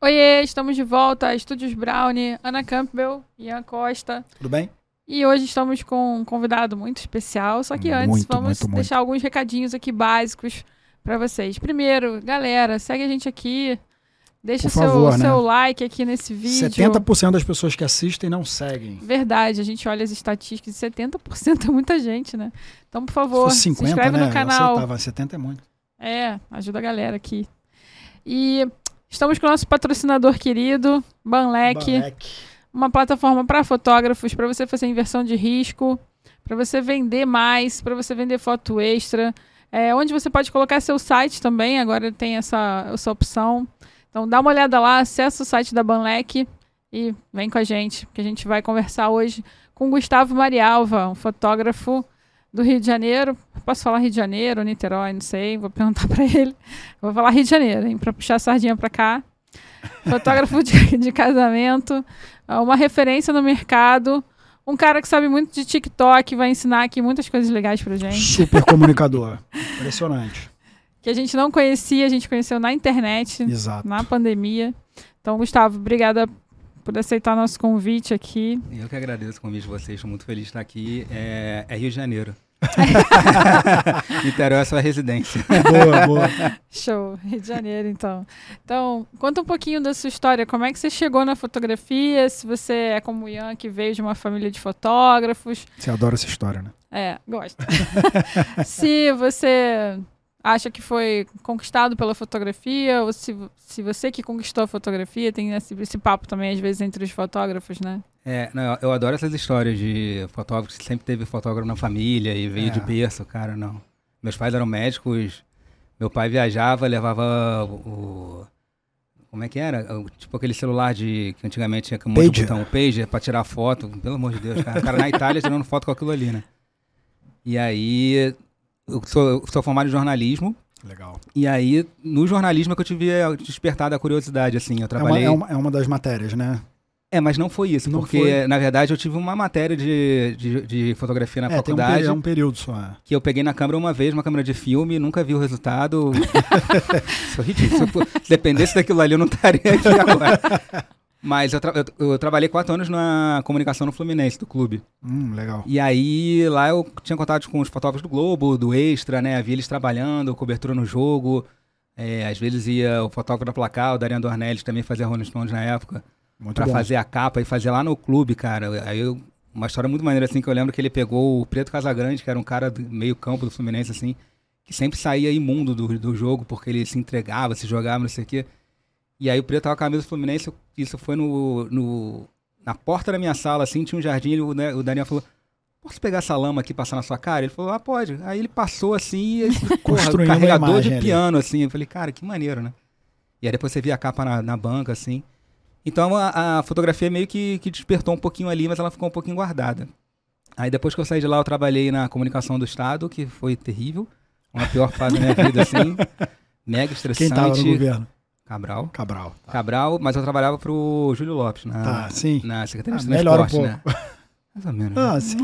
Oiê, estamos de volta. Estúdios Brownie, Ana Campbell, Ian Costa. Tudo bem? E hoje estamos com um convidado muito especial. Só que antes, Muito, vamos muito, muito. deixar alguns recadinhos aqui básicos para vocês. Primeiro, galera, segue a gente aqui. Deixa Por o seu, favor, né? seu like aqui nesse vídeo. 70% das pessoas que assistem não seguem. Verdade, a gente olha as estatísticas e 70% é muita gente, né? Então, por Se favor, fosse 50, se inscreve né? no Eu canal. aceitava, 70 é muito. É, ajuda a galera aqui. E estamos com o nosso patrocinador querido, Banlec. Balec. uma plataforma para fotógrafos, para você fazer inversão de risco, para você vender mais, para você vender foto extra, é, onde você pode colocar seu site também, agora tem essa, essa opção. Então dá uma olhada lá, acessa o site da Banlec e vem com a gente, que a gente vai conversar hoje com o Gustavo Marialva, um fotógrafo do Rio de Janeiro. Posso falar Rio de Janeiro, Niterói, não sei, vou perguntar para ele. Vou falar Rio de Janeiro, hein, para puxar a sardinha para cá. Fotógrafo de- de casamento, ah, uma referência no mercado, um cara que sabe muito de TikTok, vai ensinar aqui muitas coisas legais pra gente, Super comunicador. Impressionante. que a gente não conhecia, a gente conheceu na internet, Exato. na pandemia. Então, Gustavo, obrigada por aceitar nosso convite aqui. Eu que agradeço o convite de vocês, estou muito feliz de estar aqui. É, é Rio de Janeiro. Niterói é sua residência. Boa, boa. Show, Rio de Janeiro, então. Então, conta um pouquinho da sua história, como é que você chegou na fotografia, se você é como o Ian, que veio de uma família de fotógrafos, Você adora essa história, né? É, gosto. se você acha que foi conquistado pela fotografia, ou se, se você que conquistou a fotografia, tem esse, esse papo também, às vezes, entre os fotógrafos, né? É, não, eu- eu adoro essas histórias de fotógrafos, que sempre teve fotógrafo na família e veio É. de berço, cara, não. Meus pais eram médicos, meu pai viajava, levava o... o- Como é que era? O- tipo aquele celular de que antigamente tinha um monte de Pager. botão, pager, pra tirar foto. Pelo amor de Deus, cara. O cara na Itália tirando foto com aquilo ali, né? E aí, eu sou, eu sou formado em jornalismo, Legal. E aí, no jornalismo é que eu tive a- despertado a curiosidade, assim, eu É uma, trabalhei... É, é, uma, é uma das matérias, né? mas não foi isso, Não porque, foi? na verdade, eu tive uma matéria de, de, de fotografia na é, tem um, faculdade, peri- é um período só. é. que eu peguei na câmera uma vez, uma câmera de filme, nunca vi o resultado. isso é ridículo. Se, eu pu- se dependesse daquilo ali, eu não estaria aqui agora. Mas eu, tra- eu- eu trabalhei quatro anos na comunicação no Fluminense, do clube. Hum, legal. E aí, lá eu tinha contato com os fotógrafos do Globo, do Extra, né? Havia eles trabalhando, cobertura no jogo. É, às vezes ia o fotógrafo da placar, o Darian Dornelles também fazia Rolling Stones na época, Muito pra bom. fazer a capa e fazer lá no clube, cara. Aí eu- uma história muito maneira assim que eu lembro que ele pegou o Preto Casagrande, que era um cara do meio campo do Fluminense assim, que sempre saía imundo do, do jogo porque ele se entregava, se jogava, não sei o quê. E aí o Preto tava com a camisa do Fluminense, isso foi no, no- na porta da minha sala assim, tinha um jardim, e o, Da- o Daniel falou: "Posso pegar essa lama aqui e passar na sua cara?" Ele falou: "Ah, pode". Aí ele passou assim, e esse, porra, Construindo uma carregador de imagem ali. piano assim. Eu falei: "Cara, que maneiro, né?" E aí depois você via a capa na, na banca assim. Então a, a fotografia meio que, que despertou um pouquinho ali, mas ela ficou um pouquinho guardada. Aí depois que eu saí de lá, eu trabalhei na comunicação do Estado, que foi terrível. Uma pior fase da minha vida, assim. Mega Quem tava no estressante. governo? Cabral. Cabral. Tá, Cabral, mas eu trabalhava pro Júlio Lopes, na, Tá, sim. na Secretaria de Ah, melhora um Transporte, né? Mais ou menos. né? Ah, sim.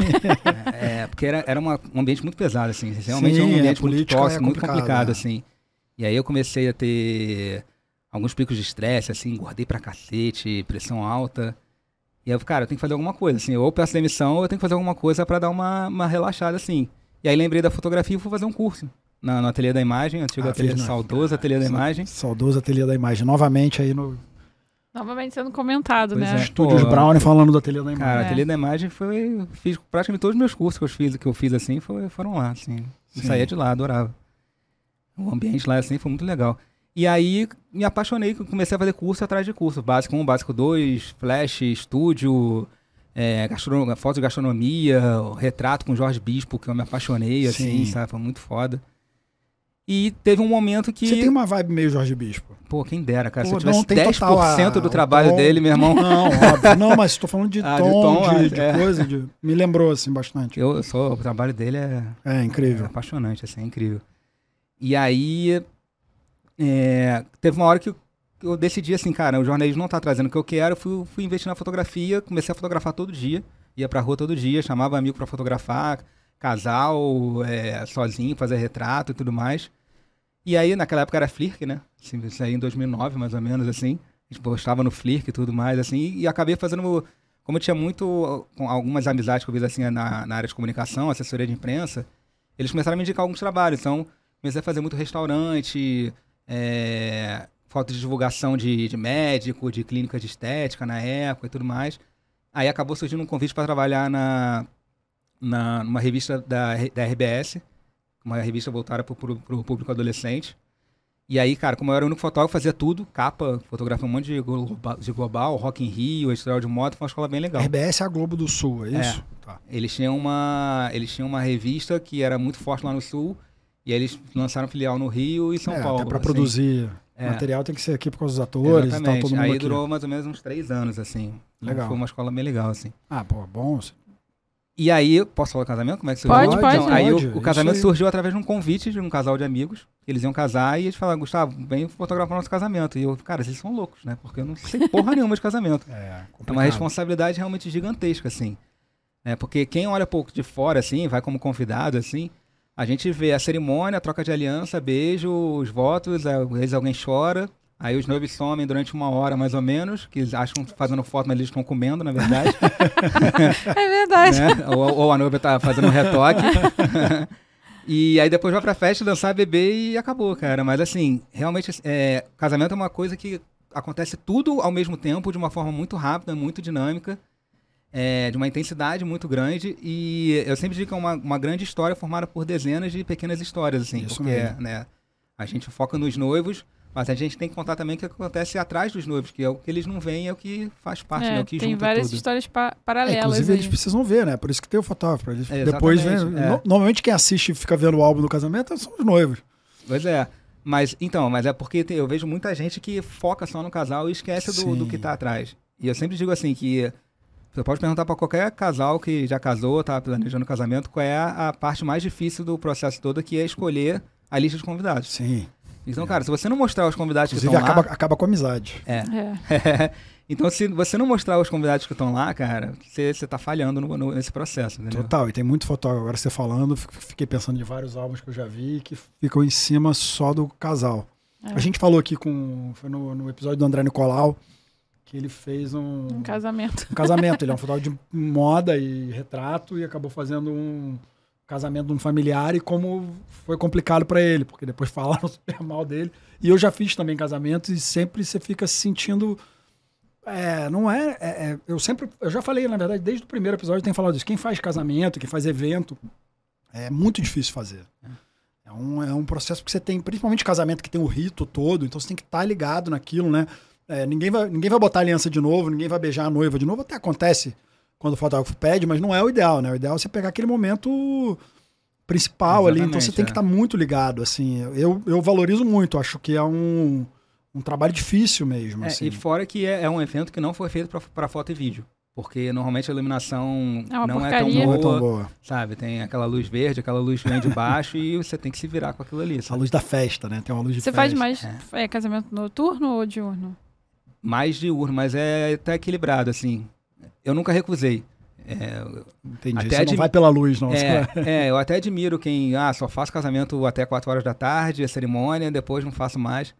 É, porque era, era uma- um ambiente muito pesado, assim. Realmente é um Sim, é, ambiente muito política é tóxico, muito complicado, complicado, é. assim. E aí eu comecei a ter alguns picos de estresse, assim, engordei pra cacete, pressão alta. E aí, eu, cara, eu tenho que fazer alguma coisa, assim. Ou eu peço demissão, ou eu tenho que fazer alguma coisa pra dar uma, uma relaxada, assim. E aí lembrei da fotografia e fui fazer um curso na, no Ateliê da Imagem, antigo Ah, ateliê fiz, né? saudoso, Ateliê da Imagem. Saudoso Ateliê da Imagem. Novamente aí no Novamente sendo comentado, Pois né? é. Estúdios Pô, Brown falando do Ateliê da Imagem. Cara, É. Ateliê da Imagem foi... Fiz praticamente todos os meus cursos que eu fiz, que eu fiz assim, foi- foram lá, assim. Sim. Eu Saía de lá, adorava. O ambiente lá, assim, foi muito legal. E aí, me apaixonei, que eu comecei a fazer curso atrás de curso. Básico 1, Básico 2, Flash, Estúdio, é, gastron- foto de gastronomia, o retrato com Jorge Bispo, que eu me apaixonei, assim, Sim. sabe? Foi muito foda. E teve um momento que... Você tem uma vibe meio Jorge Bispo. Pô, quem dera, cara. Pô, se eu tivesse não, tem 10% total a- do o trabalho tom. dele, meu irmão... Não, óbvio. Não, mas tô falando de Ah, de tom, de, tom, de é. coisa. de- Me lembrou, assim, bastante. Eu sou... O trabalho dele é... É É incrível. apaixonante, assim, é incrível. E aí, é, teve uma hora que eu- eu decidi, assim, cara, o jornalismo não tá trazendo o que eu quero, eu fui, fui investir na fotografia, comecei a fotografar todo dia, ia pra rua todo dia, chamava amigo pra fotografar, casal, é, sozinho, fazer retrato e tudo mais. E aí, naquela época era Flick, né? Assim, Isso aí em 2009, mais ou menos, assim. A gente postava no Flickr e tudo mais, assim, e, e acabei fazendo. Como eu tinha muito. com algumas amizades que eu fiz assim na, na área de comunicação, assessoria de imprensa, eles começaram a me indicar alguns trabalhos. Então, comecei a fazer muito restaurante, é, foto de divulgação de, de médico, de clínica de estética na época e tudo mais. Aí acabou surgindo um convite para trabalhar na, na, numa revista da, R- da RBS, uma revista voltada para o público adolescente. E aí, cara, como eu era o único fotógrafo, fazia tudo, capa, fotografava um monte de global, de global Rock in Rio, editorial de moto, foi uma escola bem legal. RBS é a Globo do Sul, é É. isso? Tá. Eles tinham uma, eles tinham uma revista que era muito forte lá no Sul, e aí eles lançaram filial no Rio e São É, Paulo. até pra assim. produzir É. material tem que ser aqui por causa dos atores e tal, Exatamente. todo mundo aí aqui. durou mais ou menos uns três anos, assim. Legal. Foi uma escola bem legal, assim. Ah, pô, bom. assim. E aí, posso falar do casamento? Como é que surgiu? Pode, pode. Então, aí o- Pode, o, isso casamento aí. surgiu através de um convite de um casal de amigos. Eles iam casar e eles falaram, Gustavo, vem fotografar o nosso casamento. E eu, cara, vocês são loucos, né? Porque eu não sei porra nenhuma de casamento. É, É uma complicado. responsabilidade realmente gigantesca, assim. Né? Porque quem olha pouco de fora, assim, vai como convidado, assim, a gente vê a cerimônia, a troca de aliança, beijo, os votos, às vezes alguém chora, aí os noivos somem durante uma hora, mais ou menos, que eles acham que fazendo foto, mas eles estão comendo, na verdade, É verdade. né? Ou, ou a noiva tá fazendo um retoque. e aí depois vai pra festa, dançar, beber e acabou, cara. Mas assim, realmente, é, casamento é uma coisa que acontece tudo ao mesmo tempo, de uma forma muito rápida, muito dinâmica, é, de uma intensidade muito grande. E eu sempre digo que é uma, uma grande história formada por dezenas de pequenas histórias, assim. Isso porque, mesmo. né, a gente foca nos noivos, mas a gente tem que contar também o que acontece atrás dos noivos, que é o que eles não veem, é o que faz parte, né, É, o que tem junta várias tudo. histórias pa- É, paralelas. inclusive, aí. eles precisam ver, né? Por isso que tem o fotógrafo. Eles É, depois vem, exatamente, é. no- normalmente quem assiste e fica vendo o álbum do casamento são os noivos. Pois é. Mas, então, mas é porque tem- eu vejo muita gente que foca só no casal e esquece do, do Sim. que tá atrás. E eu sempre digo assim que você pode perguntar para qualquer casal que já casou, tá planejando casamento, qual é a, a parte mais difícil do processo todo, que é escolher a lista de convidados. Sim. Então, cara, se você não mostrar os convidados que Inclusive, estão acaba, lá... acaba com a amizade. É. então, se você não mostrar os convidados que estão lá, cara, você, você tá falhando no- no- nesse processo, entendeu? Total, e tem muito fotógrafo. Agora você falando, f- fiquei pensando de vários álbuns que eu já vi que ficam em cima só do casal. É. A gente falou aqui com. Foi no, no episódio do André Nicolau, que ele fez um, Um casamento. um casamento. Ele é um fotógrafo de moda e retrato e acabou fazendo um casamento de um familiar e como foi complicado pra ele, porque depois falaram super mal dele. E eu já fiz também casamentos e sempre você fica se sentindo. É, não é, é- é- Eu sempre. Eu já falei, na verdade, desde o primeiro episódio eu tenho falado isso. Quem faz casamento, quem faz evento, é muito difícil fazer. É um, é um processo que você tem, principalmente casamento que tem o rito todo, então você tem que estar ligado naquilo, né? É, ninguém, vai, ninguém vai botar a aliança de novo, ninguém vai beijar a noiva de novo, até acontece quando o fotógrafo pede, mas não é o ideal, né? O ideal é você pegar aquele momento principal ali, então Exatamente, você tem que é. estar muito ligado, assim. Eu, eu valorizo muito, acho que é um, um trabalho difícil mesmo, É, assim. E fora que é, é um evento que não foi feito para foto e vídeo. Porque normalmente a iluminação É uma não porcaria. é Não é tão tão boa, boa. sabe? Tem aquela luz verde, aquela luz vem de baixo e você tem que se virar com aquilo ali. A sabe? luz da festa, né? Tem uma luz de Você festa. faz mais é, casamento noturno ou diurno? Mais diurno, mas é tá equilibrado, assim. Eu nunca recusei. É, Entendi. Até você de- não vai pela luz, não. Você vai- é, é, eu até admiro quem, ah, só faço casamento até 4 horas da tarde, a cerimônia, depois não faço mais.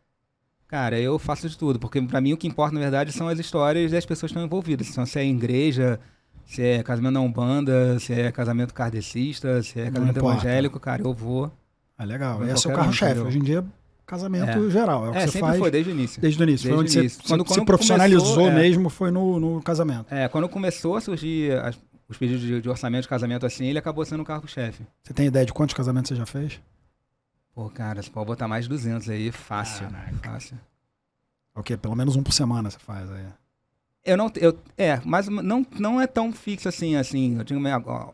Cara, eu faço de tudo, porque pra mim o que importa, na verdade, são as histórias das pessoas que estão envolvidas. Então, se é igreja, se é casamento na Umbanda, se é casamento kardecista, se é Não casamento importa. evangélico, cara, eu vou. Ah, legal. Mas Esse é o qualquer um, carro-chefe. entendeu? Hoje em dia, casamento geral. É o que É, você sempre faz foi, desde o início. desde o início. Desde foi o onde você- início. você, Quando- se quando profissionalizou começou, é. mesmo, foi no, no casamento. É, quando começou a surgir as- os pedidos de, de orçamento de casamento assim, ele acabou sendo o cargo-chefe. Você tem ideia de quantos casamentos você já fez? Pô, cara, você pode botar mais de 200 aí, fácil, fácil. É O quê? Pelo menos um por semana você faz aí. Eu não, eu, é, mas não, não é tão fixo assim, assim, eu digo, meio agora-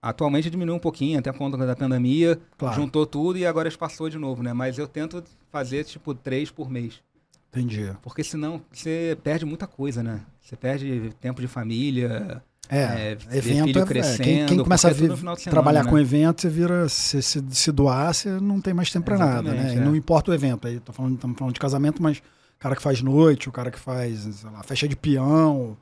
atualmente diminuiu um pouquinho, até a conta da pandemia, Claro. juntou tudo e agora espaçou de novo, né? Mas eu tento fazer, tipo, três por mês, Entendi. porque senão você perde muita coisa, né? Você perde tempo de família, É, É, ver evento filho é, crescendo, é, quem, quem começa a porque é tudo vi- no final de semana, trabalhar né? com evento, você vira, se, se, se doar, você não tem mais tempo pra nada, né? Exatamente, E é. não importa o evento. Aí tô falando, estamos falando de casamento, mas o cara que faz noite, o cara que faz, sei lá, festa de peão.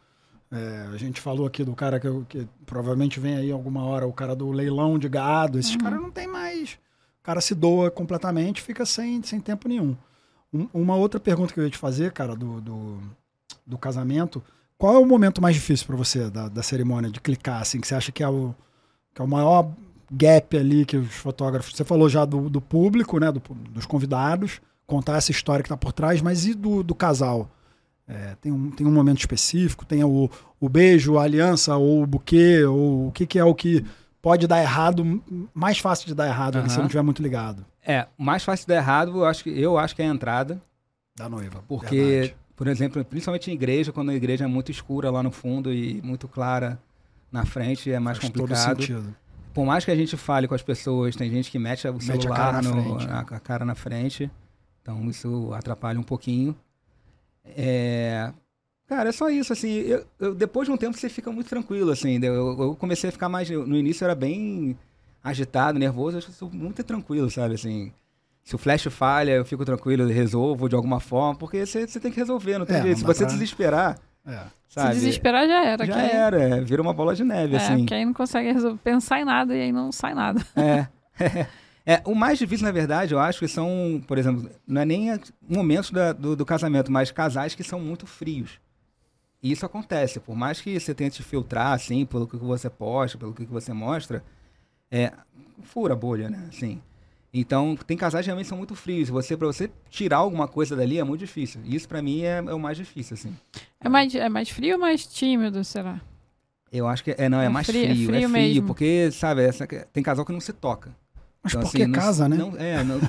é, a gente falou aqui do cara que, eu- que provavelmente vem aí alguma hora, o cara do leilão de Uhum. gado. Esses caras não tem mais. O cara se doa completamente, fica sem, sem tempo nenhum. Um- uma outra pergunta que eu ia te fazer, cara, do, do, do casamento. Qual é o momento mais difícil pra você da, da cerimônia, de clicar, assim, que você acha que é o, que é o maior gap ali que os fotógrafos... Você falou já do, do público, né, do pu- dos convidados, contar essa história que tá por trás, mas e do, do casal? É, tem, um, tem um momento específico, tem o, o beijo, a aliança, ou o buquê, ou o que, que é o que pode dar errado, m- mais fácil de dar errado né, Aham. se não estiver muito ligado, É, o mais fácil de dar errado, eu acho que, eu acho que é a entrada. da noiva. Porque, verdade. por exemplo, principalmente em igreja, quando a igreja é muito escura lá no fundo e muito clara na frente, é mais Faz todo complicado. sentido. Por mais que a gente fale com as pessoas, tem gente que mete o a celular, cara na no- frente, né? a, a cara na frente. Então isso atrapalha um pouquinho. É, Cara, é só isso, assim, eu- eu- depois de um tempo você fica muito tranquilo, assim, eu, eu comecei a ficar mais, no início eu era bem agitado, nervoso, eu sou muito tranquilo, sabe, assim, se o flash falha, eu fico tranquilo, eu resolvo de alguma forma, porque você você tem que resolver, não tem É, jeito, não se dá você pra- desesperar, É. sabe, Se desesperar já era. já que aí- era, é, vira uma bola de É, neve, assim. porque aí não consegue resolver, pensar em nada e aí não sai nada. É. É, o mais difícil, na verdade, eu acho que são, por exemplo, não é nem a- momentos da- do, do casamento, mas casais que são muito frios. E isso acontece, por mais que você tente filtrar, assim, pelo que você posta, pelo que você mostra, é, fura a bolha, né, assim. Então, tem casais que realmente são muito frios. Você, pra você tirar alguma coisa dali é muito difícil. Isso, pra mim, é, é o mais difícil, assim. É mais, é mais frio ou mais tímido, será? Eu acho que é, não, é, É mais frio- é frio, é frio frio, mesmo. porque, sabe, essa- tem casal que não se toca. Mas Então, por assim, que não se- casa, né? Não, é, não, é,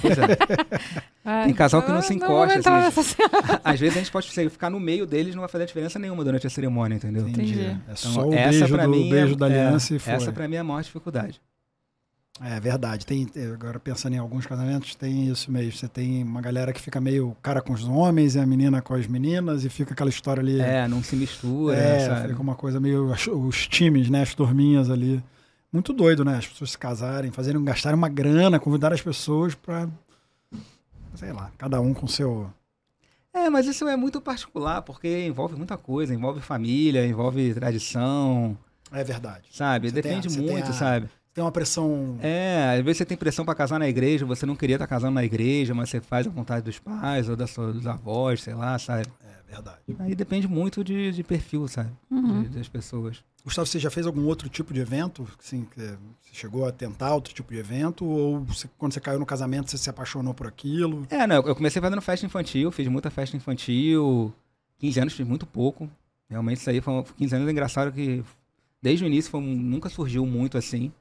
pois é. Ah, Tem casal que não eu se vou encosta, entrar assim. nessa- Às vezes a gente pode ser- ficar no meio deles e não vai fazer diferença nenhuma durante a cerimônia, entendeu? Entendi. É Então, só o beijo, pra do, mim, é- beijo da é, aliança e foi. Essa pra mim é a maior dificuldade. É verdade. Tem, tem- agora pensando em alguns casamentos, tem isso mesmo. Você tem uma galera que fica meio cara com os homens e a menina com as meninas e fica aquela história ali. É, não se mistura, É, sabe? fica uma coisa meio. as- Os times, né? As turminhas ali. Muito doido, né? As pessoas se casarem, fazerem, gastarem uma grana, convidar as pessoas pra. Sei lá, cada um com seu. É, mas isso é muito particular, porque envolve muita coisa, envolve família, envolve tradição, É verdade. sabe? Você tem a- Depende você tem muito, a- sabe? Tem uma pressão. É, às vezes você tem pressão pra casar na igreja, você não queria estar casando na igreja, mas você faz a vontade dos pais ou da sua- dos avós, sei lá, sabe? É verdade. Aí depende muito de, de perfil, sabe? Uhum. De- das pessoas. Gustavo, você já fez algum outro tipo de evento? Assim, que você chegou a tentar outro tipo de evento? Ou você- quando você caiu no casamento, você se apaixonou por aquilo? É, não, eu comecei fazendo festa infantil, fiz muita festa infantil. 15 anos fiz muito pouco. Realmente isso aí foi um- 15 anos é engraçado que desde o início foi um- nunca surgiu muito assim.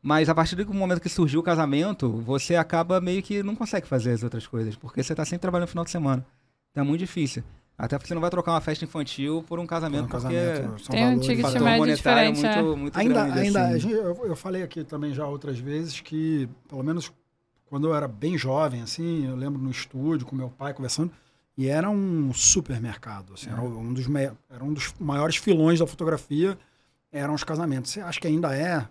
Mas a partir do momento que surgiu o casamento, você acaba meio que não consegue fazer as outras coisas, porque você tá sempre trabalhando no final de semana. Então é muito difícil. Até porque você não vai trocar uma festa infantil por um Foi casamento, um porque casamento, são Tem um valores. o ticket fator médio monetário é diferente, muito, muito Ainda, grande. ainda assim. a gente- eu, eu falei aqui também já outras vezes que, pelo menos quando eu era bem jovem, assim, eu lembro no estúdio com meu pai conversando, e era um supermercado, assim, era, um dos, me- era um dos maiores filões da fotografia, eram os casamentos. Você acha que ainda é?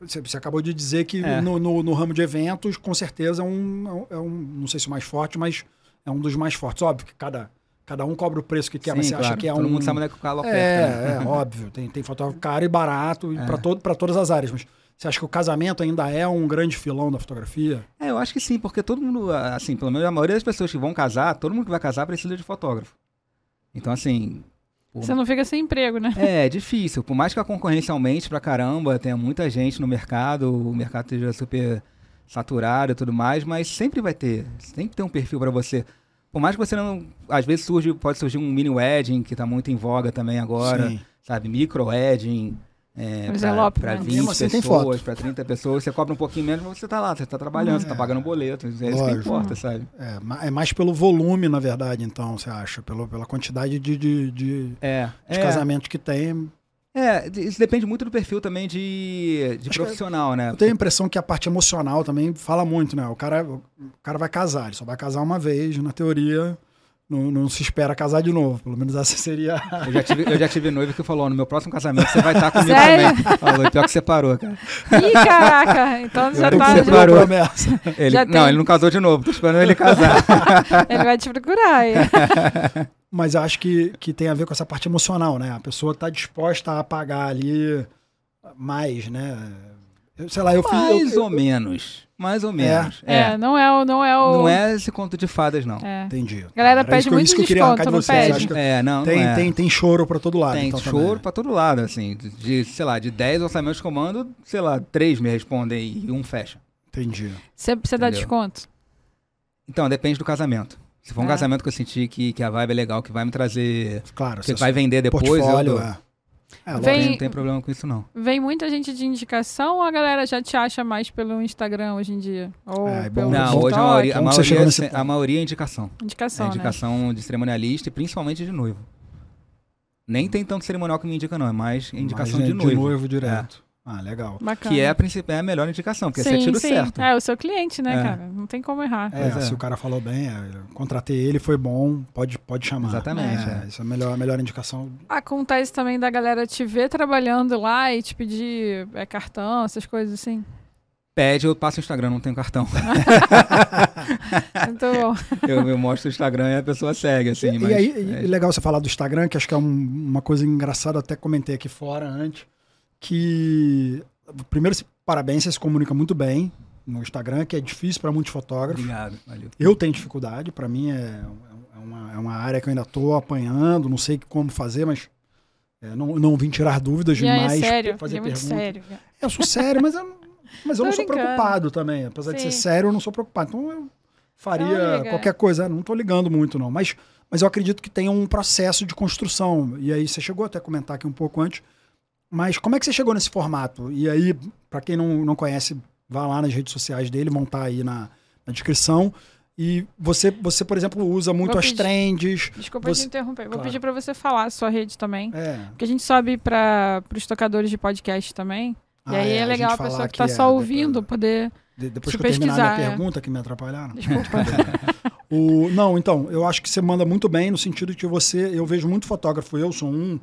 Você, você acabou de dizer que É. no, no- no ramo de eventos, com certeza, é um, é um, não sei se o mais forte, mas é um dos mais fortes. Óbvio que cada, cada um cobra o preço que quer, mas Sim, você acha claro. que é Todo um... mundo sabe onde é que o calo aperta. né? É. É, é óbvio. Tem, tem fotógrafo caro e barato e pra todo, para todas as áreas. Mas você acha que o casamento ainda é um grande filão da fotografia? É, eu acho que sim, porque todo mundo, ah, assim, pelo menos a maioria das pessoas que vão casar, todo mundo que vai casar precisa de fotógrafo. Então, assim. por- Você não fica sem emprego, né? É, é difícil. Por mais que a concorrência aumente pra caramba, tenha muita gente no mercado, o mercado esteja super saturado e tudo mais, mas sempre vai ter. Tem que ter um perfil pra você. Por mais que você não. Às vezes surge, pode surgir um mini wedding, que tá muito em voga também agora. Sim. Sabe, micro wedding. É, Envelope, pra, pra né? 20 Mesmo assim, tem pessoas, foto. pra 30 pessoas, você cobra um pouquinho menos, mas você tá lá, você tá trabalhando, você tá pagando boleto, é isso que Lógico. importa, sabe? É, ma- é mais pelo volume, na verdade, então, você acha? Pelo, pela quantidade de, de, de- de É, é, casamentos que tem. é, de- isso depende muito do perfil também de, de que- profissional, né? Eu tenho a impressão que a parte emocional também fala muito, né? O cara, o cara vai casar, ele só vai casar uma vez, na teoria. Não, não se espera casar de novo. Pelo menos essa seria a Eu já tive, eu já tive noiva que falou, "Ó, no meu próximo casamento você vai estar comigo Sério? também. Falou, pior que separou, cara. Ih, caraca! Então já tenho tá. que já- separar. Parou. promessa. Ele, Já não, tem- ele não casou de novo, tô esperando ele casar. ele vai te procurar. aí. Mas eu acho que, que tem a ver com essa parte emocional, né? A pessoa tá disposta a pagar ali mais, né? Eu, sei lá, eu fiz. eu- Mais um. eu- ou menos. Mais ou menos. É, não é o. Não é, o... Não é esse conto de fadas, não. É. Entendi. Galera Era pede isso que eu- muito isso que eu queria desconto, arrancar de não vocês. pede? Acho que É, não. tem, não é. tem, tem choro pra todo lado. Tem então, também. choro pra todo lado, assim. De, de, sei lá, de 10 orçamentos de comando, sei lá, 3 me respondem e um fecha. Entendi. Você, você dá Entendeu? desconto? Então, depende do casamento. Se for um Ah. casamento que eu sentir que, que a vibe é legal, que vai me trazer. Claro, Que seu vai vender depois, eu portfólio. dou. é. É, lógico. Vem- não tem problema com isso, não. Vem muita gente de indicação ou a galera já te acha mais pelo Instagram hoje em dia? Ou É, é bom- pelo Não, hoje a TikTok? maioria, a, Como que você chegou maioria, nesse ponto? a maioria é indicação. Indicação, é né? indicação de cerimonialista e principalmente de noivo. Nem tem tanto cerimonial que me indica, não. É mais indicação Mas, de né, noivo. direto. Ah, legal. Bacana. Que é a, princip... é a melhor indicação, porque você tira o certo. É, o seu cliente, né, É. cara? Não tem como errar. É, Pois é. se o cara falou bem, é, eu contratei ele, foi bom, pode, pode chamar. Exatamente, É, é. Isso é a melhor, a melhor indicação. Ah, Acontece também da galera te ver trabalhando lá e te pedir é, cartão, essas coisas assim. Pede, eu passo o Instagram, não tenho cartão. Muito bom. eu, eu mostro o Instagram e a pessoa segue, assim. e mas- aí, e- é, e legal você falar do Instagram, que acho que é um- uma coisa engraçada, até comentei aqui fora antes, que primeiro, se- parabéns, você se comunica muito bem no Instagram, que é difícil para muitos fotógrafos. Obrigado, valeu. Eu tenho dificuldade, para mim é, é uma, é uma área que eu ainda tô apanhando, não sei como fazer, mas é, não, não vim tirar dúvidas E aí, demais, é sério, fazer é muito perguntas. sério. Eu sou sério, mas eu, mas eu Tô não sou brincando. preocupado também. Apesar de ser Sim. Então, sério, eu não sou preocupado. Então eu Não faria liga. qualquer coisa. Eu Não tô ligando muito, não. Mas, mas eu acredito que tem um processo de construção. E aí você chegou até a comentar aqui um pouco antes. Mas como é que você chegou nesse formato? E aí, para quem não, não conhece, vá lá nas redes sociais dele, vão estar aí na, na descrição. E você, você, por exemplo, usa muito Vou as pedir. trends. Desculpa Você- te interromper. Vou Claro. pedir pra você falar a sua rede também. É. Porque a gente sobe para os tocadores de podcast também. E Ah, aí é, gente legal a falar pessoa que aqui, tá é, só ouvindo depois- poder. De- depois Se que eu terminar a minha pesquisar, é. pergunta, que me atrapalharam. Desculpa. O, não, então, eu acho que você manda muito bem no sentido de que você. Eu vejo muito fotógrafo, eu sou um.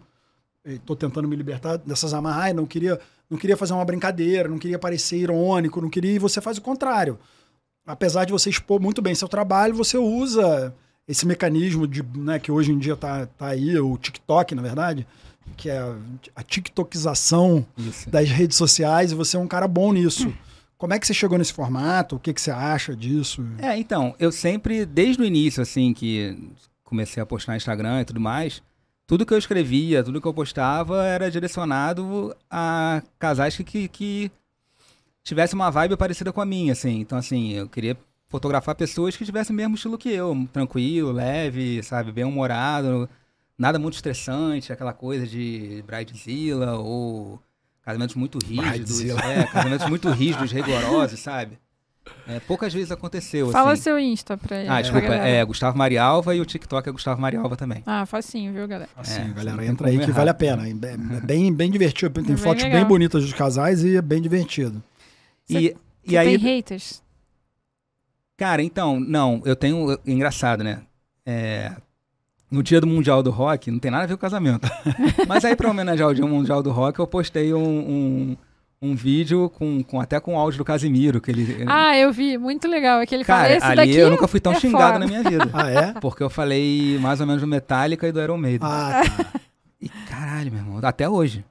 Estou tentando me libertar dessas amarras. Ai, não queria, não queria fazer uma brincadeira, não queria parecer irônico, não queria. E você faz o contrário. Apesar de você expor muito bem seu trabalho, você usa esse mecanismo de, né, que hoje em dia tá, tá aí, o TikTok, na verdade, que é a- a TikTokização Isso. das redes sociais, e você é um cara bom nisso. Como é que você chegou nesse formato? O que, que você acha disso? É, então, eu sempre, desde o início, assim, que comecei a postar no Instagram e tudo mais, tudo que eu escrevia, tudo que eu postava era direcionado a casais que, que, que tivessem uma vibe parecida com a minha, assim. Então, assim, eu queria fotografar pessoas que tivessem o mesmo estilo que eu, tranquilo, leve, sabe, bem-humorado, nada muito estressante, aquela coisa de bridezilla ou casamentos muito rígidos. Bridezilla. É, casamentos muito rígidos, rigorosos, sabe? É, poucas vezes aconteceu, Fala assim. seu Insta pra ele. Ah, desculpa, pra galera. é Gustavo Marialva e o TikTok é Gustavo Marialva também. Ah, facinho, viu, galera? Assim, É, galera, tem entra como aí que errar. vale a pena. né? É bem, bem divertido. Tem Bem fotos é legal. bem bonitas dos casais e é bem divertido. E, Você e aí, tem haters? cara, então, não, eu tenho. eu- Engraçado, né? É, no dia do Mundial do Rock, não tem nada a ver com casamento. Mas aí, pra homenagear o dia Mundial do Rock, eu postei um, um, um vídeo com, com até com o áudio do Casimiro, que ele. ele- Ah, eu vi, muito legal. Aquele fala, Hum. cara, esse ali daqui. eu nunca fui tão é xingado foda." na minha vida. Ah, é? Porque eu falei mais ou menos do Metallica e do Iron Maiden. Ah, É tá. E caralho, meu irmão, até hoje.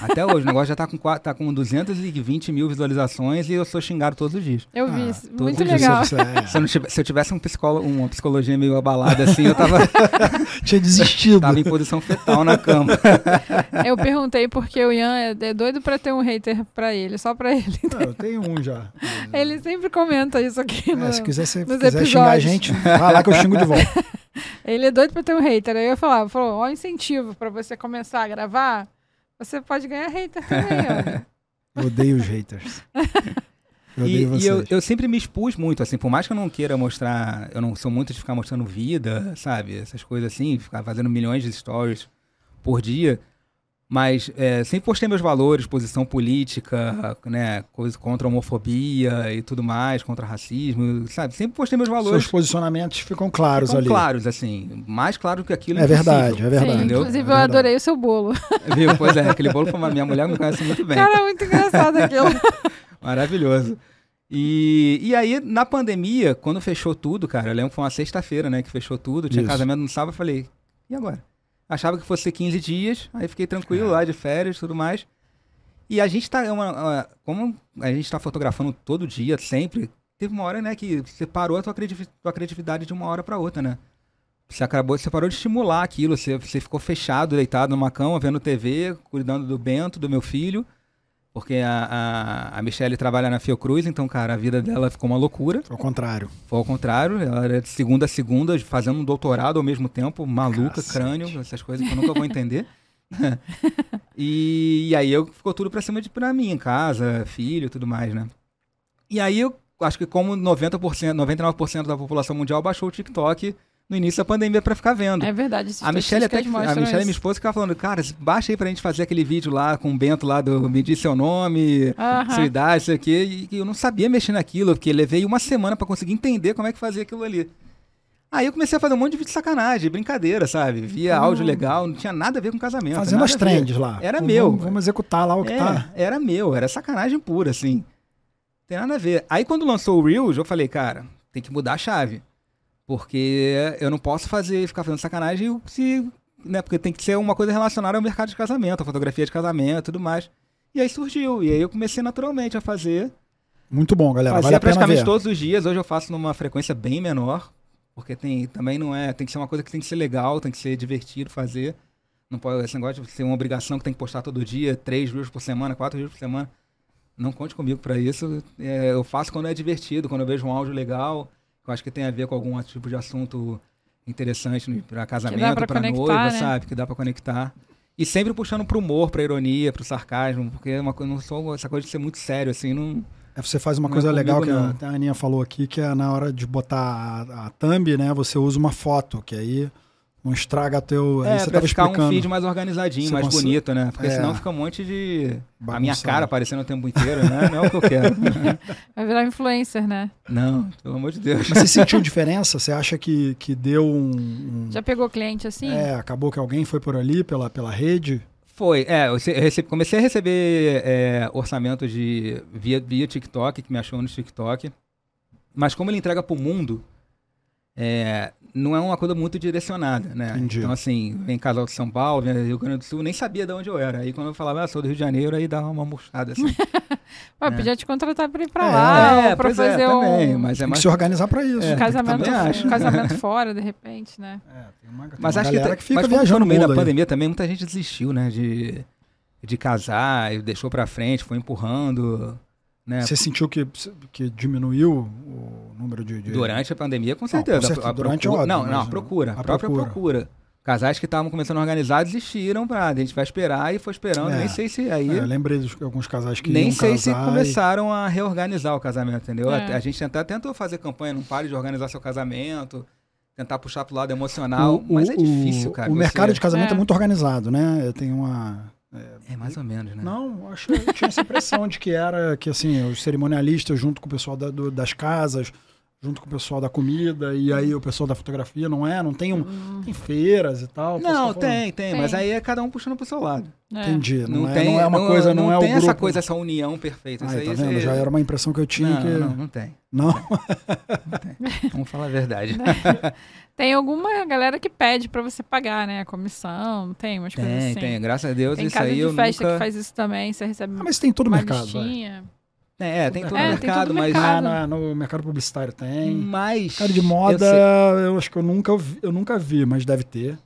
Até hoje, o negócio já tá com, qua- tá com 220 mil visualizações e eu sou xingado todos os dias. Eu vi, Ah, isso. todo muito mundo legal. Isso, é. Se eu, não tive- se eu tivesse um psicólo- uma psicologia meio abalada assim, eu tava, Tinha desistido. tava em posição fetal na cama. Eu perguntei porque o Ian é, é doido pra ter um hater pra ele, só pra ele. Ah, eu tenho um já. Hum. Ele sempre comenta isso aqui. É, no- se quiser, se nos quiser xingar a episódios. gente, vai lá que eu xingo de volta. Ele é doido pra ter um hater. Aí eu falava, falou, ó, incentivo pra você começar a gravar. Você pode ganhar hater também, olha. Eu odeio os haters. Eu E, odeio e vocês. eu, eu sempre me expus muito, assim, por mais que eu não queira mostrar, eu não sou muito de ficar mostrando vida, sabe? Essas coisas assim, ficar fazendo milhões de stories por dia. Mas é, sempre postei meus valores, posição política, né, coisa contra a homofobia e tudo mais, contra racismo, sabe? Sempre postei meus valores Seus posicionamentos ficam claros ficam ali. claros, assim, mais claro que aquilo É verdade, impossível. é verdade. Sim, Entendeu? inclusive É eu verdade. adorei o seu bolo. Viu? Pois é, aquele bolo foi uma minha mulher me conhece muito bem. Cara, é muito engraçado aquilo. Maravilhoso. E, e aí, na pandemia, quando fechou tudo, cara, eu lembro que foi uma sexta-feira, né, que fechou tudo, tinha Isso. casamento no sábado, eu falei, e agora? Achava que fosse 15 dias, aí fiquei tranquilo lá de férias e tudo mais. E a gente tá. é uma- uma- como a gente tá fotografando todo dia, sempre, teve uma hora, né, que você parou a tua, criativi- tua criatividade de uma hora pra outra, né? Você acabou, você parou de estimular aquilo, você, você ficou fechado, deitado numa cama, vendo TV, cuidando do Bento, do meu filho. Porque a, a, a Michelle trabalha na Fiocruz, então, cara, a vida dela ficou uma loucura. Ao contrário. Foi ao contrário, ela era de segunda a segunda, fazendo um doutorado ao mesmo tempo, maluca, Cacete. crânio, essas coisas que eu nunca vou entender. e, e aí eu, ficou tudo pra cima de pra mim, em casa, filho e tudo mais, né? E aí eu acho que como 90%, 99% da população mundial baixou o TikTok no início da pandemia pra ficar vendo. É verdade. essas A Michelle até estatísticas que, a mostram Michelle, isso. minha esposa, ficava falando, cara, baixa aí pra gente fazer aquele vídeo lá com o Bento lá do Me Diz Seu Nome, Aham. sua idade, isso aqui. E eu não sabia mexer naquilo, porque levei uma semana pra conseguir entender como é que fazia aquilo ali. Aí eu comecei a fazer um monte de vídeo de sacanagem, brincadeira, sabe? Via áudio legal, não tinha nada a ver com casamento. Fazendo nada as a ver. trends lá. Era Vamos- meu. Vamos, executar lá o que É, tá. Era meu, era sacanagem pura, assim. Não Tem nada a ver. Aí quando lançou o Reels, eu falei, cara, tem que mudar a chave. Porque eu não posso fazer, ficar fazendo sacanagem se. Né, porque tem que ser uma coisa relacionada ao mercado de casamento, a fotografia de casamento e tudo mais. E aí surgiu. E aí eu comecei naturalmente a fazer. Muito bom, galera. Fazia vale a pena praticamente ver. todos os dias. Hoje eu faço numa frequência bem menor, porque tem também não é, tem que ser uma coisa que tem que ser legal, tem que ser divertido fazer. Não pode esse negócio de ser uma obrigação que tem que postar todo dia, três vídeos por semana, quatro vídeos por semana. Não conte comigo pra isso. É, eu faço quando é divertido, quando eu vejo um áudio legal, que eu acho que tem a ver com algum tipo de assunto interessante no- pra casamento, pra pra conectar, noiva, né? sabe? Que dá pra conectar. E sempre puxando pro humor, pra ironia, pro sarcasmo, porque é uma, coisa- não sou essa coisa de ser muito sério, assim, não, É, Você faz uma Não é coisa comigo, legal que a, não. até a Aninha falou aqui, que é na hora de botar a, a thumb, né? Você usa uma foto, que aí não estraga teu. aí É, você pra tava ficar explicando. um feed mais organizadinho, Você mais consegue- bonito, né? Porque É. senão fica um monte de... A minha Bagunçado. cara aparecendo o tempo inteiro, né? Não é o que eu quero. Vai virar influencer, né? não, pelo amor de Deus. Mas você sentiu diferença? Você acha que, que deu um. um- Já pegou cliente assim? É, acabou que alguém foi por ali pela, pela rede? Foi, é, eu rece- eu rece- comecei a receber é, orçamentos de via, via TikTok, que me achou no TikTok. Mas como ele entrega pro mundo, é, não é uma coisa muito direcionada, né? Entendi. Então, assim, vem casal de São Paulo, vem Rio Grande do Sul, nem sabia de onde eu era. Aí quando eu falava, ah, sou do Rio de Janeiro, aí dava uma murchada, assim. Ué, É. podia te contratar pra ir pra É, lá, ou pra pois é, fazer um, também, mas é Tem que mais se organizar pra isso. um né? casamento, também acho. um casamento fora, de repente, né? É, tem uma, tem Mas uma acho que, galera tá- que, fica mas como foi viajando no meio mundo da aí. pandemia também, muita gente desistiu, né? De, de casar, e deixou pra frente, foi empurrando, né? Você sentiu que, que diminuiu o número de. de- Durante a pandemia, com Não, com certeza. certeza, A- a durante é procura, óbvio, Não, não, mas a procura. A, a própria procura. procura. Casais que estavam começando a organizar desistiram pra. A gente vai esperar e foi esperando. É. Nem sei se aí. É, eu lembrei de alguns casais que. nem iam sei se casar e- começaram a reorganizar o casamento, entendeu? É. A, a gente até tentou fazer campanha, não pare de organizar seu casamento, tentar puxar pro lado emocional, mas é difícil, cara. O você- mercado de casamento é. É. muito organizado, né? Tem uma. É mais ou menos, né? Não, acho que eu tinha essa impressão de que era que assim, os cerimonialistas junto com o pessoal da- do- das casas, junto com o pessoal da comida, e aí o pessoal da fotografia, não é? Não tem um. Tem feiras e tal. posso Não, estar falando. tem, tem, mas Tem. aí é cada um puxando pro seu lado. É. Entendi. Não, Não, é, tem, não é uma coisa, não, é o tem grupo. essa coisa, essa união perfeita. Isso Ai, aí, tá vendo? você- Já era uma impressão que eu tinha não, que. não, não tem. Não. Vamos falar a verdade. Tem alguma galera que pede pra você pagar, né? A comissão, tem umas coisas Tem, assim. tem. Graças a Deus, Tem isso casa aí de eu festa nunca... que faz isso também, você recebe Ah, mas tem em todo o uma mercado. vai. listinha. É, tem todo É, o tem todo mercado, mas... mercado. Ah, na- no mercado publicitário Hum. tem. Mas... Mercado de eu moda, sei- eu, acho que eu nunca, vi, eu nunca vi, mas deve ter.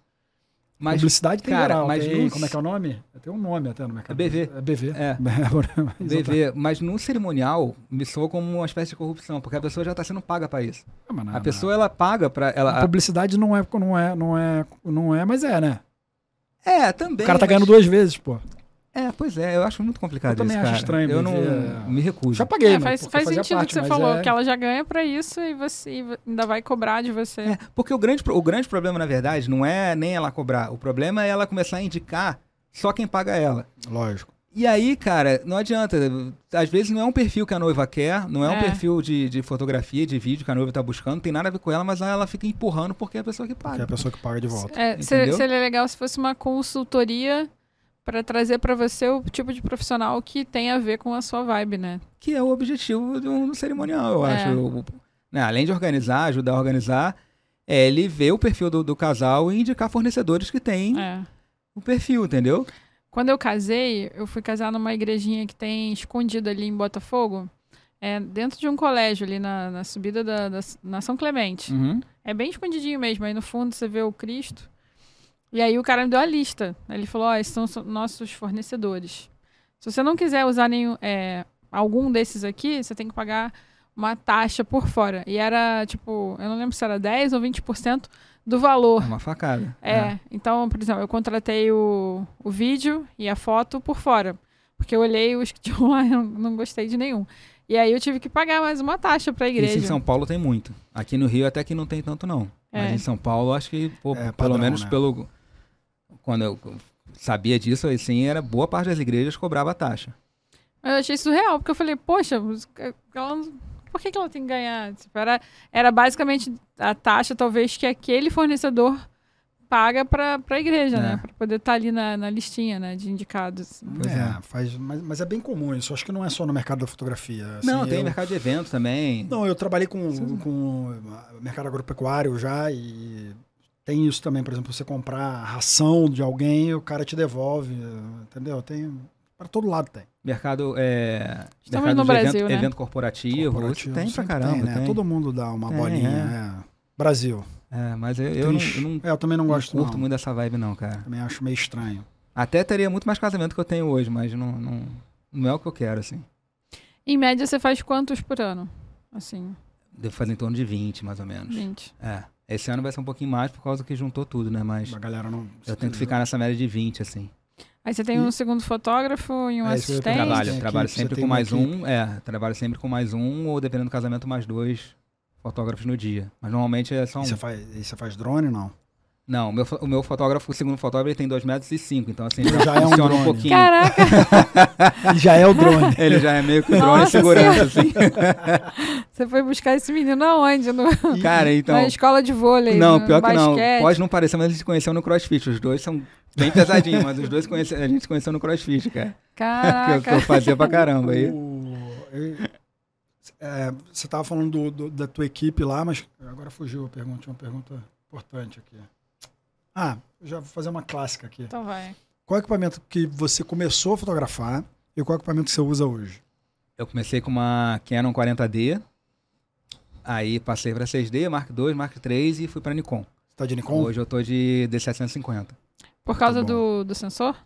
mas Publicidade tem cara, geral. mas tem- nos- como é que é o nome? Tem um nome até no mercado. É BV. É BV. É. BV, mas no cerimonial me soa como uma espécie de corrupção, porque a pessoa já está sendo paga para isso. Ah, mas não, a não. pessoa, ela paga para... Ela... Publicidade não é, não é, não é, não é, mas é, né? É, também. O cara tá mas- ganhando duas vezes, pô. É, pois é, eu acho muito complicado Eu também isso, acho cara. estranho, Eu mas não... é- Me recuso. Já paguei, É, mas faz, porque faz fazia sentido o parte, que você mas falou, é- que ela já ganha pra isso e você e vo- ainda vai cobrar de você. É, porque o grande, pro- o grande problema, na verdade, não é nem ela cobrar. O problema é ela começar a indicar só quem paga ela. Lógico. E aí, cara, não adianta. Às vezes não é um perfil que a noiva quer, não é, É. um perfil de, de fotografia, de vídeo que a noiva tá buscando, tem nada a ver com ela, mas aí ela fica empurrando porque é a pessoa que Porque é a paga. pessoa que paga de volta. É, se- Entendeu? seria legal se fosse uma consultoria pra trazer pra você o tipo de profissional que tem a ver com a sua vibe, né? Que é o objetivo do, do cerimonial, eu É. acho. O- né, além de organizar, ajudar a organizar, é ele ver o perfil do, do casal e indicar fornecedores que têm É. o perfil, entendeu? Quando eu casei, eu fui casar numa igrejinha que tem escondida ali em Botafogo, é, dentro de um colégio ali na, na subida da, da- na São Clemente. Uhum. É bem escondidinho mesmo, aí no fundo você vê o Cristo. E aí o cara me deu a lista. Ele falou: Ó, esses são so- nossos fornecedores. Se você não quiser usar nenhum, é, algum desses aqui, você tem que pagar uma taxa por fora. E era tipo, eu não lembro se era 10 ou 20% do valor. É uma facada. É, então, por exemplo, eu contratei o, o vídeo e a foto por fora. Porque eu olhei os que tinham lá e não, não gostei de nenhum. E aí eu tive que pagar mais uma taxa pra igreja. Isso em São Paulo tem muito. Aqui no Rio até que não tem tanto, não. É. Mas em São Paulo, acho que, pô, É, pelo padrão, menos né? pelo. Quando eu sabia disso, assim, era boa parte das igrejas cobrava a taxa. Eu achei surreal, porque eu falei, poxa, mas ela não- por que, que ela tem que ganhar? Tipo, era, era basicamente a taxa, talvez, que aquele fornecedor paga pra, pra igreja, É. né? Pra poder estar ali na, na listinha, né? De indicados. assim. Pois É, faz, mas, mas é bem comum isso. Acho que não é só no mercado da fotografia. assim, não, tem eu- mercado de eventos também. Não, eu trabalhei é com, com eh, mercado agropecuário já e tem isso também, por exemplo, você comprar a ração de alguém, o cara te devolve, entendeu? Tem para todo lado tem. Mercado, é, Estamos mercado no de Brasil, evento, né? evento corporativo, Corporativo, tem pra sempre caramba. tem, né? tem. Todo mundo dá uma Tem, bolinha. é. Brasil. É, mas eu, eu não, Triste. eu não- É, eu também não não gosto curto não. muito dessa vibe, não, cara. Também acho meio estranho. Até teria muito mais casamento que eu tenho hoje, mas não, não, não é o que eu quero, assim. Em média, você faz quantos por ano? Assim, Devo fazer em torno de 20, mais ou menos. gente. É. Esse ano vai ser um pouquinho mais por causa que juntou tudo, né? Mas A galera não eu tento ficar nessa média de 20, assim. Aí você tem E- um segundo fotógrafo e um É, isso que eu ia assistente. perguntar. trabalho, Tem trabalho equipe, você sempre tem com uma mais equipe. um. É, trabalho sempre com mais um, ou dependendo do casamento, mais dois fotógrafos no dia. Mas normalmente é só um. E você faz, e você faz drone não? Não, o meu, fo- o meu fotógrafo, o segundo fotógrafo, ele tem 2 metros e 5, então assim, Ele já, já é um funciona um, drone. pouquinho. Caraca, E já é o drone. Ele já é meio que um drone Nossa segurança, assim. você foi buscar esse menino aonde? No, Cara, assim. então... na escola de vôlei, Não, no pior que não. basquete. Pode não parecer, mas eles se conheceram no CrossFit. Os dois são bem pesadinhos, mas os dois se conhece- a gente se conheceu no CrossFit, cara. Que eu, que eu Caraca. fazia pra caramba. Aí. O- eu- é, você tava falando do- do- da tua equipe lá, mas agora fugiu a pergunta, tinha uma pergunta importante aqui. Ah, eu já vou fazer uma clássica aqui. Então vai. Qual equipamento que você começou a fotografar e qual equipamento que você usa hoje? Eu comecei com uma Canon 40D. Aí passei pra 6D, Mark II, Mark III e fui pra Nikon. Você tá de Nikon? Hoje eu tô de D750. Por causa Tá do, do sensor?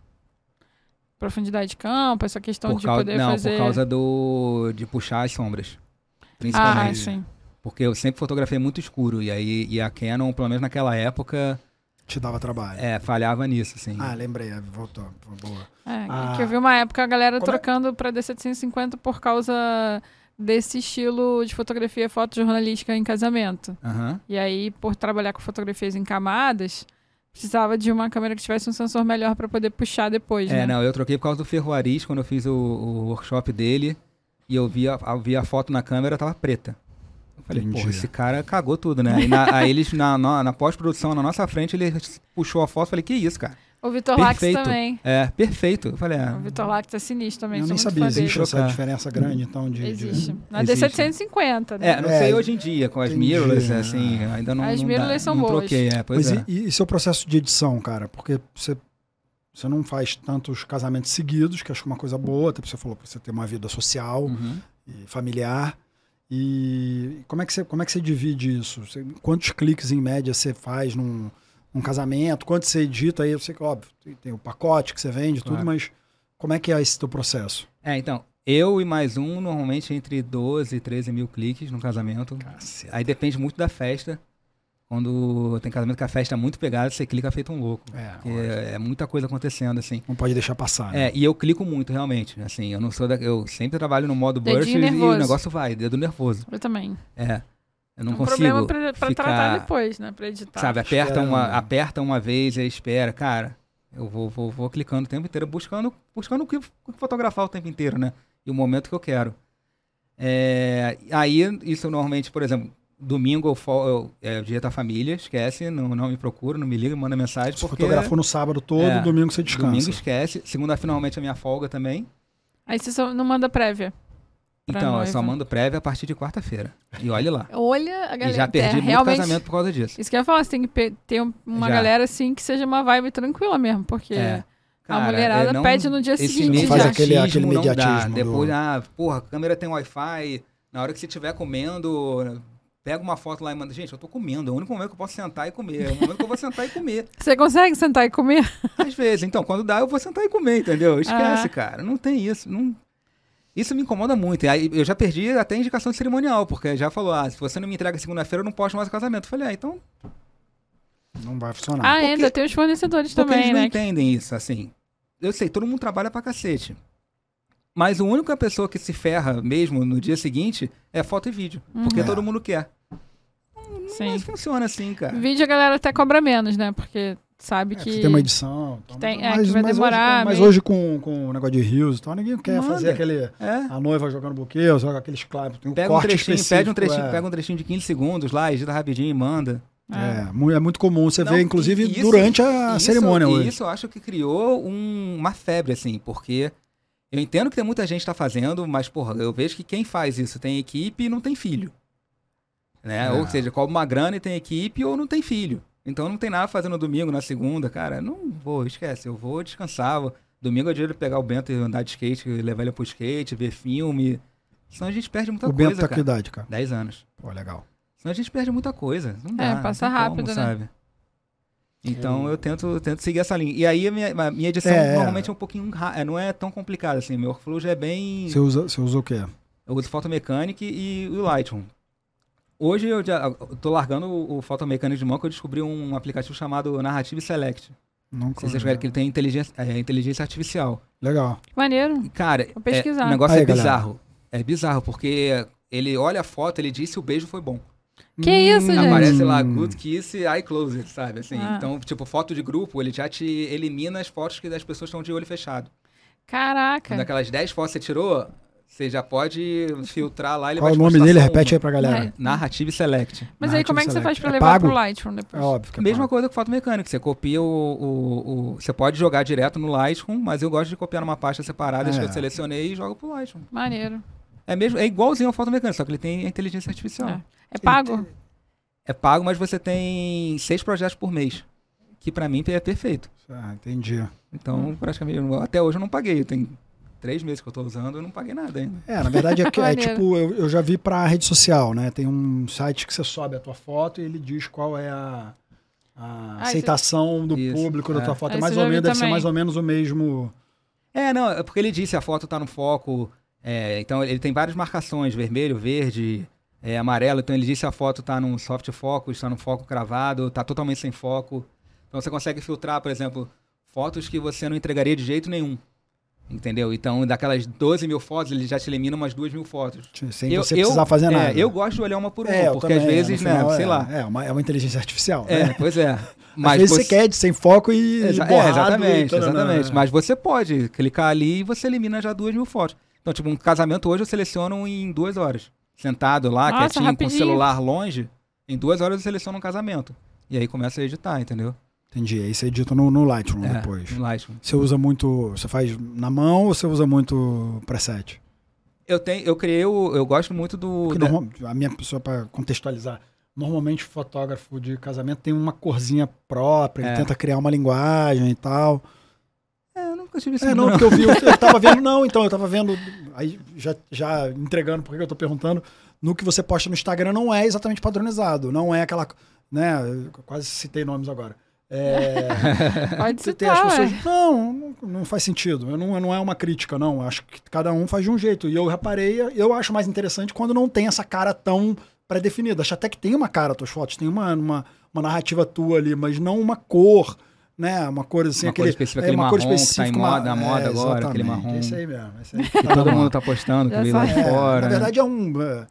Profundidade de campo, essa questão Por Então, de causa, poder não, fazer. por causa do, de puxar as sombras. Ah, Principalmente. sim. Porque eu sempre fotografei muito escuro. E aí e a Canon, pelo menos naquela época, Te dava trabalho. é, falhava nisso, assim. Ah, lembrei, voltou. Boa. É, Ah. Que eu vi uma época a galera Como é- trocando pra D750 por causa desse estilo de fotografia fotojornalística em casamento. Aham. E aí, por trabalhar com fotografias em camadas, precisava de uma câmera que tivesse um sensor melhor pra poder puxar depois, É, né? não, eu troquei por causa do Ferroariz, quando eu fiz o, o workshop dele, e eu vi a, a- vi a foto na câmera, tava preta. Eu falei, Entendi. pô, esse cara cagou tudo, né? E na- aí eles, na, na, na pós-produção, na nossa frente, ele puxou a foto, eu falei, que isso, cara? O Vitor Lax Perfeito. também. É, perfeito. Eu falei, O ah, Vitor Lax é sinistro também. eu sou nem muito sabia, fã dele. existe essa Trocar. diferença grande, então, de... de- Existe. Na né? Existe. D750, né? é, não É, sei hoje em dia, com as entendi, mirrorless, é. assim, ainda não As não mirrorless dá- são não boas. troquei, é, pois Mas é. e, e, e seu processo de edição, cara? Porque você, você não faz tantos casamentos seguidos, que acho que é uma coisa boa, até porque você falou pra você ter uma vida social Uhum. e eh, familiar. E como é que você, como é que você divide isso? Você- quantos cliques em média você faz num, num casamento? Quanto você edita aí? Eu sei que, óbvio, tem, tem o pacote que você vende, tudo, Claro. mas como é que é esse teu processo? É, então, eu e mais um, normalmente entre 12 e 13 mil cliques no casamento. Aí depende muito da festa. Quando tem casamento que a festa é muito pegada, você clica feito um louco. É, Porque é muita coisa acontecendo, assim. não pode deixar passar. né? É, e eu clico muito, realmente. Assim, eu não sou da... Eu sempre trabalho no modo Dedinho burst e, e o nervoso. negócio vai, dedo nervoso. Eu também. É. Eu É não um consigo. problema pra, pra ficar- tratar depois, né? Pra editar. Sabe, aperta uma, Esperando. aperta uma vez e espera. Cara, eu vou, vou, vou clicando o tempo inteiro, buscando, buscando o que o que fotografar o tempo inteiro, né? E o momento que eu quero. É, aí, isso normalmente, por exemplo, domingo eu, fo- eu é o dia da família, esquece, não, não me procura, não me liga, manda mensagem, Você porque fotografou no sábado todo, É, domingo você descansa. domingo esquece. Segunda, finalmente, a minha folga também. Aí você só não manda prévia. Pra Então, eu noiva. só mando prévia a partir de quarta-feira. E olhe lá. Olha a galera. e já perdi é, muito realmente, casamento por causa disso. Isso que eu ia falar, você tem que pe- ter um- uma Já. galera assim que seja uma vibe tranquila mesmo, porque É. a mulherada é, não- pede no dia esse seguinte. Faz já. aquele, aquele mediatismo. do- Depois, ah, porra, a câmera tem Wi-Fi. Na hora que você estiver comendo, pega uma foto lá e manda. Gente, eu tô comendo. É o único momento que eu posso sentar e comer. É o momento que eu vou sentar e comer. Você consegue sentar e comer? Às vezes. Então, quando dá, eu vou sentar e comer, entendeu? Esquece, Ah. cara. Não tem isso. Não... Isso me incomoda muito. E aí, eu já perdi até a indicação de cerimonial, porque já falou, ah, se você não me entrega segunda-feira, eu não posto mais o casamento. Eu falei, ah, então... Não vai funcionar. É, ah, ainda tem os fornecedores Porque também, eles não né? entendem isso, assim. Eu sei, todo mundo trabalha pra cacete. Mas a única pessoa que se ferra mesmo no dia seguinte é foto e vídeo. Porque É. todo mundo quer. Sim. Mas funciona assim, cara. Vídeo a galera até cobra menos, né? Porque sabe É, que. você tem uma edição. tal, tem- é, mas- que vai mas demorar, Hoje, mas meio- hoje com, com o negócio de rios e tal, ninguém quer Manda. fazer aquele. É. A noiva jogando buquê, ou joga aqueles clavos. Tem um Pega um corte trechinho, específico. pede um trechinho, é. pega um trechinho de 15 segundos lá, edita rapidinho e manda. Ah. É, mu- é muito comum você Não, vê, e- inclusive, e isso- durante a E isso- é cerimônia e hoje. Isso eu acho que criou um- uma febre, assim, porque eu entendo que tem muita gente que tá fazendo, mas, porra, eu vejo que quem faz isso tem equipe e não tem filho. Né? É. Ou seja, cobra uma grana e tem equipe ou não tem filho. Então não tem nada fazendo domingo, na segunda, cara. Não vou, esquece. Eu vou descansar. vou- Domingo é dia de pegar o Bento e andar de skate, levar ele pro skate, ver filme. Senão a gente perde muita o coisa, Bento tá com que cara. idade, cara? 10 anos. Pô, legal. Senão a gente perde muita coisa. Não dá. É, não passa tem rápido, né? Sabe? Então eu tento, tento seguir essa linha. E aí a minha, a minha edição É, é. normalmente é um pouquinho. ra- é, Não é tão complicada assim. Meu workflow já é bem. é Você usa, você usa o quê? Eu uso Photomechanic e o Lightroom. Hoje eu já eu tô largando o, o Photomechanic de mão que eu descobri um aplicativo chamado Narrative Select. Não Se vocês verem que ele tem inteligência, é, inteligência artificial. Legal. Maneiro. E, cara, Vou é, pesquisar. o negócio Aí, é galera. bizarro. É bizarro, porque ele olha a foto, ele diz se o beijo foi bom. Que Hum, isso, gente? Aparece lá, good kiss, eye closed, sabe? Assim, Ah. Então, tipo, foto de grupo, ele já te elimina as fotos que as pessoas estão de olho fechado. Então, Caraca. daquelas 10 fotos que você tirou, você já pode filtrar lá. Ele Qual vai o te nome mostrar dele? só Repete uma. É. aí pra galera. Vai. um. Narrative Select. Mas aí como é que você Narrative faz pra Select. É levar pago? pro Lightroom É depois? óbvio. Que é Mesma pago. coisa que foto mecânica. Você copia o, o- o- Você pode jogar direto no Lightroom, mas eu gosto de copiar numa pasta separada as É. que eu selecionei e jogo pro Lightroom. Maneiro. É, mesmo, é igualzinho a foto mecânica, só que ele tem a inteligência artificial. É. É pago? É pago, mas você tem seis projetos por mês. Que pra mim é perfeito. Ah, entendi. Então, praticamente, eu não- até hoje eu não paguei. Tem três meses que eu tô usando, eu não paguei nada ainda. É, na verdade é, que- é Maneiro. tipo, eu, eu já vi pra rede social, né? Tem um site que você sobe a tua foto e ele diz qual é a, a Ah, aceitação do Isso, público da é. tua foto. Ah, É mais isso eu ou já menos, vi deve ser também. mais ou menos o mesmo. É, não, é porque ele disse, a foto tá no foco. é, então, ele tem várias marcações, vermelho, verde, é, amarelo. Então, ele disse, a foto tá num soft focus, tá num foco cravado, tá totalmente sem foco. Então, você consegue filtrar, por exemplo, fotos que você não entregaria de jeito nenhum. Entendeu? Então, daquelas 12 mil fotos, ele já te elimina umas 2 mil fotos. Sem você precisar fazer é, nada. Eu gosto de olhar uma por uma, É, eu porque também, às vezes, no né, final, sei é, lá. É uma, é uma inteligência artificial. É, né? pois é. Às vezes você- você quer de sem foco e. né? Exa- é, borrado e exatamente, tananã, exatamente. né? Mas você pode clicar ali e você elimina já duas mil fotos. Então, tipo, um casamento hoje eu seleciono em duas horas. Sentado lá, Nossa, quietinho, com o rapidinho. celular longe, em duas horas eu seleciono um casamento. E aí começa a editar, entendeu? Entendi. Aí você edita no, no Lightroom É, depois. no Lightroom. Você usa muito. Você faz na mão ou você usa muito preset? Eu, tenho, eu criei o. Eu gosto muito do. Porque da- normal- a minha pessoa, para contextualizar, normalmente o fotógrafo de casamento tem uma corzinha própria, ele É. tenta criar uma linguagem e tal. É, eu nunca tive isso. É, não, porque eu vi, eu, eu tava vendo, não, então, eu tava vendo, aí já, já entregando, porque eu tô perguntando, no que você posta no Instagram não é exatamente padronizado, não é aquela, né, eu quase citei nomes agora. É, Pode tem as citar, ué. pessoas, não, não, não faz sentido, eu não, não é uma crítica, não, eu acho que cada um faz de um jeito, e eu reparei, eu acho mais interessante quando não tem essa cara tão pré-definida, acho até que tem uma cara, tuas fotos, tem uma, uma, uma narrativa tua ali, mas não uma cor, né, uma cor assim, Uma aquele, cor específica, é, aquele uma marrom cor que tá em específica, moda- uma- é, na moda agora, aquele exatamente, marrom. Esse aí mesmo, esse aí que tá Todo na mundo moda. tá postando, que Já veio lá de sabe. É, Na fora. né? verdade é um... É,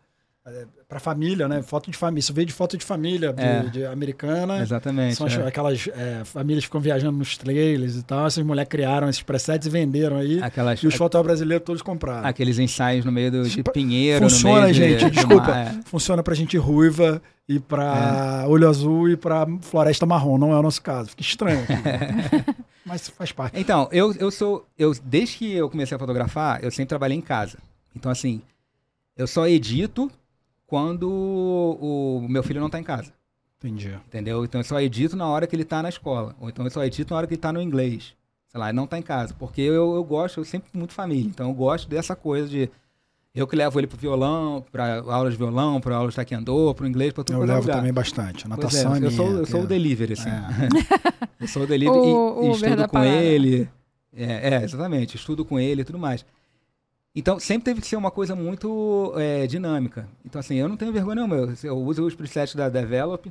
é, pra família, né, foto de família, isso veio de foto de família, de, É. de americana, Exatamente. são as- é. aquelas é, famílias que ficam viajando nos trailers e tal. Essas mulheres criaram esses presets e venderam aí. Aquelas, e os fotógrafos brasileiros todos compraram. Ah, aqueles ensaios no meio do, de Tipo, pinheiro. funciona, no meio de- gente, de desculpa. mar, é. Funciona pra gente ruiva e pra olho azul e pra floresta marrom. Não é o nosso caso. Fica estranho. aqui. Mas faz parte. Então, eu, eu sou. Eu, desde que eu comecei a fotografar, eu sempre trabalhei em casa. Então, assim, eu só edito quando o, o meu filho não tá em casa. Entendi. Entendeu? Então eu só edito na hora que ele tá na escola. Ou então eu só edito na hora que ele tá no inglês. sei lá, não tá em casa. Porque eu, eu gosto, eu sempre fui muito família. Então eu gosto dessa coisa de. Eu que levo ele pro violão, pra aula de violão, pra aula de taekwondo, pro inglês, pra tudo Eu quanto é levo lugar. também bastante. A Pois natação é, eu, minha. É. sou, eu sou o cara. delivery, assim. eu sou o delivery O- e- o e, Uber da estudo com parada. ele. É, é, exatamente. Estudo com ele e tudo mais. Então, sempre teve que ser uma coisa muito é, dinâmica. Então, assim, eu não tenho vergonha nenhuma. Eu, eu uso os presets da Develop,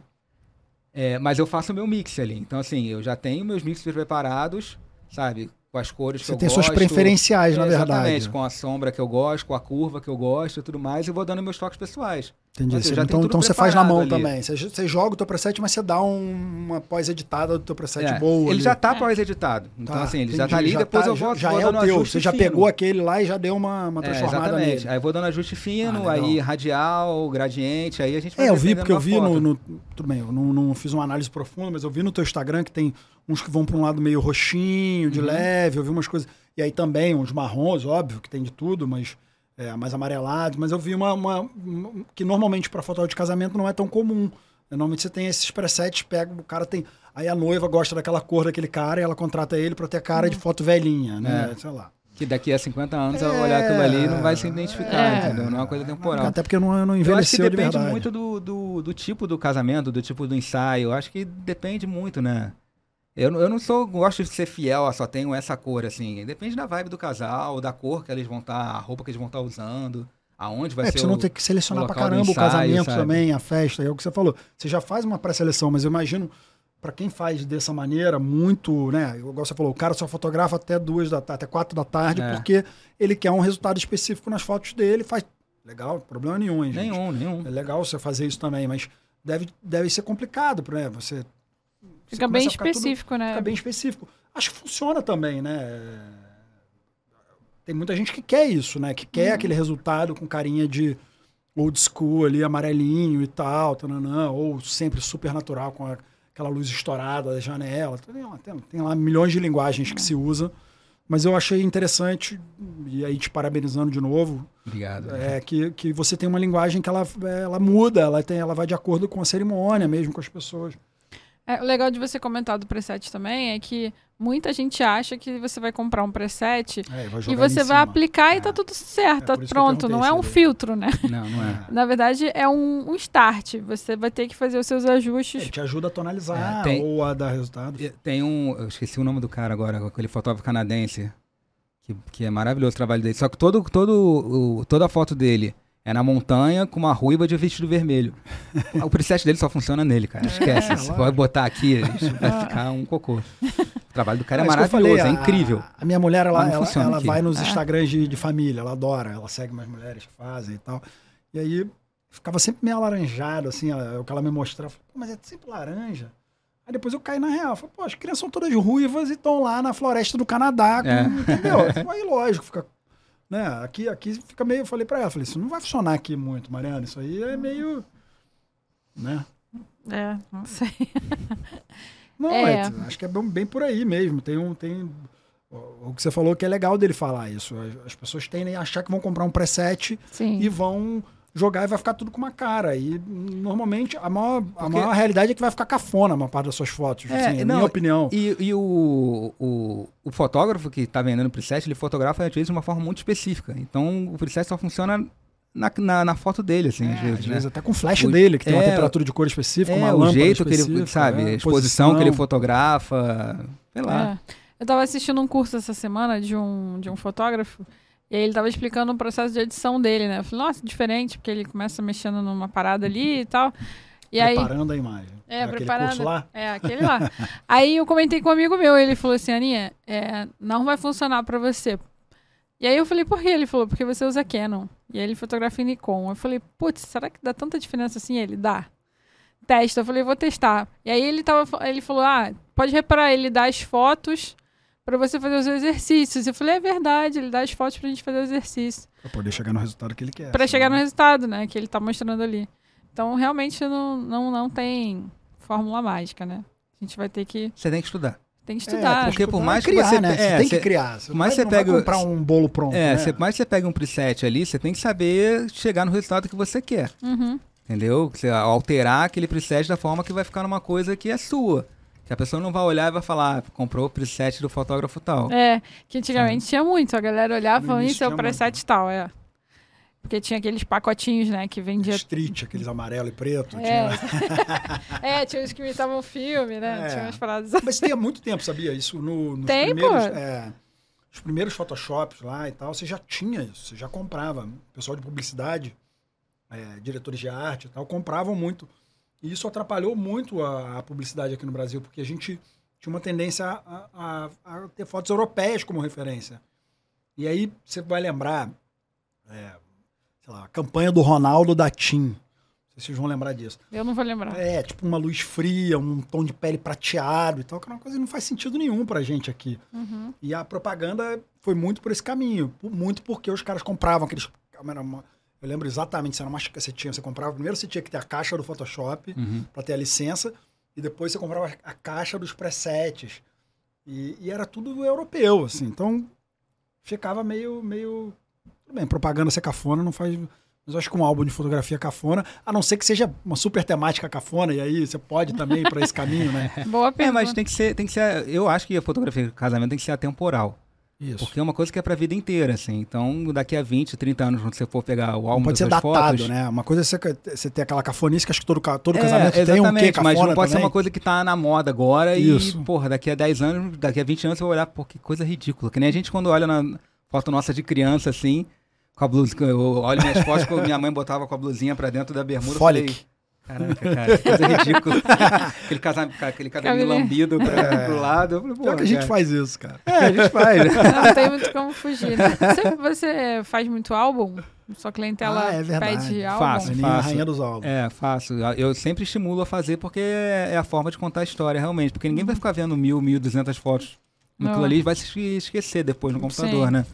é, mas eu faço o meu mix ali. Então, assim, eu já tenho meus mixes preparados, sabe? Com as cores que Você eu tem gosto. suas preferenciais, na É, verdade. Exatamente, com a sombra que eu gosto, com a curva que eu gosto e tudo mais. E vou dando meus toques pessoais. Entendi. Mas eu Você- já então tenho então tudo você faz na mão preparado ali. também. Você, você joga o teu preset, mas você dá um- uma pós-editada do teu preset É, boa. Ele ali. já tá pós-editado. Então, Tá, assim, ele já entendi. tá ali, depois tá- eu vou Já vou é dando um o teu. ajuste Você já fino. pegou aquele lá e já deu uma, uma É, transformada exatamente. nele. Aí eu vou dando ajuste fino, Ah, legal. aí radial, gradiente, aí a gente vai É, eu vi, porque eu vi defendendo uma no, foto. no- Tudo bem, eu não, não fiz uma análise profunda, mas eu vi no teu Instagram que tem uns que vão para um lado meio roxinho, de Uhum. leve, eu vi umas coisas. E aí também uns marrons, óbvio, que tem de tudo, mas é, mais amarelados. Mas eu vi uma, uma- uma- que normalmente para fotógrafo de casamento não é tão comum. Normalmente você tem esses presets, pega, o cara tem. Aí a noiva gosta daquela cor daquele cara e ela contrata ele para ter a cara de Uhum. foto velhinha, É. né? Sei lá. Que daqui a 50 anos, eu É, olhar aquilo ali não vai se identificar, é. entendeu? Não é uma coisa temporal. Até porque não, não Eu acho que envelheceu de depende verdade. muito do, do, do tipo do casamento, do tipo do ensaio. Eu acho que depende muito, né? Eu, não- eu não sou, gosto de ser fiel, ah, só tenho essa cor, assim. Depende da vibe do casal, da cor que eles vão estar, a roupa que eles vão estar usando, aonde é, vai ser porque você não o- tem que selecionar pra local do caramba o ensaio, casamento sabe? também, a festa, é o que você falou. Você já faz uma pré-seleção, mas eu imagino, pra quem faz dessa maneira, muito, né? Igual você falou, o cara só fotografa até duas da tarde, até quatro da tarde, É. porque ele quer um resultado específico nas fotos dele, faz. Legal, problema nenhum, hein, gente? Nenhum, nenhum. É legal você fazer isso também, mas deve, deve ser complicado, né? Você. você Fica começa bem a ficar tudo- específico, né? fica bem específico. Acho que funciona também, né? Tem muita gente que quer isso, né? Que Uhum. quer aquele resultado com carinha de old school ali, amarelinho e tal, tananã, ou sempre super natural com a- aquela luz estourada da janela. Tem, lá- tem- tem lá milhões de linguagens É. que se usa. Mas eu achei interessante, e aí te parabenizando de novo, Obrigado. é que, que você tem uma linguagem que ela, ela muda, ela, tem, ela vai de acordo com a cerimônia mesmo, com as pessoas. É, o legal de você comentar do preset também é que muita gente acha que você vai comprar um preset e É, vai jogar ali você em vai cima. aplicar e É. tá tudo certo, É, tá por isso que eu pronto. Não é um perguntei filtro, né? Não, não é. Na verdade, é um, um start. Você vai ter que fazer os seus Ele ajustes. É, te ajuda a tonalizar É, tem- ou a dar resultado. E Tem um. Eu esqueci o nome do cara agora, aquele fotógrafo canadense. Que, que é maravilhoso o trabalho dele. Só que todo, todo, o- toda a foto dele é na montanha com uma ruiva de vestido vermelho. o preset dele só funciona nele, cara. Esquece. É, Ah. Você claro. pode botar aqui, isso vai ficar um cocô. O trabalho do cara é, Mas Ah, que eu maravilhoso, falei, é a- incrível. A, minha mulher, Mas ela, não ela, funciona ela aqui. vai nos É. Instagrams de, de família, ela adora, ela segue umas mulheres que fazem e tal. E aí ficava sempre meio alaranjado, assim, ela- o que ela me mostrava. eu falei, "Pô, Mas é sempre laranja. Aí depois eu caí na real. eu Falei, pô, as crianças são todas ruivas e estão lá na floresta do Canadá, com- É. entendeu? Aí lógico, fica. Né? Aqui, aqui fica meio. Eu falei pra ela, falei, isso não vai funcionar aqui muito, Mariana. Isso aí é meio. Né? É, não sei. Não, É. é, acho que é bem, bem por aí mesmo. Tem um. Tem, o o que você falou que é legal dele falar isso. As- As pessoas tendem a achar que vão comprar um preset Sim. e vão jogar e vai ficar tudo com uma cara. E normalmente a maior, a Porque- maior realidade é que vai ficar cafona uma parte das suas fotos. É, assim, é a não, minha opinião. E, e o, o, o fotógrafo que está vendendo o preset, ele fotografa às vezes de uma forma muito específica. Então o preset só funciona na, na, na foto dele, assim, às É, Às vezes, né? vezes até com flash O- dele, que tem uma é, temperatura de cor específica, uma É, o lâmpada jeito que ele, específica, sabe, né? a exposição que ele fotografa, sei lá. É. Eu tava assistindo um curso essa semana de um, de um fotógrafo, e aí ele tava explicando o processo de edição dele, né? Eu falei, nossa, diferente, porque ele começa mexendo numa parada ali e tal. E aí. Preparando a imagem. É, Aquele preparando. curso lá. É, aquele lá. Aí eu comentei com um amigo meu, ele falou assim, Aninha, é, não vai funcionar pra você. E aí eu falei, por quê? Ele falou, porque você usa Canon. E aí ele fotografia em Nikon. Eu falei, putz, será que dá tanta diferença assim? Ele, dá. Testa. Eu falei, vou testar. E aí ele, tava, fa- ele falou, ah, pode reparar, ele dá as fotos pra você fazer os exercícios. Eu falei, é verdade, ele dá as fotos pra gente fazer o exercício. Pra poder chegar no resultado que ele quer. assim, Pra sabe? chegar no resultado, né, que ele tá mostrando ali. Então, realmente, não, não, não tem fórmula mágica, né? A gente vai ter que Você tem que estudar. tem que É, estudar. porque por estudar e mais que criar, você- né? é, você tem que você- criar. Você por mais não que vai- você não vai pegue- comprar um bolo pronto. é, né? você, mas você pega um preset ali, você tem que saber chegar no resultado que você quer, Uhum. entendeu? Você alterar aquele preset da forma que vai ficar numa coisa que é sua. Que a pessoa não vai olhar e vai falar, "Ah, comprou o preset do fotógrafo tal. É, que antigamente tinha muito. A galera olhava e No falava, início isso é o tinha preset tal, é. Porque tinha aqueles pacotinhos, né, que vendia... Street, aqueles amarelo e É, preto. tinha- é tinha os que imitavam filme, né? É. Tinha umas paradas... Mas tem há muito tempo, sabia? Isso no, nos Tem, primeiros. pô. é, os primeiros Photoshops lá e tal, você já tinha isso, você já comprava. O pessoal de publicidade, é, diretores de arte e tal, compravam muito. E isso atrapalhou muito a, a publicidade aqui no Brasil, porque a gente tinha uma tendência a, a- a ter fotos europeias como referência. E aí você vai lembrar, é, sei lá, a campanha do Ronaldo da TIM. Não sei se vocês vão lembrar disso. Eu não vou lembrar. É, tipo uma luz fria, um tom de pele prateado e tal, que era uma coisa que não faz sentido nenhum pra gente aqui. Uhum. E a propaganda foi muito por esse caminho, por- muito porque os caras compravam aqueles. era uma- Eu lembro exatamente, você, era uma, você, tinha, você comprava, primeiro você tinha que ter a caixa do Photoshop Uhum. pra ter a licença, e depois você comprava a caixa dos presets. E, e era tudo europeu, assim, então ficava meio, meio. Tudo bem, propaganda ser cafona não faz. Mas eu acho que um álbum de fotografia cafona, a não ser que seja uma super temática cafona, e aí você pode também ir pra esse caminho, né? Boa É, pergunta. mas tem que ser, tem que ser. Eu acho que a fotografia de casamento tem que ser atemporal. Isso. Porque é uma coisa que é pra vida inteira, assim. Então, daqui a 20, 30 anos, quando você for pegar o álbum Não pode das ser suas datado, fotos, né? Uma coisa é você, você ter aquela cafonice que acho que todo, ca- todo É, casamento tem um quê exatamente, cafona mas não pode ser também. uma coisa que tá na moda agora Isso. e, porra, daqui a 10 anos, daqui a 20 anos você vai olhar, pô, que coisa ridícula. Que nem a gente quando olha na foto nossa de criança, assim, com a blusa, que eu olho minhas fotos que minha mãe botava com a blusinha pra dentro da bermuda. eu Folic. falei, Caraca, cara, que coisa ridícula. aquele, casa, aquele cabelinho Cabelo- lambido pra, pro lado. Eu falei, pô, É. Pior que a gente cara. faz isso, cara. É, a gente faz. Não tem muito como fugir, né? Você, você faz muito álbum? Sua clientela Ah, é verdade. pede álbum? Faço. Menina, fácil. rainha dos álbuns. É, faço. Eu sempre estimulo a fazer porque é a forma de contar a história, realmente. Porque ninguém vai ficar vendo mil, mil duzentas fotos. Uhum. Não. Aquilo ali vai se esque- esquecer depois no computador, Sim. né?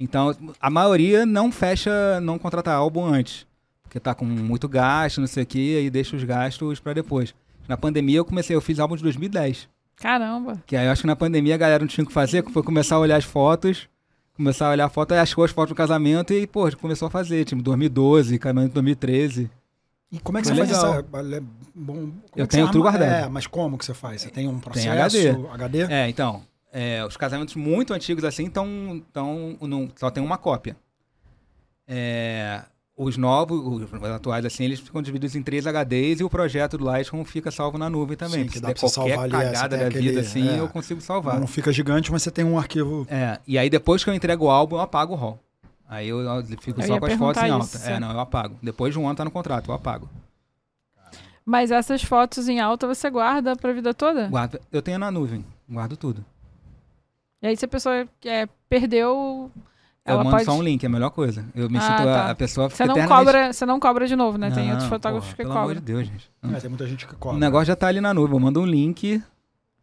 Então, a maioria não fecha, não contrata álbum antes. Porque tá com muito gasto, não sei o quê, e deixa os gastos pra depois. Na pandemia eu comecei, eu fiz álbum de 2010. Caramba. Que aí eu acho que na pandemia a galera não tinha o que fazer, foi começar a olhar as fotos, começar a olhar a foto, aí achou as fotos do casamento e, pô, começou a fazer, tipo, 2012, casamento de 2013. E como é que Foi você legal. faz essa... olha, Bom, como Eu é que tenho você tudo arma- guardado. É, mas como que você faz? Você tem um processo? HD. HD? É, então. é, os casamentos muito antigos assim tão, tão, não, só tem uma cópia. É, os novos, os atuais assim, eles ficam divididos em três HDs e o projeto do Lightroom fica salvo na nuvem também. Sim, que Se dá der pra você qualquer salvar ali, é, você cagada tem da vida aquele- assim, é. eu consigo salvar. Não fica gigante, mas você tem um arquivo. É, e aí depois que eu entrego o álbum, eu apago o RAW. Aí eu, eu fico Eu só ia com as fotos em perguntar alta. isso, É, sim. não, eu apago. Depois de um ano tá no contrato, eu apago. Mas essas fotos em alta você guarda pra vida toda? Guardo, eu tenho na nuvem, guardo tudo. E aí se a pessoa é, perdeu, Eu ela mando pode... só um link, é a melhor coisa. Eu me Ah, sinto a- tá. a, pessoa Você fica não, eternamente cobra, você não cobra de novo, né? Tem Não, outros fotógrafos porra, que pelo amor de cobram. Deus, gente. É, tem muita gente que O cobra. Hum. negócio já tá ali na nuvem. Eu mando um link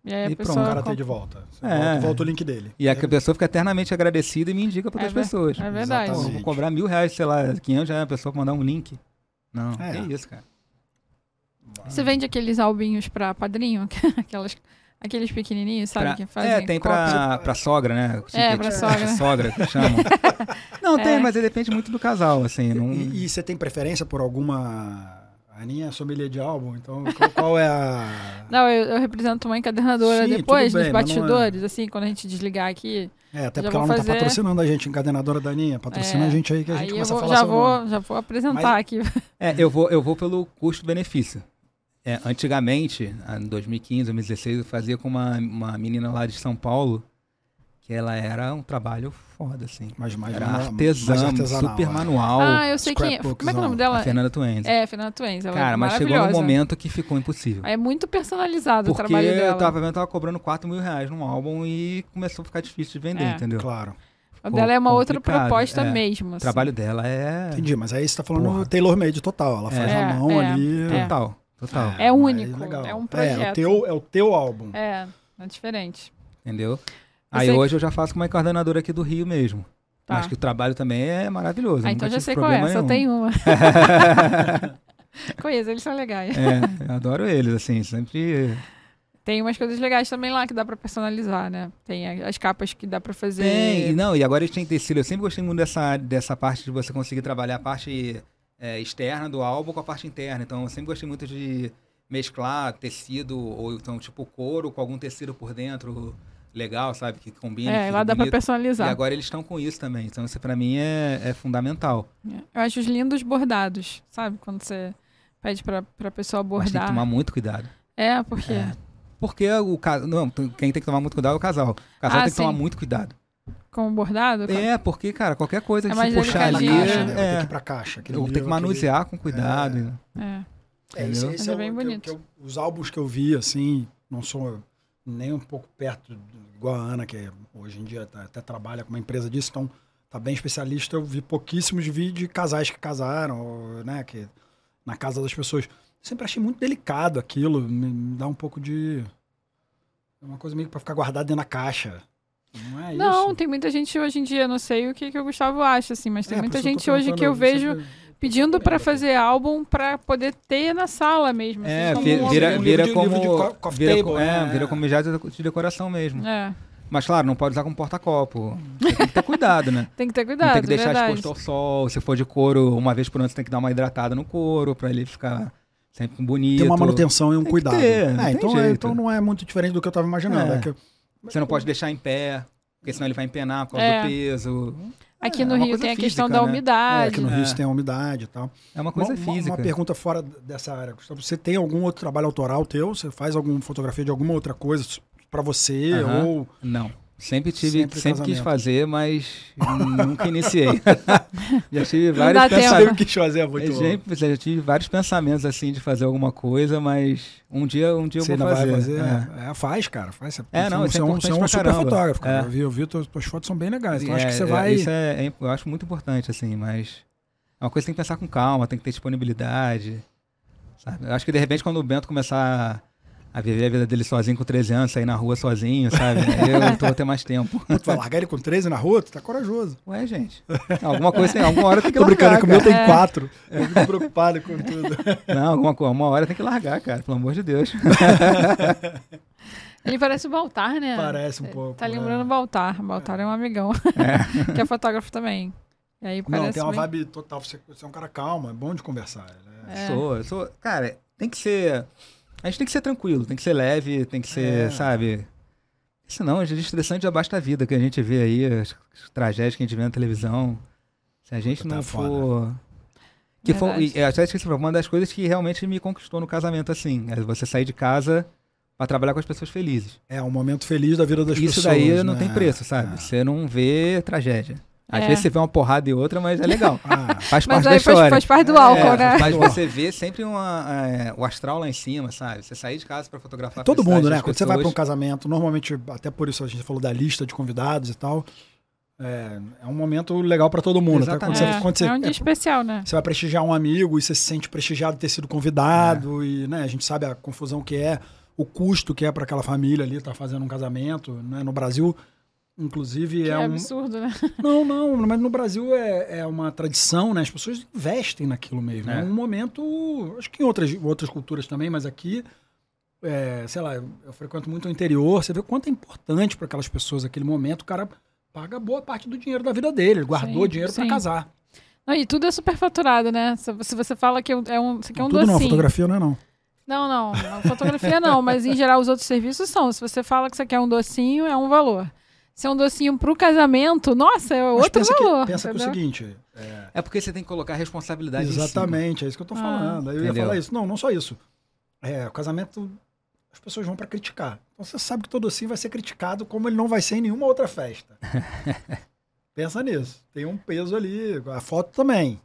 E aí a E pronto, pessoa tá O cara compra. tem de volta. Você É. volta, volta o link dele. e a Ele- pessoa fica eternamente agradecida e me indica para É outras ver- pessoas. É verdade. Pô, eu vou Gente. cobrar mil reais, sei lá, 500 reais a pessoa pra mandar um link. Não, É. é isso, cara. Você vende aqueles albinhos pra padrinho? Aquelas, aqueles pequenininhos, sabe? Pra- Que fazem é, tem pra, pra sogra, né? É, pra sogra. sogra que chamam. Não, É. tem, mas aí depende muito do casal, assim. Não... E, e você tem preferência por alguma. A Aninha é sommelier de álbum, então qual, qual é a. Não, eu, eu represento uma encadernadora Sim, tudo depois, bem, nos mas não é- bastidores, assim, quando a gente desligar aqui. É, até Já porque vou ela não tá fazer- patrocinando a gente, encadenadora da Aninha. Patrocina É, a gente aí que a gente Aí eu começa a vou, falar já, sobre um vou, já vou apresentar Mas- aqui. É, eu vou, eu vou pelo custo-benefício. É, antigamente, ah, em 2015, 2016, eu fazia com uma, uma menina lá de São Paulo, que ela era um trabalho foda, assim. Mas, mas, é- Era mas- artesã, mas artesanal, super é. manual. ah, eu sei quem é. scrapbookzão. Como é que é o nome a dela? Fernanda Twenzi. É, Fernanda Twens. Ela é Cara, mas chegou maravilhosa. num momento que ficou impossível. É muito personalizado o Porque trabalho dela. eu tava, eu tava cobrando 4 mil reais num álbum e começou a ficar difícil de vender, É. entendeu? Claro. O dela é uma outra complicado, proposta é. mesmo. O assim. trabalho dela é Entendi, mas aí você tá falando Porra. tailor-made total. Ela faz É, a mão é, ali. é. total, total, É mas único, é um É, o projeto. teu, é o teu álbum. É, é diferente. entendeu? Aí sei que- hoje eu já faço com uma encardenadora aqui do Rio mesmo. Tá. Acho que o trabalho também é maravilhoso. Ah, nunca então já tive sei qual é, problema só nenhum. tem uma. Conheço, eles são legais. É, eu adoro eles, assim, sempre... Tem umas coisas legais também lá que dá pra personalizar, né? Tem a- as capas que dá pra fazer. Tem, e não, e agora eles têm tecido. Eu sempre gostei muito dessa, dessa parte de você conseguir trabalhar a parte é, externa do álbum com a parte interna. Então, eu sempre gostei muito de mesclar tecido ou então tipo couro com algum tecido por dentro legal, sabe? Que combina. É, lá dá pra personalizar. E agora eles estão com isso também. Então isso pra mim é, é fundamental. É. Eu acho os lindos bordados, sabe? Quando você pede pra, pra pessoa Mas tem que bordar. tomar muito cuidado. É, porque. É. Porque o casal. Não, tem- quem tem que tomar muito cuidado é o casal. O casal Ah, tem que tomar sim. muito cuidado. Com o bordado. com- É, porque, cara, qualquer coisa É que mais você puxar ali. delicadinho, caixa, né? né? Tem que É, ir pra caixa. aquele eu tenho que livro, aquele- manusear com cuidado. né? é. É, esse, Entendeu? Mas esse é é, o bem que eu- bonito. que eu- os álbuns que eu vi, assim, não sou nem um pouco perto, do- igual a Ana, que é, hoje em dia tá- até trabalha com uma empresa disso, então tá bem especialista. Eu vi pouquíssimos vídeos de casais que casaram, ou, né, que na casa das pessoas. Sempre achei muito delicado aquilo, me, me dá um pouco de. É uma coisa meio que pra ficar guardado dentro da caixa. Não é Não, isso. tem muita gente hoje em dia, não sei o que, que o Gustavo acha, assim, mas tem É, por muita isso eu tô gente hoje que eu perguntando, vejo sempre- pedindo pra lembro. fazer álbum pra poder ter na sala mesmo. assim, É, como vi- um vira, livro objeto. vira de- como. livro de co- coffee vira, table, co- é, né? vira como objeto de deco- de decoração mesmo. É, Mas claro, não pode usar como porta-copo. Você Tem que ter cuidado, né? tem que ter Não cuidado, tem que deixar verdade. exposto ao sol. Se for de couro, uma vez por ano você tem que dar uma hidratada no couro pra ele ficar sempre bonito. Tem uma manutenção e um que cuidado. ter, não é, tem então, é- jeito. então não é muito diferente do que eu tava imaginando. É. é que eu- Você não pode deixar em pé, porque senão ele vai empenar por causa É. do peso. Aqui É, no é uma Rio coisa tem a física, questão da né? É, umidade. aqui no Rio É. você tem a umidade e tal. É uma coisa Uma- uma- física. Uma pergunta fora d- dessa área, Gustavo. Você tem algum outro trabalho autoral teu? Você faz alguma fotografia de alguma outra coisa s- pra você? Aham. Ou Não. Sempre tive, Sempre sempre, casamento. quis fazer, mas nunca iniciei. já tive Não vários dá tempo. pensamentos. quis fazer a Eu sempre- já tive vários pensamentos assim de fazer alguma coisa, mas um dia, um dia Você eu ainda vou fazer. vai fazer? É. É. faz, cara. Faz. Você- É, não, você isso é é um- importante você é um pra super caramba. fotógrafo, cara. É. Eu vi, eu vi, tuas, tuas fotos são bem legais. Então É, acho que você é, vai. Isso é, é imp- eu acho muito importante, assim, mas é uma coisa que tem que pensar com calma, tem que ter disponibilidade. Sabe? Eu acho que de repente, quando o Bento começar a viver a vida dele sozinho com 13 anos, sair na rua sozinho, sabe? Eu tô, vou ter mais tempo. Tu vai largar ele com 13 na rua? Tu tá corajoso. Ué, gente. Alguma coisa tem, alguma hora tem que Tô brincando, é largar. que o meu cara. tem 4. É. Eu fico preocupado com tudo. Não, alguma coisa, uma hora tem que largar, cara, pelo amor de Deus. Ele parece o Baltar, né? Parece um pouco. Tá né? lembrando o Baltar. O Baltar é. um amigão. que é fotógrafo também. E aí parece. Não, tem uma bem- vibe total. Você, você é um cara calmo, é bom de conversar. né? É. Sou, eu sou. Cara, tem que ser. A gente tem que ser tranquilo, tem que ser leve, tem que ser, É. sabe? Senão, a gente é estressante já basta a vida que a gente vê aí, as, as tragédias que a gente vê na televisão. Se a gente Puta, tá não for. Que foi, Verdade. e, eu até esqueci, de falar, uma das coisas que realmente me conquistou no casamento, assim. É você sair de casa pra trabalhar com as pessoas felizes. É um momento feliz da vida das Isso pessoas. daí não né? tem preço, sabe? É. Você não vê tragédia. Às É. vezes você vê uma porrada e outra, mas é legal. Ah, Faz parte Mas da aí faz, história. faz parte do álcool, É, né? Mas você vê sempre uma, é, o astral lá em cima, sabe? Você sair de casa pra fotografar. todo a mundo, felicidade né? das Quando você vai para um pessoas. casamento, normalmente, até por isso a gente falou da lista de convidados e tal, é, é um momento legal para todo mundo. Até quando Exatamente. você, É, quando você, é um dia é, especial, né? você vai prestigiar um amigo e você se sente prestigiado de ter sido convidado É. e né, a gente sabe a confusão que é, o custo que é para aquela família ali estar fazendo um casamento, né? No Brasil, inclusive, Que é, um, absurdo, né? Não, não, mas no Brasil é, é uma tradição, né? As pessoas investem naquilo mesmo. É, É. um momento. Acho que em outras, outras culturas também, mas aqui, é, sei lá, eu, eu frequento muito o interior. Você vê o quanto é importante para aquelas pessoas aquele momento. O cara paga boa parte do dinheiro da vida dele. Ele guardou Sim, dinheiro para sim. casar. Não, e tudo é superfaturado, né? Se se você fala que é um, isso aqui é um Tudo não, docinho. fotografia não é não. Não, não, não, Fotografia não, mas em geral os outros serviços são. Se você fala que você quer um docinho, é um valor. Se é um docinho pro casamento, nossa, é Mas outro pensa valor. que, pensa que é o entendeu? seguinte. é, É porque você tem que colocar a responsabilidade em cima. Exatamente, é isso que eu tô Ah. falando. Aí eu ia Entendeu? falar isso. Não, não só isso. É, o casamento, as pessoas vão pra criticar. Então você sabe que todo assim vai ser criticado como ele não vai ser em nenhuma outra festa. Pensa nisso. Tem um peso ali. A foto também.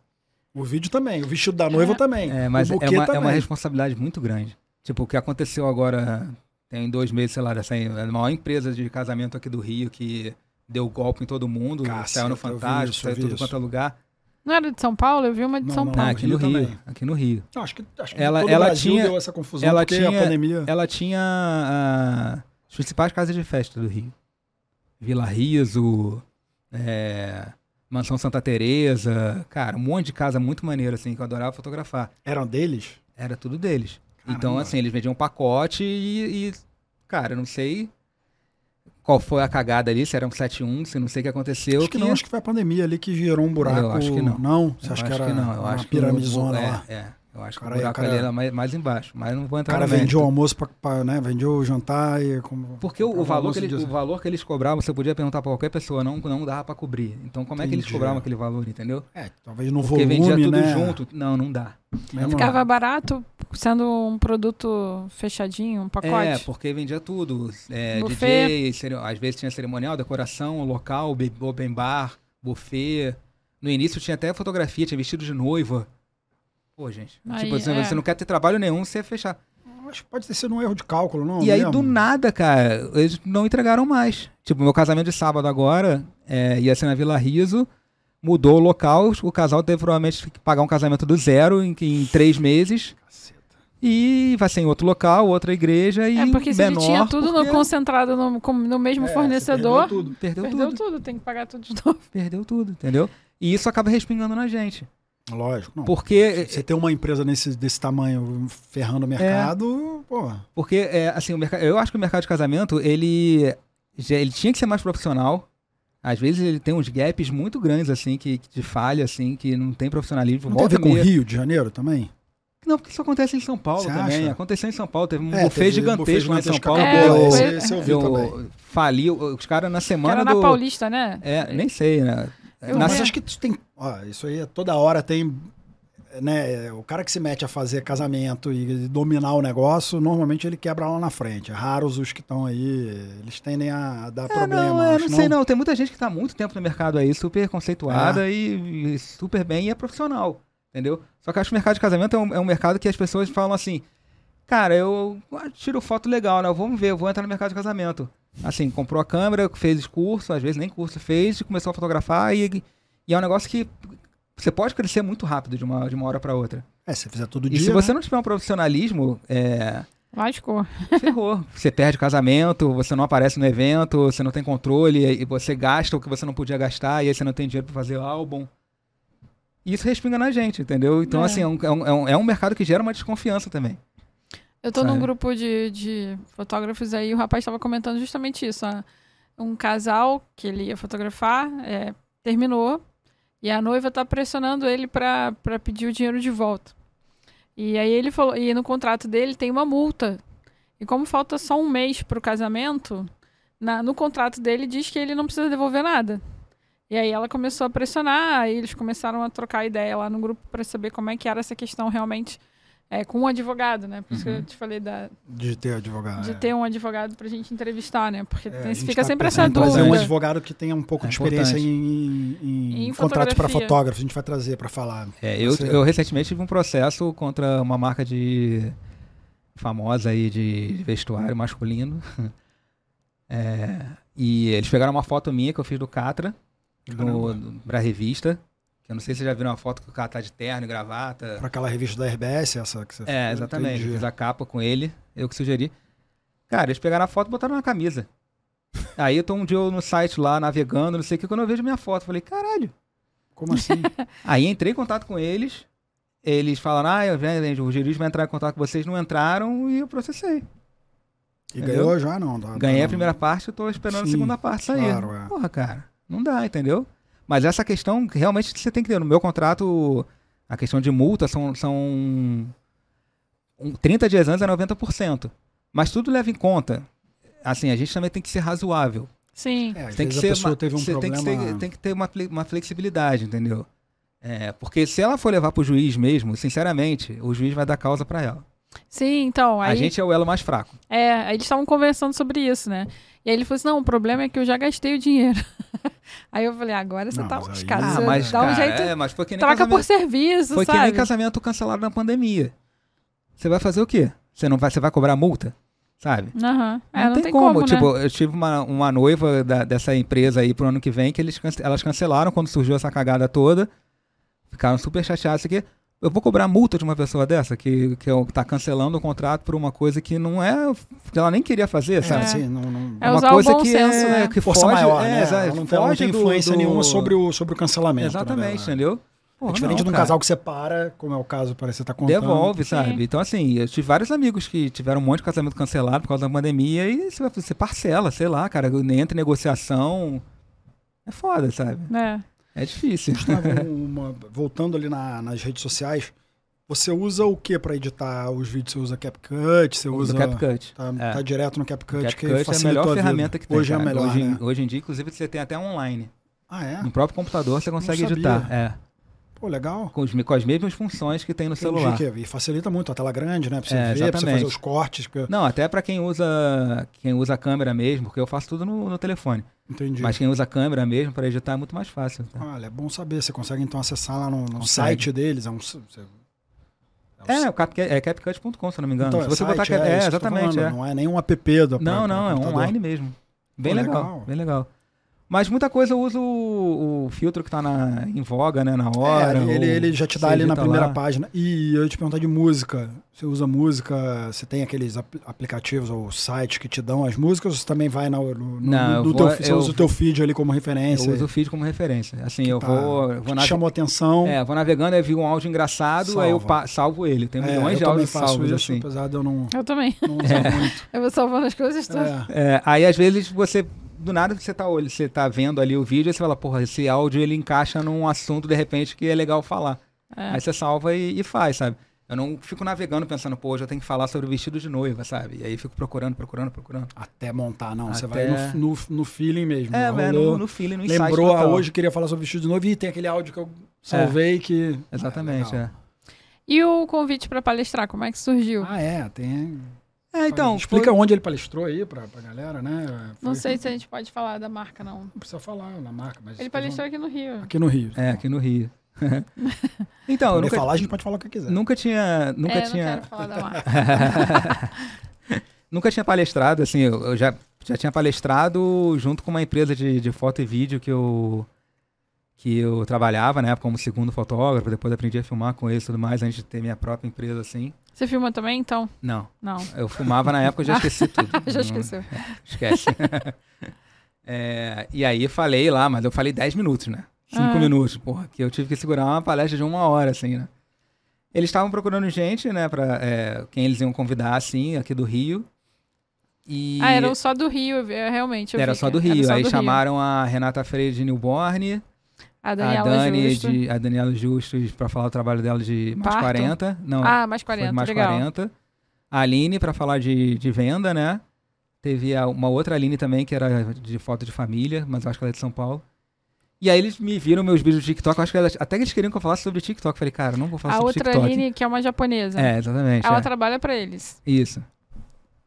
O vídeo também. O vestido da noiva É. também. É, mas o é buquê uma, é também. uma responsabilidade muito grande. Tipo, o que aconteceu agora, tem dois meses, sei lá, dessa é a maior empresa de casamento aqui do Rio que deu golpe em todo mundo, Caceta, saiu no eu vi Fantástico, isso, eu saiu vi tudo isso. quanto é lugar. Não era de São Paulo? Eu vi uma de Não, São não, Paulo. Ah, aqui no Rio Rio, também. aqui no Rio. Não, acho que, acho que Ela- todo ela o Brasil tinha- deu essa confusão ela porque a tinha- pandemia... Ela tinha ah, as principais casas de festa do Rio. Vila Riso, é, Mansão Santa Teresa, cara, um monte de casa muito maneira, assim, que eu adorava fotografar. Eram deles? Era tudo deles. Então, Caramba. assim, eles vendiam pacote e, e, cara, eu não sei qual foi a cagada ali, se era um 7-1, se não sei o que aconteceu. acho que, não, acho que foi a pandemia ali que gerou um buraco. Eu acho que não. Não? Eu Você acha que acho era que não, eu uma acho que o- piramidona é, lá? É, Eu acho que Cara, o buraco cara- ali era mais, mais embaixo, mas não vou O entrar cara no mérito. vendia o almoço, pra, pra, né? Vendia o jantar e... é Como, Porque o, o comprava valor um almoço que eles, e o jantar. valor que eles cobravam, você podia perguntar pra qualquer pessoa, não, não dava pra cobrir. Então como é que eles Entendi. cobravam aquele valor, entendeu? É, talvez no Porque volume, vendia tudo né? junto. né? Não, não dá. Mesmo- Ficava barato, sendo um produto fechadinho, um É, pacote. porque vendia tudo. É, Buffet. DJ, cere- às vezes tinha cerimonial, decoração, local, be- open bar, buffet. No início tinha até fotografia, tinha vestido de noiva. Pô, gente. Aí, tipo, assim, é. você não quer ter trabalho nenhum, você é fechar. Acho que pode ter sido um erro de cálculo, não? E aí, mesmo? do nada, cara, eles não entregaram mais. Tipo, meu casamento de sábado agora é, ia ser na Vila Riso, mudou o local, o casal teve provavelmente que pagar um casamento do zero em, em três meses. Caceta. E vai ser em outro local, outra igreja e É, porque se ele menor, tinha tudo no- porque concentrado no, com- no mesmo É, você fornecedor, perdeu tudo. Perdeu, perdeu tudo, tudo, tem que pagar tudo de novo. perdeu tudo, entendeu? E isso acaba respingando na gente. Lógico, não. Porque, Você tem uma empresa nesse, desse tamanho ferrando o É. mercado, pô. porque é, assim, o merca- eu acho que o mercado de casamento, ele, já- ele tinha que ser mais profissional. Às vezes ele tem uns gaps muito grandes, assim, que, que de falha, assim, que não tem profissionalismo. Não tem a ver Volta com o meia- Rio de Janeiro também? Não, porque isso acontece em São Paulo Você também. acha? Aconteceu em São Paulo, teve um É, buffet teve gigantesco né? lá em buffet São gigantesco, Paulo. acabou, deu- é, esse- esse eu vi deu- também. faliu, os caras na Que era semana na do... Paulista, né? É, nem sei, né? Eu Na vi. Mas se- acho que isso tem. Ó, isso aí é toda hora tem. Né, o cara que se mete a fazer casamento e dominar o negócio, normalmente ele quebra lá na frente. Raros os que estão aí, eles tendem a dar Ah, problema. não, é, acho, não sei não. Tem muita gente que tá há muito tempo no mercado aí, super Ah. conceituada e, e super bem e é profissional, entendeu? Só que eu acho que o mercado de casamento é um, é um mercado que as pessoas falam assim, cara, eu ah, tiro foto legal, né? Vamos ver, eu vou entrar no mercado de casamento. Assim, comprou a câmera, fez curso, às vezes nem curso fez, começou a fotografar e, e é um negócio que você pode crescer muito rápido de uma, de uma hora para outra. É, se fizer todo E dia. se você né? não tiver um profissionalismo, é, Lascou. Ferrou. Você perde casamento, você não aparece no evento, você não tem controle, e você gasta o que você não podia gastar, e aí você não tem dinheiro pra fazer o álbum. E isso respinga na gente, entendeu? Então, É. assim, é um, é um- é um- é um mercado que gera uma desconfiança também. Eu tô num Sério. grupo de, de fotógrafos aí, o rapaz tava comentando justamente isso. a- Um casal que ele ia fotografar é, terminou e a noiva tá pressionando ele pra pra pedir o dinheiro de volta. E aí ele falou, e no contrato dele tem uma multa. E como falta só um mês pro casamento, na- no contrato dele diz que ele não precisa devolver nada. E aí ela começou a pressionar, aí eles começaram a trocar ideia lá no grupo pra saber como é que era essa questão realmente é, com um advogado, né? Por isso que eu te falei da, De ter advogado. de Uhum. é. ter um advogado pra gente entrevistar, né? Porque É, tem- a gente fica tá sempre essa pensando em trazer dúvida. um advogado que tenha um pouco É de experiência importante. em, em, Em contratos para fotografia. fotógrafos. A gente vai trazer para falar. eu, Você- eu recentemente tive um processo contra uma marca de. famosa aí de vestuário masculino. É, e eles pegaram uma foto minha que eu fiz do Catra, Caramba. no, no- pra revista. Que eu não sei se vocês já viram uma foto que o cara tá de terno e gravata. Para aquela revista da RBS, essa que você É, exatamente. Entendi. Fiz a capa com ele, eu que sugeri. Cara, eles pegaram a foto e botaram na camisa. Aí eu tô um dia eu no site lá, navegando, não sei o que, quando eu vejo minha foto, eu falei, caralho. Como assim? Aí entrei em contato com eles, eles falaram, ah, eu, venho, o juiz vai entrar em contato com vocês, não entraram e eu processei. E Entendeu? ganhou já? Não. tá- Ganhei tá- a primeira parte, eu tô esperando Sim, a segunda parte sair. né? claro, é. Porra, cara, não dá, entendeu? Mas essa questão, que realmente, você tem que ter. No meu contrato, a questão de multa são, são um- 30 dias antes é 90%. Mas tudo leva em conta. Assim, a gente também tem que ser razoável. Sim. É, às Tem que vezes ser a pessoa uma- teve um você tem que problema. ser- tem que ter uma, fle- uma flexibilidade, entendeu? É, porque se ela for levar pro juiz mesmo, sinceramente, o juiz vai dar causa para ela. Sim, então, aí, A gente é o elo mais fraco. é, aí eles estavam conversando sobre isso, né? E aí ele falou assim, não, o problema é que eu já gastei o dinheiro. aí eu falei, agora você Não, tá mas aí- moscado, Ah, você mas, dá um jeito, é, mas foi que nem troca casamento- por serviço, Foi que sabe? nem casamento cancelado na pandemia. Você vai fazer o quê? Você não vai, você vai cobrar multa, sabe? Aham. É, não, tem, como, né? Tipo, eu tive uma, uma noiva da- dessa empresa aí pro ano que vem que eles, cance- elas cancelaram quando surgiu essa cagada toda. Ficaram super chateados aqui. Eu vou cobrar multa de uma pessoa dessa que, que eu- tá cancelando o contrato por uma coisa que não é. que ela nem queria fazer, É, sabe? assim, não, não- É uma usar o coisa bom que senso, é, né? que força foge, maior, é, né? exa- Ela não, tem- ela não foge tem do- influência do- nenhuma sobre o, sobre o cancelamento. Exatamente, né? entendeu? É Porra, diferente não, de um cara. casal que separa, como é o caso, parece que você tá contando. Devolve, Sim. sabe? Então, assim, eu tive vários amigos que tiveram um monte de casamento cancelado por causa da pandemia e você, vai- você parcela, sei lá, cara, nem entra em negociação. É foda, sabe? É. É difícil. um, Gustavo, uma- voltando ali na- nas redes sociais, Você usa o que pra editar os vídeos? Você usa CapCut? Você usa. Usa o CapCut. Tá, É. tá direto no CapCut, que CapCut é a facilitou melhor a vida. ferramenta que tem. Hoje é a cara. melhor. Hoje, em- né? hoje em dia, inclusive, você tem até online. Ah, é? No próprio computador você consegue sabia. editar. É. Pô, legal. Com, os, com as mesmas funções que tem no Entendi celular. que- é. E facilita muito a tela grande, né? Pra você É, ver, pra você fazer exatamente. os cortes. que- Não, até pra quem usa quem usa a câmera mesmo, porque eu faço tudo no, no telefone. Entendi. Mas quem usa a câmera mesmo pra editar é muito mais fácil. tá? Olha, é bom saber. Você consegue então acessar lá no, no Consegue. site deles. É um, s- você- é um É, s- o cap, é capcut.com, se eu não me engano. então, se é você site, botar cap- é, é, isso que eu tô exatamente, falando, é. Não é nenhum app do Não, do não, é computador. online mesmo. Bem Pô, legal, legal. bem legal. Mas muita coisa eu uso o, o filtro que tá na, em voga, né, na É, hora. ele- ele, ou ele já te dá você ali na edita primeira lá. página. E eu ia te perguntar de música. Você usa música? Você tem aqueles ap- aplicativos ou sites que te dão as músicas? Ou você também vai na, no, no- Não, eu no vou- teu, fi- você eu- usa o teu feed ali como referência? Eu uso o feed como referência. Assim, eu Tá. vou, eu Que vou, te nave- chamou atenção. é, vou navegando, aí vi um áudio engraçado, aí eu Salva. pa- salvo ele. Tem É, milhões eu de também áudios faço salvos, isso, assim. apesar de eu não, Eu também. não usar muito. Eu vou salvando as coisas todas. É. É, aí às vezes você do nada você tá olhando, você tá vendo ali o vídeo e você fala, porra, esse áudio ele encaixa num assunto de repente que é legal falar. É. Aí você salva e, e faz, sabe? Eu não fico navegando pensando, pô, hoje eu tenho que falar sobre o vestido de noiva, sabe? E aí fico procurando, procurando, procurando. Até montar, não. Você vai Até- no, no, no feeling mesmo. né? É, Rolou. velho, no, no feeling, no insight Lembrou, ah, total. É. hoje queria falar sobre vestido de noivo e tem aquele áudio que eu salvei que... Exatamente, Ah, legal. é. E o convite pra palestrar, como é que surgiu? Ah, é, tem... É, então, Explica foi- onde ele palestrou aí pra, pra galera, né? não Foi- sei se a gente pode falar da marca, não. Não precisa falar na marca, mas... um Ele palestrou aqui no Rio. Aqui no Rio. É, aqui no Rio. então, eu Poder nunca, falar, a gente pode falar o que quiser. nunca tinha... Nunca é, tinha... não quero falar da marca. Nunca tinha palestrado, assim, eu, eu já, já tinha palestrado junto com uma empresa de, de foto e vídeo que eu, que eu trabalhava, né, como segundo fotógrafo, depois aprendi a filmar com eles e tudo mais, antes de ter minha própria empresa, assim. Você filma também, então? Não, Não. eu filmava na época, eu já esqueci tudo. Já Não- esqueceu. Esquece. É, e aí falei lá, mas eu falei 10 minutos, né? 5 Ah. minutos, porra, que eu tive que segurar uma palestra de uma hora, assim, né? Eles estavam procurando gente, né, pra é, quem eles iam convidar, assim, aqui do Rio. E Ah, eram só do Rio, eu vi- é, realmente. eu era vi só que do Rio. só aí do chamaram a Renata Freire de Newborn, A a Daniela Dani Justo. de, a Daniela Justus pra falar do trabalho dela de mais Parto? 40. Não, Ah, mais foi 40, mais legal. 40. A Aline pra falar de, de venda, né? Teve a- uma outra Aline também que era de foto de família, mas eu acho que ela é de São Paulo. E aí eles me viram meus vídeos do TikTok, eu acho que elas, até que eles queriam que eu falasse sobre TikTok. Eu falei, cara, eu não vou falar A sobre outra TikTok. Aline, que é uma japonesa. É, exatamente. Ela é. trabalha pra eles. Isso.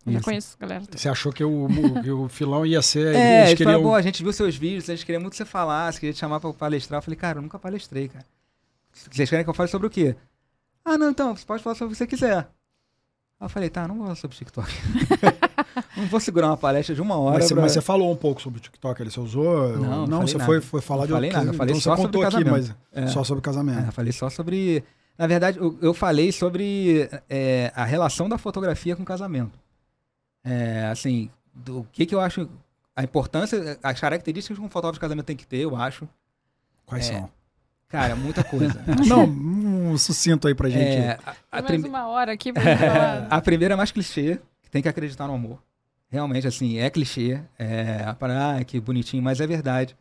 Eu Já Isso. conheço, galera. Você achou que o, que o filão ia ser... É, eles ele falou, queriam... pô, a gente viu seus vídeos, a gente queria muito que você falasse, queria te chamar pra palestrar. Eu falei, cara, eu nunca palestrei, cara. Vocês querem que eu fale sobre o quê? Ah, não, então, você pode falar sobre o que você quiser. Aí eu falei, tá, não vou falar sobre TikTok. não vou segurar uma palestra de uma hora. Mas, você- pra- mas você falou um pouco sobre o TikTok, ele você usou? Não, não falei você nada. foi, foi falar Não de falei outra nada, eu falei então só você sobre contou aqui, casamento. mas É. só sobre É, casamento. eu falei só sobre. Na verdade, eu, eu falei sobre é, a relação da fotografia com o casamento. É, assim, do o que, que eu acho. A importância, as características que um fotógrafo de casamento tem que ter, eu acho. Quais É. são? Cara, é muita coisa. Não, um sucinto aí pra gente. né? É, a- a Tem prim- mais uma hora aqui pra gente falar. A primeira é mais clichê, que tem que acreditar no amor. Realmente, assim, é clichê. É, para, ah, que bonitinho, mas é verdade.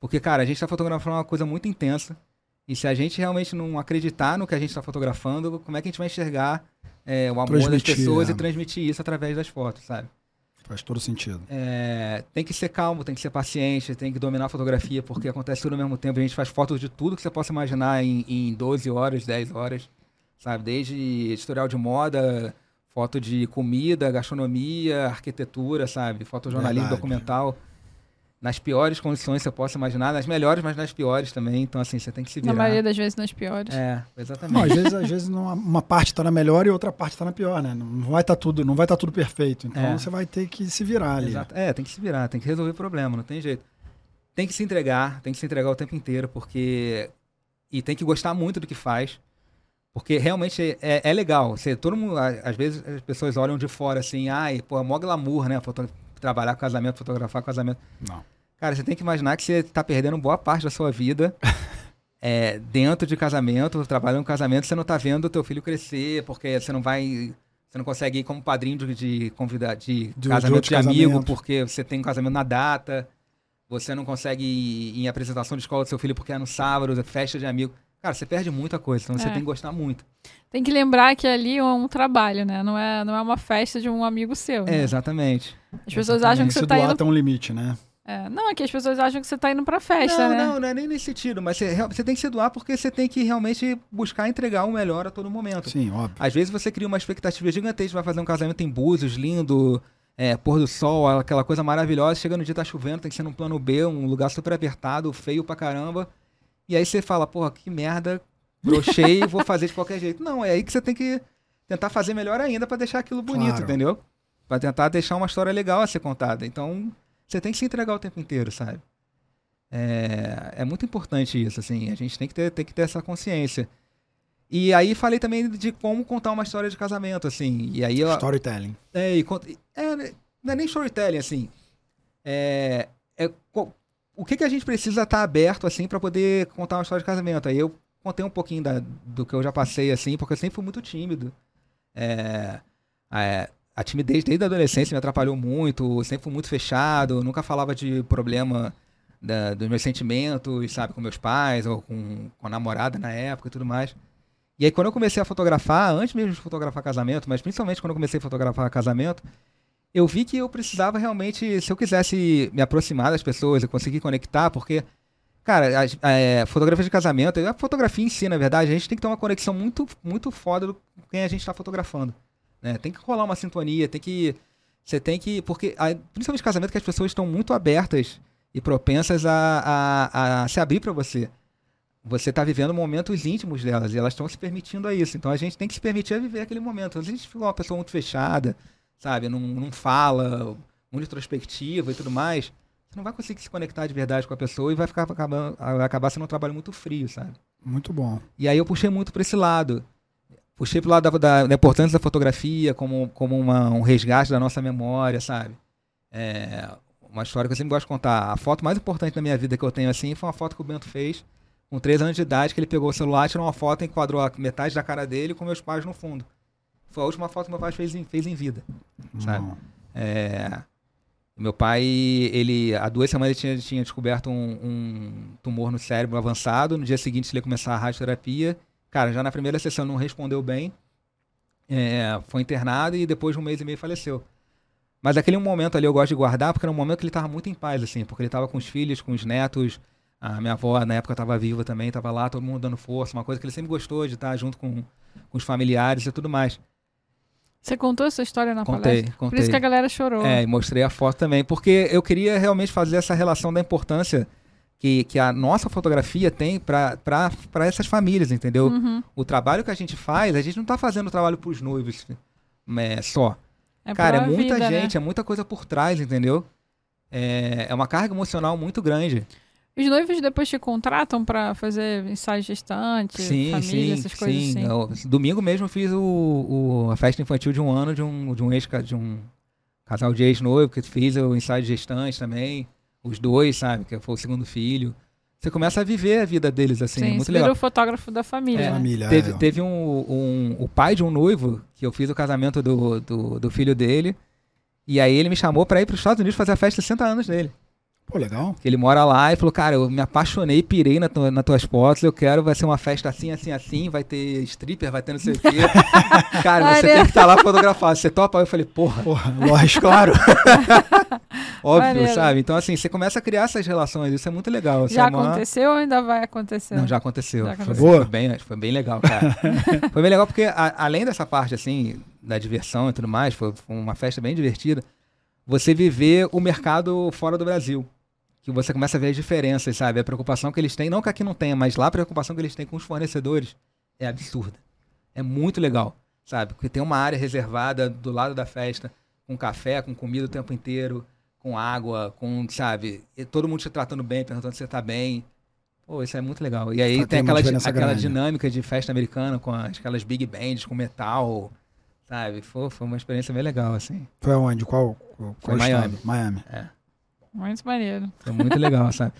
Porque, cara, a gente tá fotografando uma coisa muito intensa. E se a gente realmente não acreditar no que a gente tá fotografando, como é que a gente vai enxergar é, o amor das Transmitir, pessoas é. e transmitir isso através das fotos, sabe? Faz todo sentido. É, tem que ser calmo, tem que ser paciente, tem que dominar a fotografia, porque acontece tudo ao mesmo tempo. A gente faz fotos de tudo que você possa imaginar em, em 12 horas, 10 horas, sabe? Desde editorial de moda, foto de comida, gastronomia, arquitetura, sabe? Fotojornalismo Verdade. documental. Nas piores condições que você possa imaginar, nas melhores, mas nas piores também. Então, assim, você tem que se virar. Na maioria das vezes nas piores. É, Não, às exatamente. vezes, às vezes não- uma parte tá na melhor e outra parte tá na pior, né? Não vai tá tudo, não vai tá tudo perfeito. Então É. você vai ter que se virar ali. Exato. É, tem que se virar, tem que resolver problema, não tem jeito. Tem que se entregar, tem que se entregar o tempo inteiro, porque. E tem que gostar muito do que faz. Porque realmente é, é legal. Você, todo mundo, a- às vezes as pessoas olham de fora assim, ai, pô, é mó glamour, né? foto- Trabalhar com casamento, fotografar casamento. Não. Cara, você tem que imaginar que você tá perdendo boa parte da sua vida é, dentro de casamento, trabalhando com casamento, você não tá vendo o teu filho crescer, porque você não vai. Você não consegue ir como padrinho de, de convidar de De- de casamento outro de, amigo, casamento. porque você tem um casamento na data, você não consegue ir em apresentação de escola do seu filho porque é no sábado, é festa de amigo. Cara, você perde muita coisa, então você É. tem que gostar muito. Tem que lembrar que ali é um trabalho, né? Não é, não é uma festa de um amigo seu. É, né? exatamente. As pessoas acham que Isso você do tá indo. até um limite, né? É, não, é que as pessoas acham que você tá indo pra festa, não, né? não, não é nem nesse sentido, mas você, real- você tem que se doar porque você tem que realmente buscar entregar o melhor a todo momento. Sim, óbvio. Às vezes você cria uma expectativa gigantesca, vai fazer um casamento em Búzios, lindo, é, pôr do sol, aquela coisa maravilhosa. Chega no dia, tá chovendo, tem que ser num plano B, um lugar super apertado, feio pra caramba. E aí você fala, porra, que merda, brochei, vou fazer de qualquer jeito. Não, é aí que você tem que tentar fazer melhor ainda pra deixar aquilo bonito, Claro. entendeu? Pra tentar deixar uma história legal a ser contada. Então, você tem que se entregar o tempo inteiro, sabe? É, é muito importante isso, assim. A gente tem que ter, tem que ter essa consciência. E aí falei também de como contar uma história de casamento, assim. E aí eu, Storytelling. é, e conta- é, né, não é nem storytelling, assim. É, é co- o que, que a gente precisa estar aberto, assim, para poder contar uma história de casamento? Aí eu contei um pouquinho da- do que eu já passei, assim, porque eu sempre fui muito tímido. É, é, a timidez desde a adolescência me atrapalhou muito, eu sempre fui muito fechado, eu nunca falava de problema da- dos meus sentimentos, sabe, com meus pais ou com, com a namorada na época e tudo mais. E aí, quando eu comecei a fotografar, antes mesmo de fotografar casamento, mas principalmente quando eu comecei a fotografar casamento, eu vi que eu precisava realmente, se eu quisesse me aproximar das pessoas e conseguir conectar, porque, cara, as, é, fotografia de casamento, a fotografia em si, na verdade, a gente tem que ter uma conexão muito, muito foda do- com quem a gente está fotografando. né? Tem que rolar uma sintonia, tem que. Você tem que. Porque, a- principalmente casamento, que as pessoas estão muito abertas e propensas a, a, a se abrir para você você está vivendo momentos íntimos delas e elas estão se permitindo a isso. Então a gente tem que se permitir a viver aquele momento. Às vezes fica uma pessoa muito fechada, sabe? Não, não fala, muito introspectiva e tudo mais. Você não vai conseguir se conectar de verdade com a pessoa e vai ficar acabando, vai acabar sendo um trabalho muito frio, sabe? Muito bom. E aí eu puxei muito para esse lado. Puxei pro lado da, da- da importância da fotografia como, como uma- um resgate da nossa memória, sabe? É, uma história que eu sempre gosto de contar. A foto mais importante da minha vida que eu tenho assim foi uma foto que o Bento fez com 3 anos de idade, que ele pegou o celular, tirou uma foto, enquadrou a metade da cara dele com meus pais no fundo. Foi a última foto que meu pai fez em- fez em vida. Sabe? Bom. É, meu pai, ele há duas semanas ele tinha, tinha descoberto um, um tumor no cérebro avançado. No dia seguinte ele ia começar a radioterapia. Cara, já na primeira sessão não respondeu bem. É, foi internado e depois de um mês e meio faleceu. Mas aquele momento ali eu gosto de guardar porque era um momento que ele estava muito em paz, assim, porque ele estava com os filhos, com os netos. A minha avó, na época, estava viva também, estava lá, todo mundo dando força, uma coisa que ele sempre gostou de estar junto com, com os familiares e tudo mais. Você contou essa história na contei, palestra? contei. Por isso que a galera chorou. É, e mostrei a foto também, porque eu queria realmente fazer essa relação da importância que, que a nossa fotografia tem para essas famílias, entendeu? Uhum. O trabalho que a gente faz, a gente não tá fazendo o trabalho pros noivos né, só. É Cara, é pra muita vida, né? gente, é muita coisa por trás, entendeu? É, é uma carga emocional muito grande. Os noivos depois te contratam pra fazer ensaio gestante, família, essas coisas assim. Eu- domingo mesmo eu fiz o, o- a festa infantil de um ano de um, de um ex de um casal de ex-noivo, que fiz o ensaio de gestante também, os dois, sabe? Que foi o segundo filho. Você começa a viver a vida deles, assim, é Sim, muito você vira legal. o fotógrafo da família. É. né? Família. Teve, é, ó. teve um, um- O pai de um noivo, que eu fiz o casamento do, do, do filho dele. E aí ele me chamou pra ir pros Estados Unidos fazer a festa de 60 anos dele. Pô, legal. Que ele mora lá e falou, cara, eu me apaixonei, pirei na tua, nas tuas fotos, eu quero, vai ser uma festa assim, assim, assim, vai ter stripper, vai ter não sei o quê. cara, Ai, você né? tem que estar lá fotografar, você topa? Eu falei, porra, Porra, lógico, claro. óbvio, Maneiro. sabe? Então, assim, você começa a criar essas relações, isso é muito legal. isso Já é uma- aconteceu ou ainda vai acontecer? Não, já aconteceu. Já Foi- aconteceu. Boa. Foi, bem, foi bem legal, cara. foi bem legal porque, a- além dessa parte, assim, da diversão e tudo mais, foi, foi uma festa bem divertida, você viver o mercado fora do Brasil. Que você começa a ver as diferenças, sabe? A preocupação que eles têm, não que aqui não tenha, mas lá a preocupação que eles têm com os fornecedores é absurda. É muito legal, sabe? Porque tem uma área reservada do lado da festa, com café, com comida o tempo inteiro, com água, com, sabe? E todo mundo te tratando bem, perguntando se você tá bem. Pô, isso é muito legal. E aí Tem tem, uma aquela, di- diferença aquela grande. dinâmica de festa americana com as- aquelas big bands, com metal, sabe? Foi, foi uma experiência bem legal, assim. Foi onde? Qual? qual Foi estado? Miami. Miami. Muito maneiro. Foi muito legal, sabe?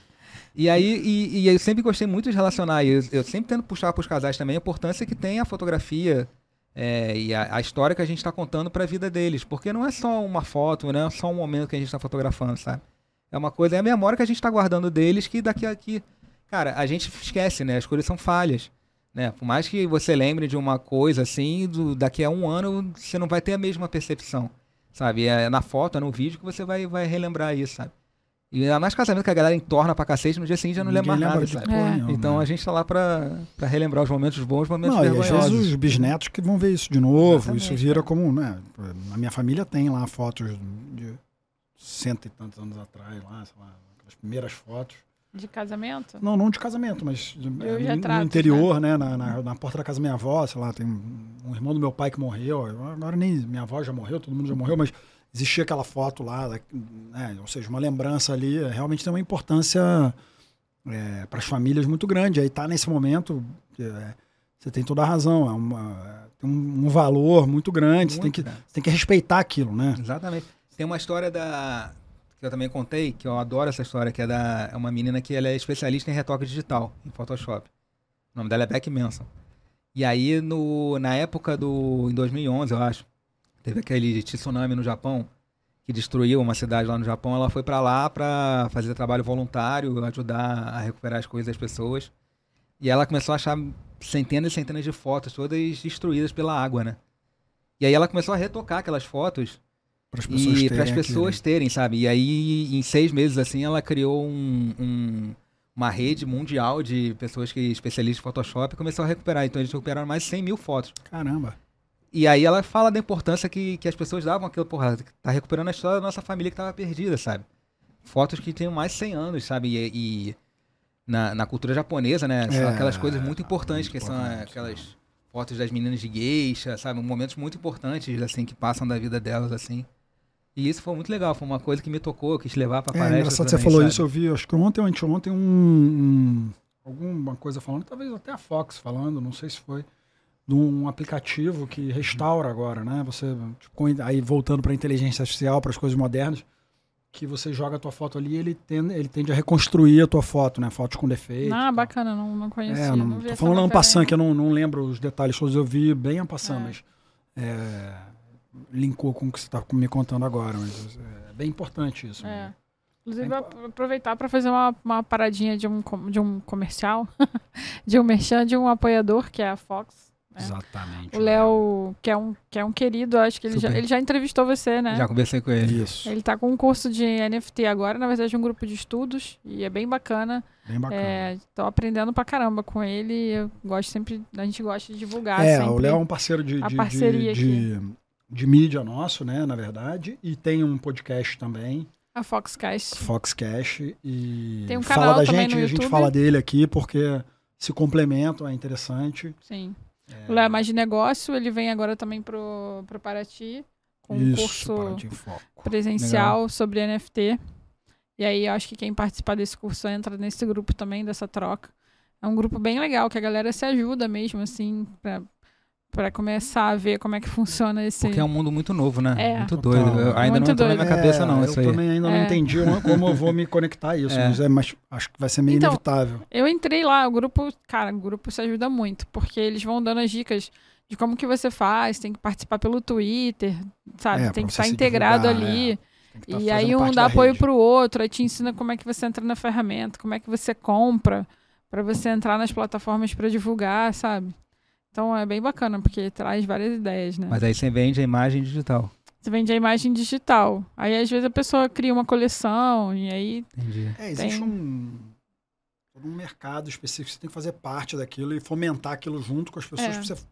E aí, e, e eu sempre gostei muito de relacionar, e eu, eu sempre tento puxar para os casais também a importância que tem a fotografia é, e a, a história que a gente está contando para a vida deles. Porque não é só uma foto, não é só tá um momento que a gente está fotografando, sabe? É uma coisa, é a memória que a gente está guardando deles que daqui a que. Cara, a gente esquece, né? As coisas são falhas. Né? Por mais que você lembre de uma coisa assim, do, daqui a um ano você não vai ter a mesma percepção, sabe? É na foto, é no vídeo que você vai, vai relembrar isso, sabe? E ainda mais casamento que a galera entorna pra cacete, no dia seguinte já não lembra mais Ninguém nada, lembra de sabe? É. porra nenhuma, Então né? a gente tá lá pra, pra relembrar os momentos bons, os momentos Não, e às vezes é vergonhosos. os bisnetos que vão ver isso de novo. Exatamente, isso vira como, né? A minha família tem lá fotos de cento e tantos anos atrás, lá, sei lá, as primeiras fotos. De casamento? Não, não de casamento, mas de- Eu eh, já no, trato, no interior, né? Na, na, na porta da casa da minha avó, sei lá, tem um, um irmão do meu pai que morreu. eu- Agora nem minha avó já morreu, todo mundo já morreu, mas existia aquela foto lá, da- né? Ou seja, uma lembrança ali eh, realmente tem uma importância para as famílias muito grande. Aí tá nesse momento, eh, você tem toda a razão, é uma, tem um, um valor muito grande, você tem, Muito, que, cara. você tem que respeitar aquilo, né? Exatamente. Tem uma história da. que eu também contei, que eu adoro essa história, que é da. É uma menina que ela é especialista em retoque digital, em Photoshop. O nome dela é Beck Manson. E aí, no, na época do. em 2011, eu acho, teve aquele tsunami no Japão, que destruiu uma cidade lá no Japão. Ela foi pra lá pra fazer trabalho voluntário, ajudar a recuperar as coisas das pessoas. E ela começou a achar centenas e centenas de fotos, todas destruídas pela água, né? E aí ela começou a retocar aquelas fotos Para as pessoas e terem. para as aquilo. pessoas terem, sabe? E aí, em seis meses, assim, ela criou um- um- uma rede mundial de pessoas que especialistas em Photoshop e começou a recuperar. Então, eles recuperaram mais de 100 mil fotos. Caramba. E aí ela fala da importância que, que as pessoas davam aquilo, porra, tá recuperando a história da nossa família que tava perdida, sabe? Fotos que tem mais de 100 anos, sabe? E, e na, na cultura japonesa, né? São É, aquelas coisas muito importantes, muito que são importante, né? aquelas fotos das meninas de geisha, sabe? Momentos muito importantes, assim, que passam da vida delas, assim. E isso foi muito legal, foi uma coisa que me tocou, eu quis levar É pra palestra engraçado que você também, falou sabe? isso, eu vi, acho que ontem ou anteontem, um, um- alguma coisa falando, talvez até a Fox falando, não sei se foi, de um aplicativo que restaura agora, né? Você, tipo, com- aí voltando para inteligência artificial, para as coisas modernas, que você joga a tua foto ali e ele tende, ele tende a reconstruir a tua foto, né? Fotos com defeito. Ah, tal. bacana, não, não conhecia. É, eu não, não, vi tô essa falando ano matéria passando, ainda. que eu não, não lembro os detalhes todos, eu vi bem ano passando, É. mas é, linkou com o que você está me contando agora. Mas é bem importante isso. né? É. Inclusive, eu apro- aproveitar para fazer uma, uma paradinha de um, com- de um comercial, de um merchan, de um apoiador, que é a Fox. É. Exatamente. O Léo, que é um, que é um querido, eu acho que ele já, Super. ele já entrevistou você, né? Já conversei com ele. Isso. Ele tá com um curso de NFT agora, na verdade, é um grupo de estudos, e é bem bacana. Bem bacana. É, É, tô aprendendo pra caramba com ele. Eu gosto sempre, a gente gosta de divulgar. o tá sempre. Léo é um parceiro de, a de, parceria de, de, de mídia nosso, né, na verdade. E tem um podcast também, A Foxcast. Foxcast. E Tem um fala canal da também gente no e a gente YouTube. fala dele aqui porque se complementam, é interessante. Sim. O Léo é mais de negócio, ele vem agora também pro, pro Paraty com um Isso, curso Paradinha em Foco. presencial sobre NFT. E aí eu acho que quem participar desse curso entra nesse grupo também, dessa troca. É um grupo bem legal, que a galera se ajuda mesmo, assim, pra, pra começar a ver como é que funciona esse. Porque é um mundo muito novo, né? É. Muito doido. Eu ainda Muito não entrou na doido. minha cabeça, não, É, isso eu aí. também ainda não É. entendi como eu vou me conectar a isso, É. mas, é, mas acho que vai ser meio Então, inevitável. Eu entrei lá, o grupo, cara, o grupo se ajuda muito, porque eles vão dando as dicas de como que você faz, tem que participar pelo Twitter, sabe? É, pra tem que você estar se integrado divulgar, ali. Tem que tá E fazendo aí um parte dá da apoio rede. pro outro, aí te ensina como é que você entra na ferramenta, como é que você compra, pra você entrar nas plataformas pra divulgar, sabe? Então é bem bacana, porque traz várias ideias, né? Mas aí você vende a imagem digital. Você vende a imagem digital. Aí às vezes a pessoa cria uma coleção, e aí. Entendi. É, existe Tem. um, todo um mercado específico, você tem que fazer parte daquilo e fomentar aquilo junto com as pessoas. É. Você-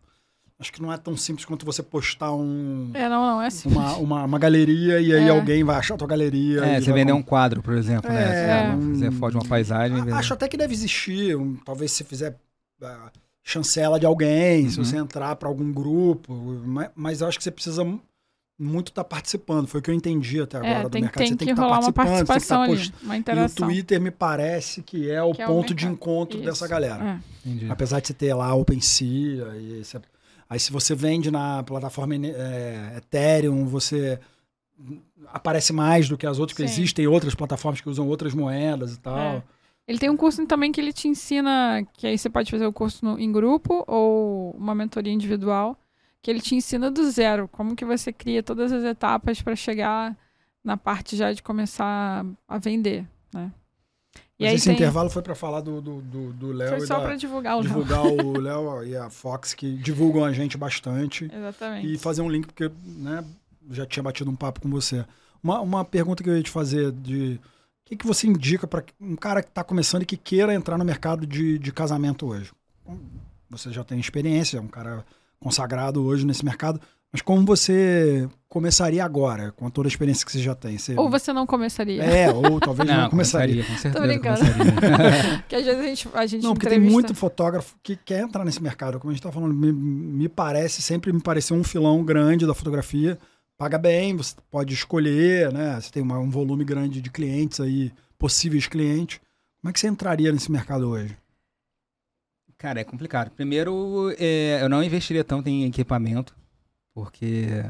acho que não é tão simples quanto você postar um, É, não, não, é assim. uma, uma, uma galeria e aí É. alguém vai achar a tua galeria. É, e você vai vender com- um quadro, por exemplo, É, né? um- Você foge uma paisagem. A- vender. Acho até que deve existir, um- talvez se fizer ah, chancela de alguém, se Uhum. você entrar para algum grupo, mas, mas eu acho que você precisa mu- muito estar participando. Foi o que eu entendi até agora É, do tem, mercado. tem você que tem que estar rolar uma participando, você tem que tá estar participação ali, postando. uma E o interação. Twitter me parece que é o Que é o ponto de mercado. encontro Isso. dessa galera. É. Entendi. Apesar de você ter lá a OpenSea, aí, você- aí se você vende na plataforma eh, Ethereum, você aparece mais do que as outras, porque Sim. existem outras plataformas que usam outras moedas e tal. É. Ele tem um curso também que ele te ensina, que aí você pode fazer o curso no- em grupo ou uma mentoria individual, que ele te ensina do zero, como que você cria todas as etapas para chegar na parte já de começar a vender, né? E Mas aí esse tem- intervalo foi pra falar do do- do- do Léo Foi e só da- pra divulgar o Léo. divulgar o Léo e a Fox, que divulgam a gente bastante. Exatamente. E fazer um link, porque né, já tinha batido um papo com você. Uma, uma pergunta que eu ia te fazer de... O que, que você indica para um cara que está começando e que queira entrar no mercado de, de casamento hoje? Você já tem experiência, é um cara consagrado hoje nesse mercado, mas como você começaria agora, com toda a experiência que você já tem? Você, Ou você não começaria. É, ou talvez É, não, começaria. com certeza. Tô brincando. começaria. Porque às vezes a gente, a gente Não, porque tem entrevista- muito fotógrafo que quer entrar nesse mercado. Como a gente tá falando, me, me parece, sempre me pareceu um filão grande da fotografia. Paga bem, você pode escolher, né? Você tem uma- um volume grande de clientes aí, possíveis clientes. Como é que você entraria nesse mercado hoje? Cara, é complicado. Primeiro, é, eu não investiria tanto em equipamento, porque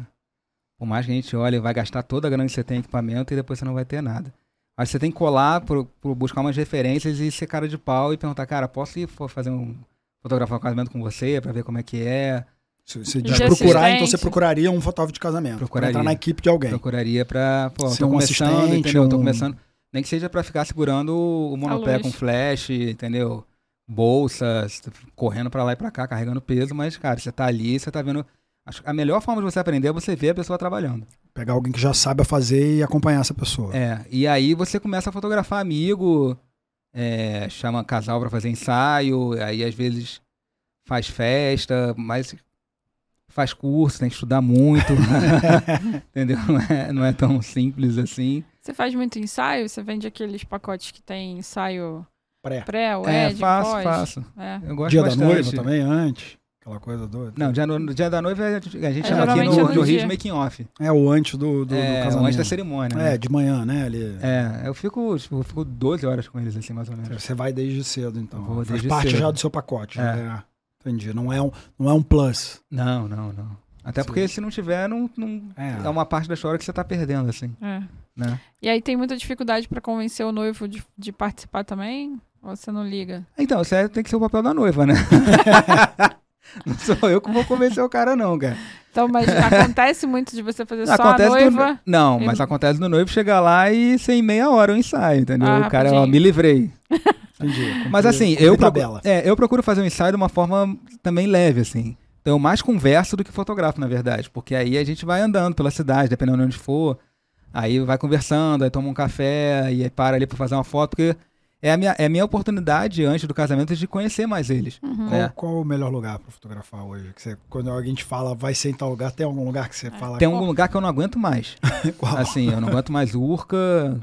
por mais que a gente olhe, vai gastar toda a grana que você tem em equipamento e depois você não vai ter nada. Mas você tem que colar, pro, pro buscar umas referências e ser cara de pau e perguntar, cara, posso ir fo- fazer um fotografar um casamento com você pra ver como é que é? Se você De diz procurar, assistente. então você procuraria um fotógrafo de casamento. Procuraria. Procuraria. entrar na equipe de alguém. Procuraria pra, pô, Ser tô um começando, assistente, entendeu? Tô um- começando. Nem que seja pra ficar segurando o monopé luz. com flash, entendeu? Bolsas, correndo pra lá e pra cá, carregando peso, mas, cara, você tá ali, você tá vendo. Acho que a melhor forma de você aprender é você ver a pessoa trabalhando. Pegar alguém que já sabe a fazer e acompanhar essa pessoa. É, e aí você começa a fotografar amigo, é, chama casal pra fazer ensaio, aí às vezes faz festa, mas faz curso, tem que estudar muito, entendeu? Não é, não é tão simples assim. Você faz muito ensaio? Você vende aqueles pacotes que tem ensaio Pré. pré, o é, ed, faço, pós? faço. É. Eu gosto Dia da bastante. noiva também, antes. Aquela coisa doida. Não, dia, no, dia da noiva a gente, a gente É, chama aqui geralmente no, é no no Rio dia. de making off. É o antes do, do, do É, casamento. antes da cerimônia. É, né? de manhã, né? Ali. É, eu fico, tipo, eu fico 12 horas com eles assim, mais ou menos. Você vai desde cedo, então. Eu vou Faz desde parte cedo. já do seu pacote. É. né? Entendi. Não é um, não é um plus. Não, não, não. Até Sim. porque se não tiver, não, não É. é. uma parte da história que você tá perdendo, assim, É. né? E aí tem muita dificuldade pra convencer o noivo de, de participar também? Ou você não liga? Então, isso aí tem que ser o papel da noiva, né? não sou eu que vou convencer o cara, não, cara. Então, mas acontece muito de você fazer só a do- noiva. Não, Ele- mas acontece do noivo chegar lá e ser em meia hora o ensaio, entendeu? Ah, o cara, ó, rapidinho. me livrei. Entendi. Mas Cumprir- assim, cumprir eu procuro, tabela. é, eu procuro fazer um ensaio de uma forma também leve, assim. Então eu mais converso do que fotografo, na verdade. Porque aí a gente vai andando pela cidade, dependendo de onde for. Aí vai conversando, aí toma um café, e aí para ali pra fazer uma foto. Porque é a minha, é a minha oportunidade antes do casamento de conhecer mais eles. Qual, né? qual o melhor lugar pra fotografar hoje? Que você- quando alguém te fala, vai ser em tal lugar, tem algum lugar que você fala Tem algum lugar que eu não aguento mais. qual? Assim, eu não aguento mais urca.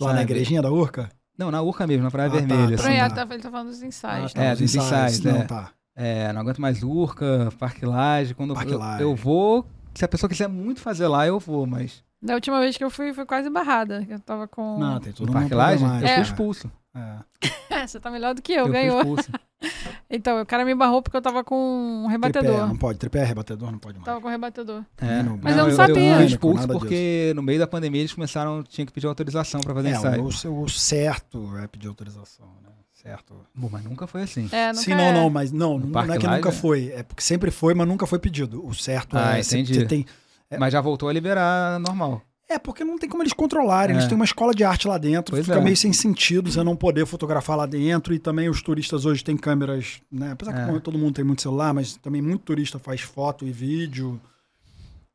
lá na sabe? igrejinha da Urca? Não, na urca mesmo, na Praia Ah, tá, Vermelha. tá. Pra assim. ela, tá- ele tá falando dos ensaios. tá. É, Ah, os dos ensaios, Não, é. tá. É, não aguento mais Urca, Parque Laje. Quando eu- Parque eu, Laje. eu vou, se a pessoa quiser muito fazer lá, eu vou, mas Da última vez que eu fui, foi quase barrada. Eu tava com. Não, tem tudo no Parque Laje, eu Hum. É. fui expulso. É, você tá melhor do que eu, Eu, fui ganhou. expulso. Então, o cara me barrou porque eu tava com um Tripé, rebatedor. não pode. Tripé é rebatedor, não pode mais. Tava com um rebatedor. É. Não, Mas é um Eu satânico, fui expulso nada porque no meio da pandemia eles começaram, tinha que pedir autorização pra fazer É, ensaio. o, o, o certo é pedir autorização, né? Certo. Bom, mas nunca foi assim. É, nunca Sim, não, é. não, mas não, No não Parque é que Live, nunca né? foi. É porque sempre foi, mas nunca foi pedido. O certo Ah, é. cê- entendi. cê tem- é. Mas já voltou a liberar normal. é porque não tem como eles controlarem. Eles É. têm uma escola de arte lá dentro. Pois fica é. meio sem sentido você não poder fotografar lá dentro. E também os turistas hoje têm câmeras, né? Apesar É. que todo mundo tem muito celular, mas também muito turista faz foto e vídeo.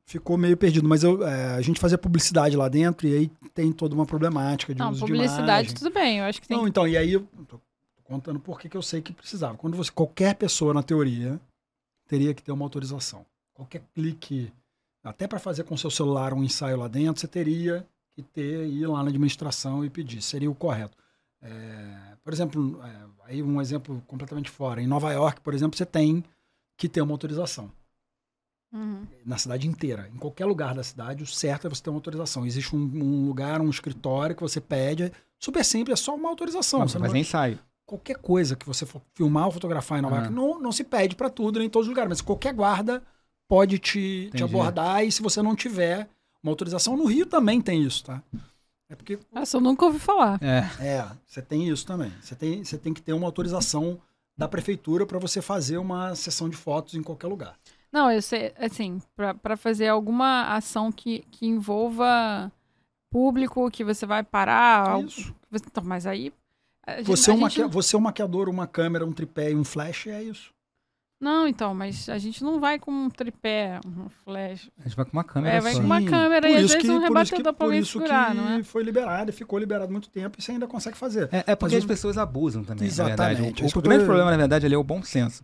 Ficou meio perdido. Mas eu, é, a gente fazia publicidade lá dentro e aí tem toda uma problemática de Não, uso de publicidade, imagem. tudo bem. Eu acho que tem. Não, então, e aí eu tô contando por que que eu sei que precisava. Quando você, qualquer pessoa, na teoria, teria que ter uma autorização. Qualquer clique, até para fazer com seu celular um ensaio lá dentro, você teria que ter, ir lá na administração e pedir. Seria o correto. É, por exemplo, é, aí um exemplo completamente fora. Em Nova York, por exemplo, você tem que ter uma autorização Uhum. na cidade inteira. Em qualquer lugar da cidade, o certo é você ter uma autorização. Existe um, um lugar, um escritório que você pede. é Super simples, é só uma autorização. Mas você não pra fazer vai- ensaio. Qualquer coisa que você for filmar ou fotografar em Nova Ah. York, não, não se pede para tudo, nem em todos os lugares, mas qualquer guarda pode te, te Entendi. abordar e se você não tiver uma autorização, no Rio também tem isso, tá? É porque, Nossa, eu Ah, nunca ouvi falar. É. é, você tem isso também. Você tem, você tem que ter uma autorização da prefeitura para você fazer uma sessão de fotos em qualquer lugar. Não, eu sei, assim, pra, pra fazer alguma ação que, que envolva público, que você vai parar. algo- É Isso. que você- Então, mas aí. A gente- Você é, Ah, a um gente maquia- não- você é um maquiador, uma câmera, um tripé e um flash, é isso. Não, então, mas a gente não vai com um tripé, um flash. A gente vai com uma câmera É, vai só. com uma Sim. câmera e Por às isso vezes que- um por isso rebatedor que- pra alguém Por isso segurar, não é? que foi liberado e ficou liberado muito tempo e você ainda consegue fazer. É, é porque Mas as o- pessoas abusam também, na Exatamente, verdade. O- isso O, que eu tô- grande problema, na verdade, ali é o bom senso.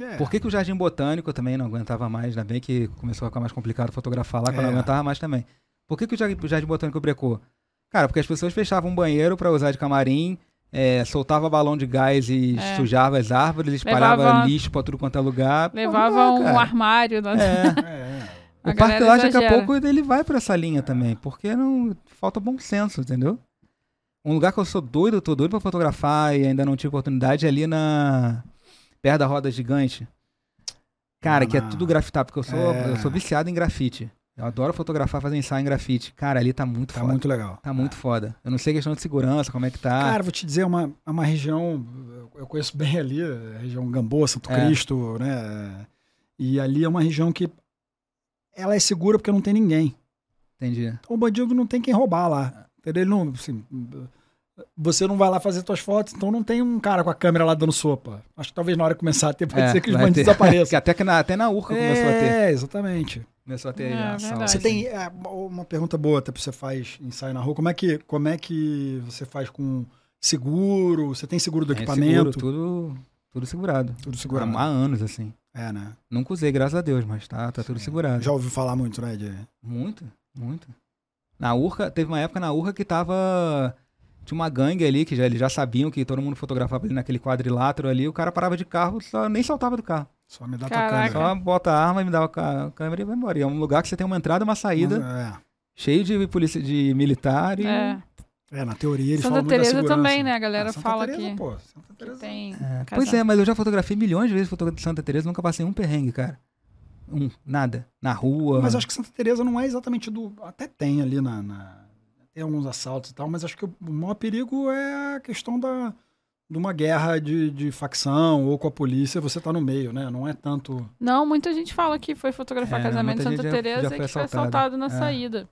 É. Por que, que o Jardim Botânico eu também não aguentava mais? Ainda bem que começou a ficar mais complicado fotografar lá, que eu não É. aguentava mais também. Por que, que o Jardim, o Jardim Botânico brecou? Cara, porque as pessoas fechavam um banheiro pra usar de camarim, é, soltava balão de gás e É. sujava as árvores, espalhava Levava- lixo pra tudo quanto é lugar. Pô, não Levava dá, um cara. armário. na- É. É, é. A O parque galera lá daqui a exagera. pouco ele vai pra essa linha também, porque não falta bom senso, entendeu? Um lugar que eu sou doido, eu tô doido pra fotografar e ainda não tive oportunidade é ali na perto da roda gigante. Cara, que é Ah, tudo grafitado, porque eu sou é. eu sou viciado em grafite. Eu adoro fotografar, fazer ensaio em grafite. Cara, ali tá muito Tá foda. muito legal. Tá muito foda. Eu não sei a questão de segurança, como é que tá. Cara, vou te dizer, é uma, é uma região, eu conheço bem ali, a região Gamboa, Santo É. Cristo, né? E ali é uma região que ela é segura porque não tem ninguém. Entendi. Então o bandido não tem quem roubar lá. Entendeu? Ele não, assim, você não vai lá fazer suas fotos, então não tem um cara com a câmera lá dando sopa. Acho que talvez na hora que começar a ter, pode É, ser que os vai bandidos ter. Que apareçam. até, que na, até na Urca começou a ter. É, exatamente. Começou a ter É, a verdade. Você Assim. tem é, uma pergunta boa até que você faz ensaio na rua. Como é que como é que você faz com seguro? Você tem seguro do É, equipamento? seguro, tudo, tudo segurado. Tudo segurado. Há anos, assim. É, né? Nunca usei, graças a Deus, mas tá, tá tudo segurado. Já ouviu falar muito, né? De... Muito, muito. Na Urca, teve uma época na Urca que tava. Tinha uma gangue ali, que já, eles já sabiam que todo mundo fotografava ali naquele quadrilátero ali, o cara parava de carro, só, nem saltava do carro. Só me dá Caraca. tua câmera. Só bota a arma e me dava a câmera e vai embora. E é um lugar que você tem uma entrada e uma saída, cheio de polícia de militar e. É. É. é, na teoria eles Santa falam muito da Teresa segurança. também, né? A galera Ah, Santa fala Teresa, que, Pô, Santa que Teresa. tem. É, casal. Pois é, mas eu já fotografei milhões de vezes fotografia de Santa Teresa, nunca passei um perrengue, cara. Um, nada. Na rua. Mas acho que Santa Teresa não é exatamente do... Até tem ali na... na- Tem alguns assaltos e tal, mas acho que o maior perigo é a questão da... De uma guerra de, de facção ou com a polícia, você tá no meio, né? Não é tanto... Não, muita gente fala que foi fotografar É, casamento em Santa muita gente já- Teresa já e foi que foi assaltada. assaltado na É. saída.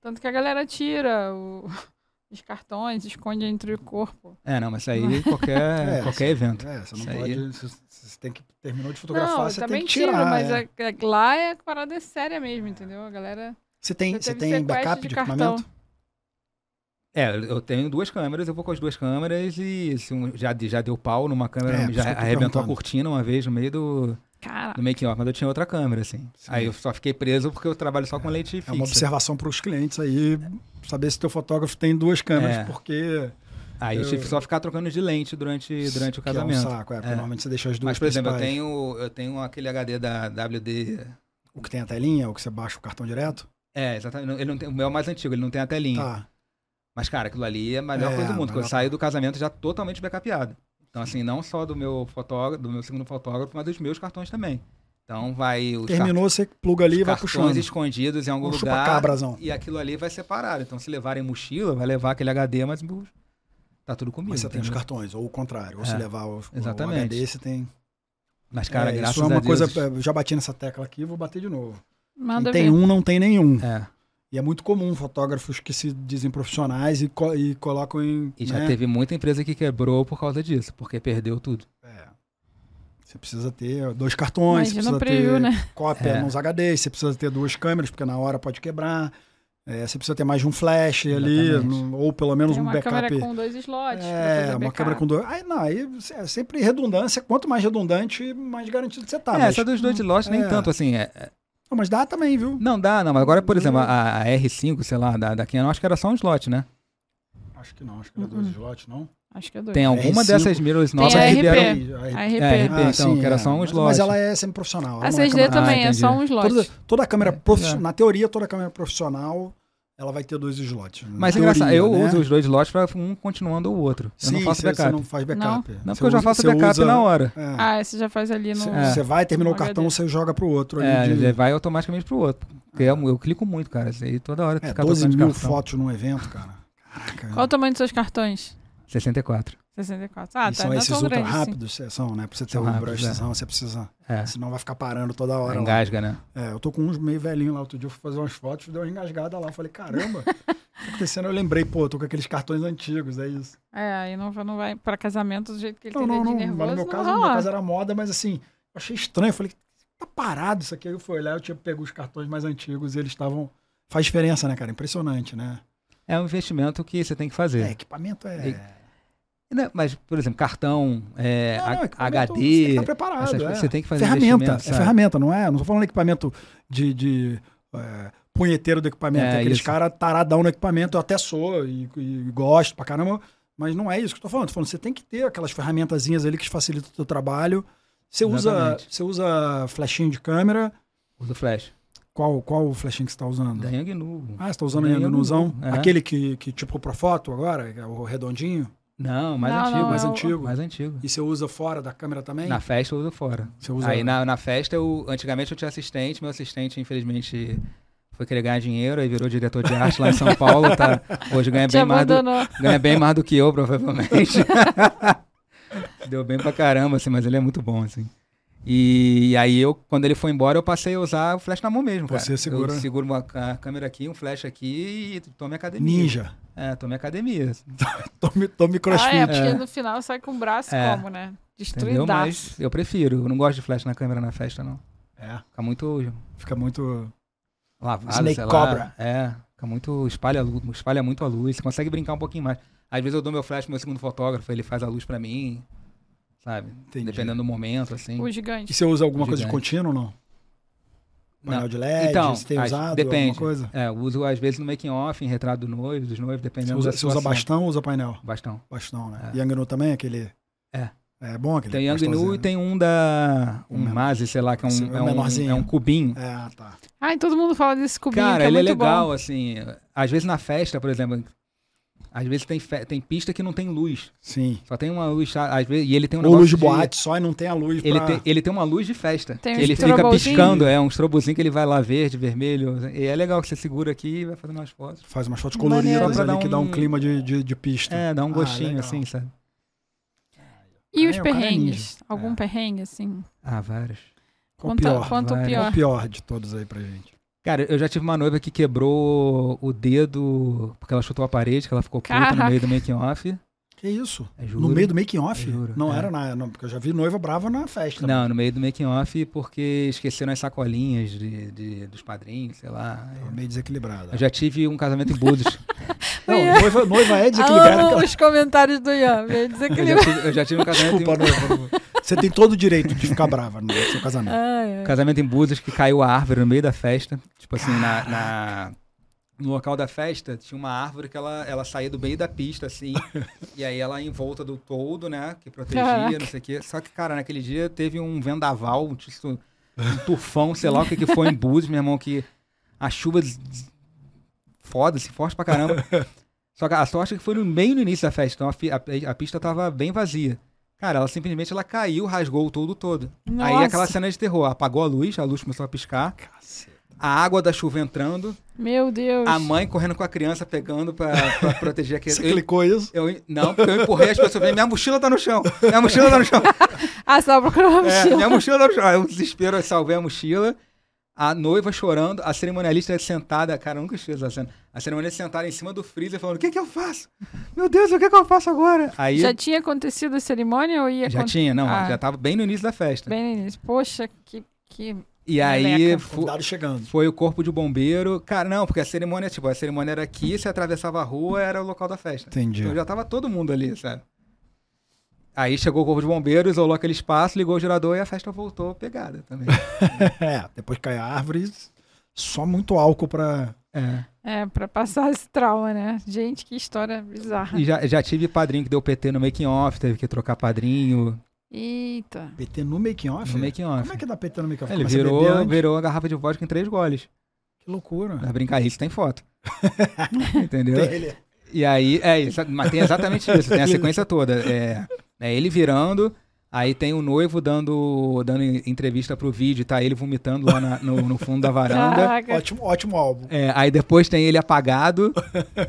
Tanto que a galera tira o- os cartões, esconde entre o corpo. É, não, mas isso aí qualquer, É, qualquer evento. É, você não Isso aí. pode. Você, você tem que. Terminou de fotografar, Não, eu você tem também que tiro, tirar. mas é. é- é- lá é a parada é séria mesmo, entendeu? A galera. Você tem, já você teve tem sequestro backup de, de cartão. equipamento? É, eu- eu tenho duas câmeras, eu vou com as duas câmeras e se um- já, de- já deu pau numa É, câmera, por isso que já eu tô arrebentou a perguntando. cortina uma vez no meio do, Cara, do making off, mas eu tinha outra câmera, assim. Sim. Aí eu só fiquei preso porque eu trabalho só com É leite uma fixo. observação para os clientes aí, saber se teu fotógrafo tem duas câmeras, É. porque. Aí eu tive que só ficar trocando de lente durante, durante o que é um casamento. saco, é, porque É. normalmente você deixa as duas mas, por exemplo, eu principais. tenho, eu tenho aquele HD da WD. O que tem a telinha, o que você baixa o cartão direto? É, exatamente. Ele não tem, o meu é o mais antigo, ele não tem a telinha. Tá. Mas, cara, aquilo ali é a melhor É, coisa do mundo, porque eu melhor saí do casamento já totalmente backupeado. Então, assim, não só do meu fotógrafo, do meu segundo fotógrafo, mas dos meus cartões também. Então vai os cartões. Terminou, você pluga ali e vai cartões puxando. escondidos em algum Um lugar. chupa-cabrazão. E aquilo ali vai separado. Então, se levarem mochila, vai levar aquele HD, mas bu- tá tudo comigo. Mas você tem os entendeu? cartões, ou o contrário. Ou se É, levar o, o exatamente. HD, você tem. Mas, cara, É, graças isso é uma a Deus. coisa. Eu já bati nessa tecla aqui, vou bater de novo. manda Quem tem ver. um, não tem nenhum. É. E é muito comum fotógrafos que se dizem profissionais e, co- e colocam em. E já né? teve muita empresa que quebrou por causa disso, porque perdeu tudo. É. Você precisa ter dois cartões, Imagina você o precisa preju, ter né? cópia É. nos HDs, você precisa ter duas câmeras, porque na hora pode quebrar. É, você precisa ter mais de um flash ali, Exatamente. no- ou pelo menos Tem um uma backup. câmera com dois slots. pra é, fazer uma backup. câmera com dois. Aí, não, aí é sempre redundância. Quanto mais redundante, mais garantido você tá. é, mas, essa dos dois de lote nem É. tanto, assim. é- é- Não, mas dá também, viu? não dá, não. Mas agora, por exemplo, a, a R5, sei lá, da, da Canon, acho que era só um slot, né? Acho que não, acho que ele é dois Uhum. slots, não. Acho que é dois. Tem alguma R5. dessas mirrors novas a que RP. vieram. Aí- A aí- RP. É, RP. Ah, então, sim, que era é. só um Mas- slot. Mas ela é semi-profissional. A ela não é 6D câmera- também, é entendi. só um slot. Toda, toda câmera profiss- é. na teoria, toda câmera profissional, ela vai ter dois slots. Na Mas é teoria, engraçado, eu né? uso os dois lotes pra um continuando o outro. Eu Sim, não faço você- backup. Você Não, não faz backup. porque Você eu já usa- faço você backup usa- na hora. É. Ah, você já faz ali no. Você, É. você vai, terminou o No cartão, HD. você joga pro outro ali. É, de, ele vai automaticamente pro outro. Porque eu, eu clico muito, cara. Isso aí toda hora é, fica 12 trocando de mil cartão. fotos num evento, cara. Caraca. Qual o tamanho dos seus cartões? 64. 64. Ah, e tá. são Não é esses tão ultra grande assim. rápidos, é, são, né? Pra você ter São o rápidos, brushzão, você precisa. É. Senão vai ficar parando toda hora. lá. Engasga, né? É, eu tô com uns meio velhinho lá. Outro dia eu fui fazer umas fotos, deu uma engasgada lá. eu Falei, caramba, acontecendo, eu lembrei, pô, tô com aqueles cartões antigos, é isso. É, aí não, vai- não vai pra casamento do jeito que ele Não, tem não, de não. nervoso. Mas no meu caso, vai no meu rolar. caso era moda, mas assim, eu achei estranho. Eu falei, tá parado isso aqui. Aí eu fui olhar, eu tinha pego os cartões mais antigos e eles estavam. Faz diferença, né, cara? Impressionante, né? É um investimento que você tem que É, fazer. equipamento é. E- Não, mas, por exemplo, cartão, é, Não, a- não, equipamento Você tem que HD. estar preparado. essas coisas é. você tem que fazer ferramenta, investimento, é sabe? ferramenta, não é? Não tô falando equipamento de, de é, punheteiro do equipamento. É, É, aqueles isso. caras taradão no equipamento, eu até sou e, e gosto pra caramba, mas não é isso que eu tô falando. Tô falando, você tem que ter aquelas ferramentazinhas ali que facilitam o teu trabalho. Você usa, Exatamente. você usa flechinho de câmera. Usa o flash. Qual, qual o flechinho que você tá usando? Da Yang Nu. Ah, você tá usando Ganhando ainda nuzão? novo, é. Aquele que, que tipo pro foto agora, que é o redondinho, Não, mais Não, antigo. não, mais é o- antigo. Mais antigo. E você usa fora da câmera também? Na festa eu uso fora. Você usa Aí na, na festa, eu, antigamente eu tinha assistente, meu assistente, infelizmente, foi querer ganhar dinheiro e virou diretor de arte lá em São Paulo. Tá? Hoje é ganha Te bem, mais do, abandonou. ganha bem mais do que eu, provavelmente. Deu bem pra caramba, assim, mas ele é muito bom, assim. E, aí eu, quando ele foi embora, eu passei a usar o flash na mão mesmo, cara. Você segura. Eu seguro uma ca- câmera aqui, um flash aqui e tô minha academia. Ninja. É, tô minha academia. Tome, tome Ah, crossfit. é, porque no final sai com o braço É. como, né? Entendeu? Destruidaço. Mas eu prefiro. Eu não gosto de flash na câmera na festa, não. é. Fica muito Fica muito. lavado, Snake sei lá. Cobra. É, fica muito, espalha, a lu- espalha muito a luz, você consegue brincar um pouquinho mais. Às vezes eu dou meu flash pro meu segundo fotógrafo, ele faz a luz pra mim, sabe? Entendi. Dependendo do momento, assim. O gigante. E você usa alguma coisa de Gigante. contínuo ou não? Não. Painel de LED? Então, você tem as- usado depende. alguma coisa? É, eu uso às vezes no making off, em retrato do noivo, dos noivos, Você dependendo usa, da você usa situação. bastão ou usa painel? Bastão. Bastão, né? É. Yang Nu também, aquele. É. É bom aquele. Tem Yang Nu bastãozinho, né? e tem um da... Um Menor. Maze, sei lá, que é Esse um, é o é um, menorzinho. é um cubinho. né? É, tá. Ai, todo mundo fala desse cubinho, Cara, que é ele é muito legal, bom. assim. Às vezes na festa, por exemplo, às vezes tem, fe- tem pista que não tem luz. Sim. Só tem uma luz, às vezes, e ele tem um Ou luz de negócio boate só e não tem a luz Ele, pra... tem, ele tem uma luz de festa. Tem que um ele fica estrobozinho. piscando, é um estrobozinho que ele vai lá verde, vermelho. E é legal que você segura aqui e vai fazendo umas fotos. Faz umas fotos Maneiro, coloridas pra ali dar que dá um um- clima de, de, de pista. É, dá um Ah, gostinho legal. assim, sabe? E os Ah, o cara é perrengues? Algum É. perrengue, assim? Ah, vários. Qual o Conta- pior? Quanto vai, né? Qual pior. o pior de todos aí pra gente? Cara, eu já tive uma noiva que quebrou o dedo porque ela chutou a parede, que ela ficou puta no Caraca. meio do making off. É, Que isso? Juro. No meio do making off? Eu juro, Não é. era na... Não, porque eu já vi noiva brava na festa. Não, no meio do making off porque esqueceram as sacolinhas de, de- dos padrinhos, sei lá. Tava Meio desequilibrada. Eu já tive um casamento em Búzios. Não, noiva, noiva é desequilibrada. Amo porque ela- os comentários do Ian. Meio Eu já desequilibrado. tive, eu já tive um casamento em Desculpa, noiva. Você tem todo o direito de ficar brava no seu é casamento. Ai, ai. Casamento em Búzios que caiu a árvore no meio da festa. Tipo assim, na, na- no local da festa tinha uma árvore que ela, ela saía do meio da pista, assim. e aí ela em volta do todo, né? Que protegia, Caraca. não sei o quê. Só que, cara, naquele dia teve um vendaval, um, tu- um tufão, sei lá o que, que foi em Búzios, meu irmão, que a chuva des- des- foda-se, forte pra caramba. Só que a sorte é que foi no meio no início da festa, então a, fi- a- a pista tava bem vazia. Cara, ela simplesmente ela caiu, rasgou o todo todo. Aí Nossa, aquela cena de terror, apagou a luz, a luz começou a piscar, Ah. Caceta. a água da chuva entrando, meu Deus. a mãe correndo com a criança pegando pra, pra proteger Você aquele. clicou isso? Eu, eu- não, porque eu empurrei as pessoas, minha mochila tá no chão, minha mochila tá no chão. Ah, só procurou uma É, mochila. minha mochila tá no chão. Aí eu desespero, eu salvei a mochila, a noiva chorando, a cerimonialista sentada, cara, eu nunca esqueço essa cena. A cerimonialista sentada em cima do freezer falando, o que que eu faço? Meu Deus, o que que eu faço agora? Aí, Já tinha acontecido a cerimônia ou ia já acontecer? tinha, não, Ah. já tava bem no início da festa. Bem no início. Poxa, que... que... e aí, Meleca. fu- Convidado chegando. Foi o corpo de bombeiro. Cara, não, porque a cerimônia, tipo, a cerimônia era aqui, se atravessava a rua, era o local da festa. Entendi. Então já tava todo mundo ali, sabe? Aí chegou o corpo de bombeiro, isolou aquele espaço, ligou o gerador e a festa voltou pegada também. É, depois cai a árvore, só muito álcool pra... É. É, pra passar esse trauma, né? Gente, que história bizarra. E já, já tive padrinho que deu PT no making off, teve que trocar padrinho Eita. PT no making off? no making off. Como é que dá PT no making off? Ele Começa a beber virou, antes? virou a garrafa de vodka em três goles. Que loucura. Pra brincar isso, tem foto. Entendeu? Tem ele- E aí, é, exa- mas tem exatamente isso, tem a sequência toda. É, é ele virando, aí tem o noivo dando, dando en- entrevista pro vídeo, tá ele vomitando lá na- no, no fundo da varanda. Caraca. Ótimo, ótimo álbum. É, aí depois tem ele apagado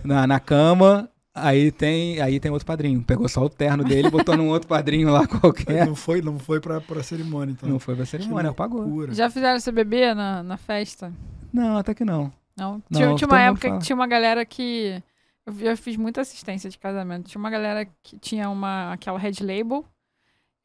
na, na cama. Aí tem, aí tem outro padrinho. Pegou só o terno dele, botou num outro padrinho lá qualquer. Não foi, não foi pra, pra cerimônia, então. Não foi pra Que cerimônia, apagou. loucura. Já fizeram esse bebê na, na festa? Não, até que não. Não. Não, tinha, tinha todo uma mundo época fala. que tinha uma galera que. Eu já fiz muita assistência de casamento. Tinha uma galera que tinha uma, aquela red label.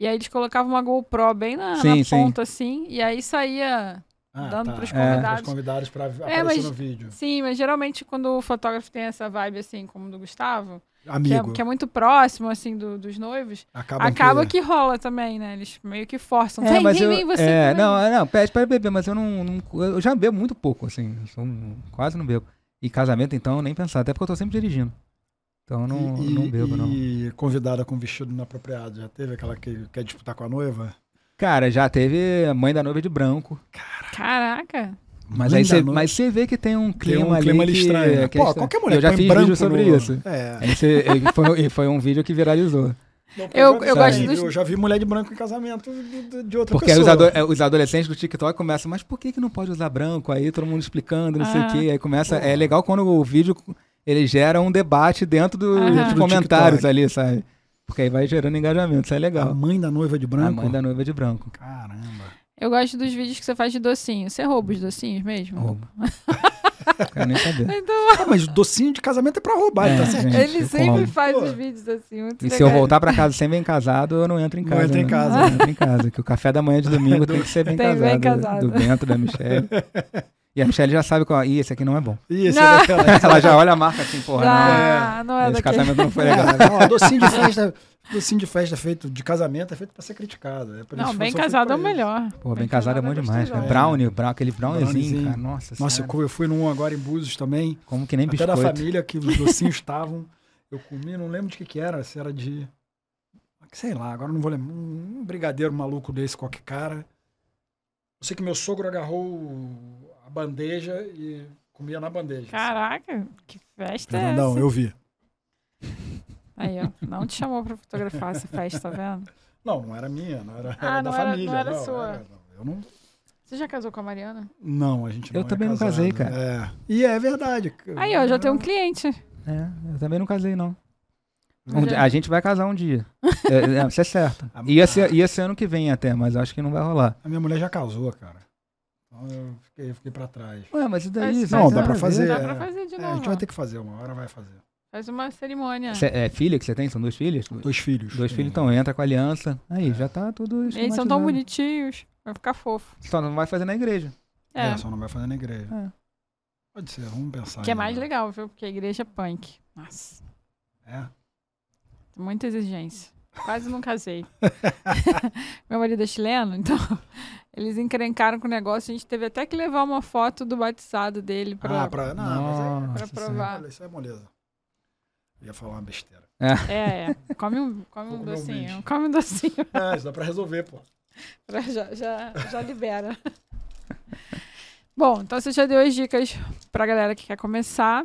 E aí eles colocavam uma GoPro bem na, na Sim, sim. ponta, assim. E aí saía. Dando pros É. convidados. Para os Ah, tá. convidados para aparecer É, mas- no vídeo. Sim, mas geralmente quando o fotógrafo tem essa vibe, assim, como do Gustavo, que é, Amigo, que é muito próximo, assim, do- dos noivos, acaba, acaba que que... rola também, né? Eles meio que forçam. É, vem, mas vem, eu, vem, você. é, também. não, não, pede para beber, mas eu não, não- eu já bebo muito pouco, assim, eu sou um- quase não bebo. E casamento então nem pensar, até porque eu tô sempre dirigindo. Então eu não, e, não bebo não. E convidada com vestido inapropriado. Já teve aquela que quer disputar com a noiva? Cara, já teve a mãe da noiva de branco, Caraca. mas Mãe aí da você, noiva. mas você vê que tem um Tem clima, um clima ali que- estranho. né? que é Pô, estranho. qualquer mulher Eu já põe fiz branco vídeo sobre no- isso. É. Aí você- e foi, e foi um vídeo que viralizou. Eu- eu gosto vi, dos- Eu já vi mulher de branco em casamento de, de- de outra Porque aí pessoa. os, ado- é, os adolescentes do TikTok começam, mas por que, que não pode usar branco? Aí todo mundo explicando, não sei o Ah. quê. Aí começa. É legal quando o vídeo ele gera um debate dentro do, Aham. dos Do comentários TikTok. ali, sabe? Porque aí vai gerando engajamento, isso é A legal. mãe da noiva de Ah, A branco? mãe da noiva é de branco. Caramba. Eu gosto dos vídeos que você faz de docinho. Você rouba os docinhos mesmo? Rouba. Quero nem saber. Então, Ah, mas docinho de casamento é pra roubar, ele tá É, certo. gente, ele eu sempre como. faz Pô. os vídeos assim, muito E se eu legal. voltar pra casa sem bem casado, eu não entro em Não casa. entra em né? casa, Não entro em casa. Que o café da manhã de domingo tem que ser bem Tem casado. né? bem casado. Do Bento, da Michelle. E a Michelle já sabe qual. Ih, esse aqui não é bom. Ih, esse Não. é daquela. Ela já olha a marca assim, porra. não, Ah, não é Esse daquele. casamento não foi legal. É, ó, docinho de festa, docinho de festa feito de casamento é feito pra ser criticado. é pra Não, isso, bem só foi casado pra é o isso. melhor. Pô, bem casado é bom demais, cara. gostoso. Brownie, brownie, aquele brownzinho, Browniezinho. cara. Nossa, Nossa, eu senhora. co- eu fui num agora em Búzios também, como que nem até biscoito. da família, que os docinhos estavam. Eu comi, não lembro de que que era, se era de... Sei lá, agora não vou lembrar. Um um brigadeiro maluco desse, qualquer cara. Eu sei que meu sogro agarrou o- a bandeja e comia na bandeja. Caraca, que Tá festa é Fernandão, essa? eu vi. Aí, ó, não te chamou pra fotografar essa festa, tá vendo? Não, não era minha, não era, Ah, era não da era- família. não era sua. não, eu não, Você já casou com a Mariana? não, a gente não Eu é também não casado. casei, cara. É. E é verdade. Aí, ó, já tem um cliente. É, eu também não casei, não. Um Já. dia- a gente vai casar um dia. É, é, isso é certo. Ia ser, ia ser ano que vem até, mas eu acho que não vai rolar. A minha mulher já casou, cara. Então eu fiquei, fiquei pra trás. Ué, mas e Mas daí? faz Não, Não, uma- dá pra ver. fazer. Dá é. pra fazer de É, novo. a gente ó. vai ter que fazer, uma hora vai fazer. Faz uma cerimônia. Cê- é filha que você tem? São duas filhas? Dois filhos. Um É. Dois filhos, então entra com a aliança. Aí, já tá tudo Eles são tão esquematizado. bonitinhos. Vai ficar fofo. Só não vai fazer na igreja. É. É, só não vai fazer na igreja. É. Pode ser, vamos pensar. que é ainda. mais legal, viu? Porque a igreja é punk. Nossa, É. muita exigência. Quase não casei. Meu marido é chileno, então eles encrencaram com o negócio. A gente teve até que levar uma foto do batizado dele pra. Ah, pra. Não, mas Nossa pra provar. aí, olha, isso é moleza. Eu ia falar uma besteira. É, é. Come um, come um Vou comer um docinho. mês. come um docinho. Ah, isso dá pra resolver, pô. pra- já, já, já libera. Bom, então você já deu as dicas pra galera que quer começar.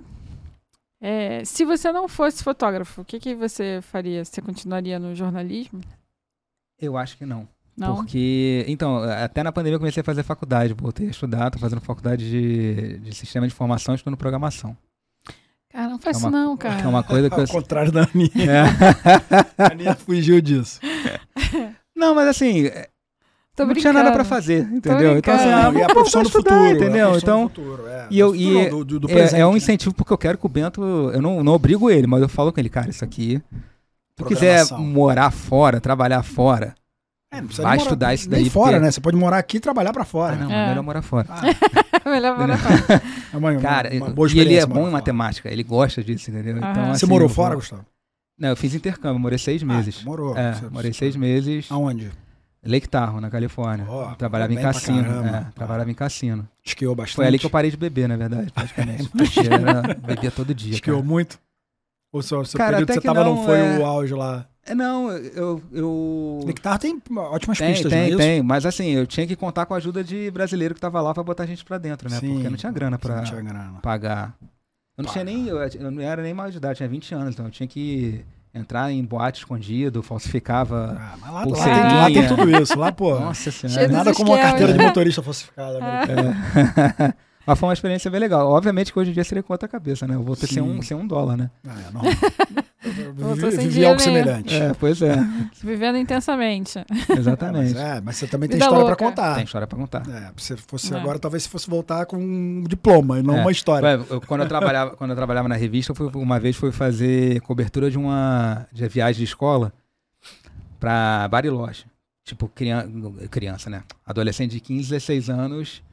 É, se você não fosse fotógrafo, o que, que você faria? Você continuaria no jornalismo? Eu acho que não. Não? Porque, então, até na pandemia eu comecei a fazer faculdade, voltei a estudar, tô fazendo faculdade de, de sistema de informação, estudando programação. Cara, Ah, não faz É isso uma- não, Que cara. é uma coisa que eu. Ao contrário da minha. É. A minha fugiu disso. Não, mas assim, é, Tô não brincando. tinha nada pra fazer, entendeu? Então, assim, brincando. ah, Não, e é a profissão do vou estudar, futuro. é a entendeu? profissão do Então, futuro, é. e eu- Do e- futuro não, do- do é, é um presente, né? incentivo porque eu quero que o Bento. Eu não, não obrigo ele, mas eu falo com ele, cara, isso aqui. Se tu quiser Programação. morar fora, trabalhar fora. É, não precisa vai nem morar- estudar isso nem daí, fora, porque- né? Você pode morar aqui e trabalhar pra fora. Ah, não, É. é. melhor morar fora. Ah, Melhor pra é uma, uma- Cara, uma boa e ele é experiência morar bom em fora. matemática, ele gosta disso, entendeu? Aham. Então, Você Você assim, morou eu vou- fora, Gustavo? Não, eu fiz intercâmbio, morei seis meses. Ah, morou. É, Você- morei seis meses. Aonde? Lake Tahoe, na Califórnia. Ó, tá trabalhava em bem pra cassino. caramba. é, trabalhava em cassino. Esquiou bastante. Foi ali que eu parei de beber, na verdade, Ah, é praticamente. Porque era- bebia todo dia. Esquiou cara. muito? Ou só o seu Cara, período até que você que tava não, não, foi é- o auge lá? É, Não, eu. eu... Nectar tem ótimas Tem, pistas, tem, não é isso? tem. Mas assim, eu tinha que contar com a ajuda de brasileiro que tava lá pra botar a gente pra dentro, né? Sim, Porque não tinha grana pra Não tinha grana. pagar. Eu não tinha Paga. nem. Eu, eu não era nem maior de idade, eu tinha 20 anos, então eu tinha que entrar em boate escondido, falsificava. Ah, mas lá, lá, Pulseirinha. tem, lá tem tudo isso. Lá, pô, é Nossa Cheio senhora. dos nada como uma esquemas, carteira de né? motorista falsificada. americana. É. Mas foi uma experiência bem legal. Obviamente que hoje em dia seria com outra cabeça, né? Eu vou ter Sim. ser um, ser um dólar, né? Ah, é normal. Eu tô vi- sem vivi dinheiro nenhum. algo semelhante. É, pois é. Vivendo intensamente. Exatamente. Mas, é, mas você também tem Vida história louca. pra contar. Tem história pra contar. É, se fosse É. agora, talvez se fosse voltar com um diploma e não É. uma história. Ué, eu- quando, eu trabalhava, quando eu trabalhava na revista, eu fui- uma vez fui fazer cobertura de uma de viagem de escola pra Bariloche. Tipo, criança, criança, né? Adolescente de 15, 16 anos,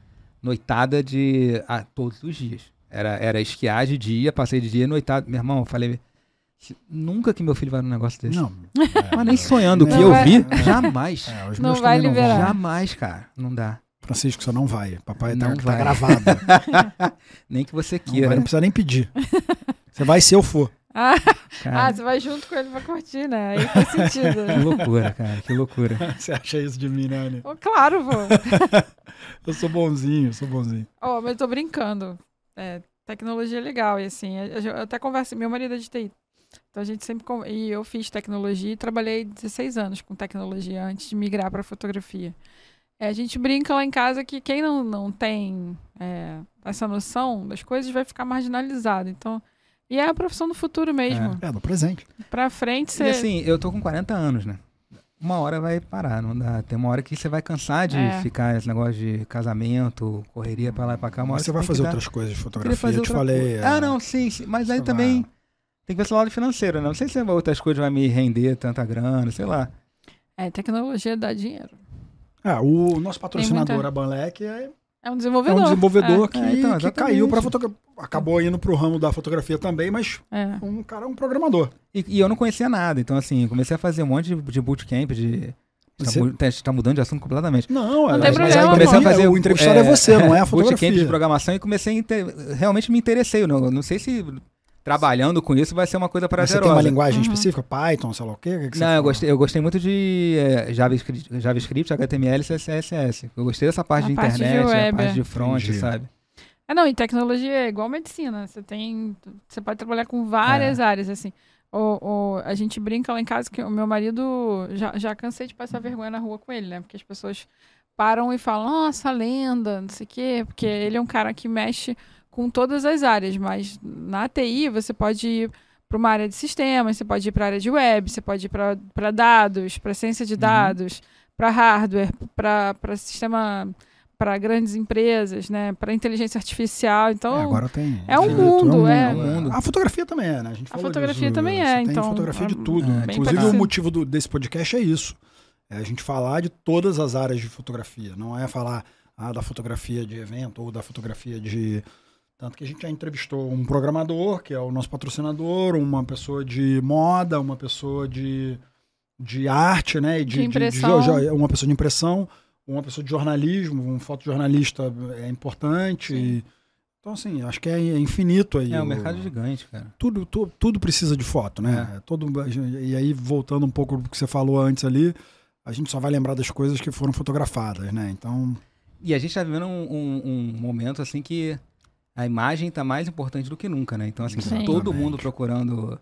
noitada de. ah, todos os dias. Era, era esquiar de dia, passei de dia, noitada. Meu irmão, eu falei. "Se- Nunca que meu filho vai num negócio desse. Não. é, Mas nem sonhando o Não que eu vai- vi, jamais. é, os Não meus vai também vão. liberar. Jamais, cara. Não dá. Francisco, você não vai. Papai tá, Não tá vai. gravado. Não, Nem que né? você vai, queira. não precisa nem pedir. Você vai se eu for. Ah, Cara, ah, você vai junto com ele pra curtir, né? Aí faz sentido. que loucura, cara. Que loucura. Você acha isso de mim, né, Anny? Ô, claro, vou. Eu sou bonzinho, eu sou bonzinho. Ó, mas eu tô brincando. É, tecnologia é legal, e assim, eu, eu até converso, meu marido é de TI. Então a gente sempre. con- E eu fiz tecnologia e trabalhei 16 anos com tecnologia antes de migrar pra fotografia. É, a gente brinca lá em casa que quem não, não tem é, essa noção das coisas vai ficar marginalizado. Então. E é a profissão do futuro mesmo. É, no presente. Pra frente, E você. assim, eu tô com 40 anos, né? Uma hora vai parar, não dá. Tem uma hora que você vai cansar de É. ficar esse negócio de casamento, correria pra lá e pra cá. Uma hora Mas você vai tem que fazer dar- outras coisas de querer fotografia. fazer eu te outra falei. coisa. é, Ah, não, sim, sim. Mas aí você também vai- tem que ver se o lado financeiro, né? Não sei se outras coisas vai me render tanta grana, sei lá. É, tecnologia dá dinheiro. Ah, o nosso patrocinador, muita- a Banlec, é, É um é desenvolvedor. um desenvolvedor que, É, então, que exatamente. caiu para fotografia. Acabou indo para o ramo da fotografia também, mas É, é. um cara é um programador. E, e eu não conhecia nada, então assim, eu comecei a fazer um monte de, de bootcamp, de. Tá, Você- mu- tá- tá mudando de assunto completamente. Não, é, tem mas problema, aí Comecei a também, fazer, o entrevistado é, você, não é a fotografia. bootcamp de programação e comecei a inte- realmente me interessei. Eu Não, não sei se trabalhando com isso vai ser uma coisa Mas prazerosa. você tem uma linguagem Uhum. específica, Python, sei lá o quê? O que que você Não, eu fala? gostei, eu gostei muito de eh, JavaScript, JavaScript, HTML e CSS. Eu gostei dessa parte A de parte de internet, web, a parte é. de front, Entendi. sabe? Ah, não, e tecnologia é igual medicina. Você tem. Você pode trabalhar com várias áreas, assim. O, o- a gente brinca lá em casa que o meu marido já, já cansei de passar vergonha na rua com ele, né? Porque as pessoas param e falam, nossa, lenda, não sei o quê, porque ele é um cara que mexe com todas as áreas, mas na TI você pode ir para uma área de sistemas, você pode ir para a área de web, você pode ir para dados, para ciência de dados, para hardware, para sistema, para grandes empresas, né? Para inteligência artificial. Então, É, agora tem. é um Direito, mundo, é. É um mundo. A fotografia também é, né? A, gente A falou fotografia disso. também Você é, tem então, fotografia de é tudo. bem Inclusive, o parecido. motivo do- desse podcast é isso. É a gente falar de todas as áreas de fotografia. Não é falar ah, da fotografia de evento ou da fotografia de. Tanto que a gente já entrevistou um programador, que é o nosso patrocinador, uma pessoa de moda, uma pessoa de, de arte, né? De E de, de- de impressão. jo- jo- uma pessoa de impressão, uma pessoa de jornalismo, um fotojornalista é importante. Sim. então, assim, acho que é, é infinito aí. É um o- mercado gigante, cara. tudo, tu- tudo precisa de foto, né? Todo, e aí, voltando um pouco do que você falou antes ali, a gente só vai lembrar das coisas que foram fotografadas, né? Então, E a gente tá vivendo um, um- um momento assim que a imagem tá mais importante do que nunca, né? Então, assim, Sim. todo Exatamente. mundo procurando,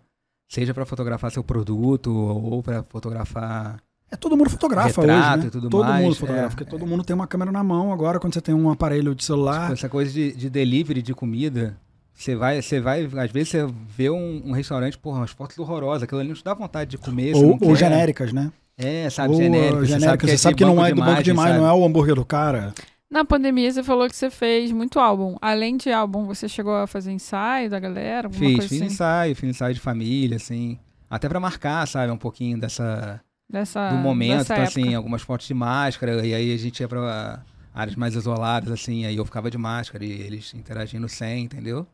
seja pra fotografar seu produto ou pra fotografar. tipo, é todo mundo fotografa Retrato hoje, né? e tudo todo mais, mundo fotografa, é, porque todo mundo tem uma câmera na mão agora quando você tem um aparelho de celular. Essa coisa de, de delivery de comida. Você vai, você vai, às vezes você vê um, um restaurante, porra, umas fotos horrorosas, aquilo ali não te dá vontade de comer. você ou não ou quer. genéricas, né? É, sabe, ou genérico. genéricas, você sabe de que não banco é do banco de imagem, sabe? não é o hambúrguer do cara. Na pandemia, você falou que você fez muito álbum. Além de álbum, você chegou a fazer ensaio da galera? Alguma Fiz, coisa fiz assim? ensaio, fiz ensaio de família, assim. Até pra marcar, sabe, um pouquinho dessa, Dessa, do momento. dessa Então, assim, época. algumas fotos de máscara, e aí a gente ia pra áreas mais isoladas, assim, aí eu ficava de máscara e eles interagindo sem, entendeu?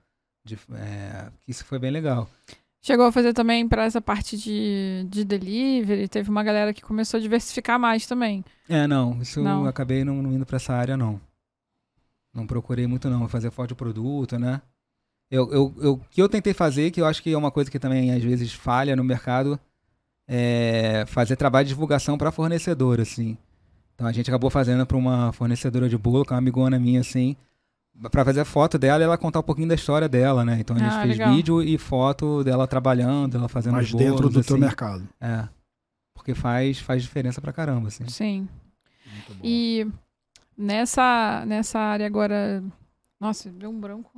De- é, isso foi bem legal. Chegou a fazer também para essa parte de, de delivery. Teve uma galera que começou a diversificar mais também. É, não, isso Não. eu acabei não, não indo pra essa área, não. Não procurei muito, não, fazer foto de produto, né? Eu, eu, eu, o que eu tentei fazer, que eu acho que é uma coisa que também às vezes falha no mercado, é fazer trabalho de divulgação pra fornecedor, assim. Então a gente acabou fazendo pra uma fornecedora de bolo, que é uma amigona minha, assim, pra fazer foto dela e ela contar um pouquinho da história dela, né? Então a gente Ah, fez legal. vídeo e foto dela trabalhando, ela fazendo Mas os bolos, dentro do teu assim. mercado. É. Porque faz, faz diferença pra caramba, assim. Sim. E nessa, nessa área agora. Nossa, deu um branco.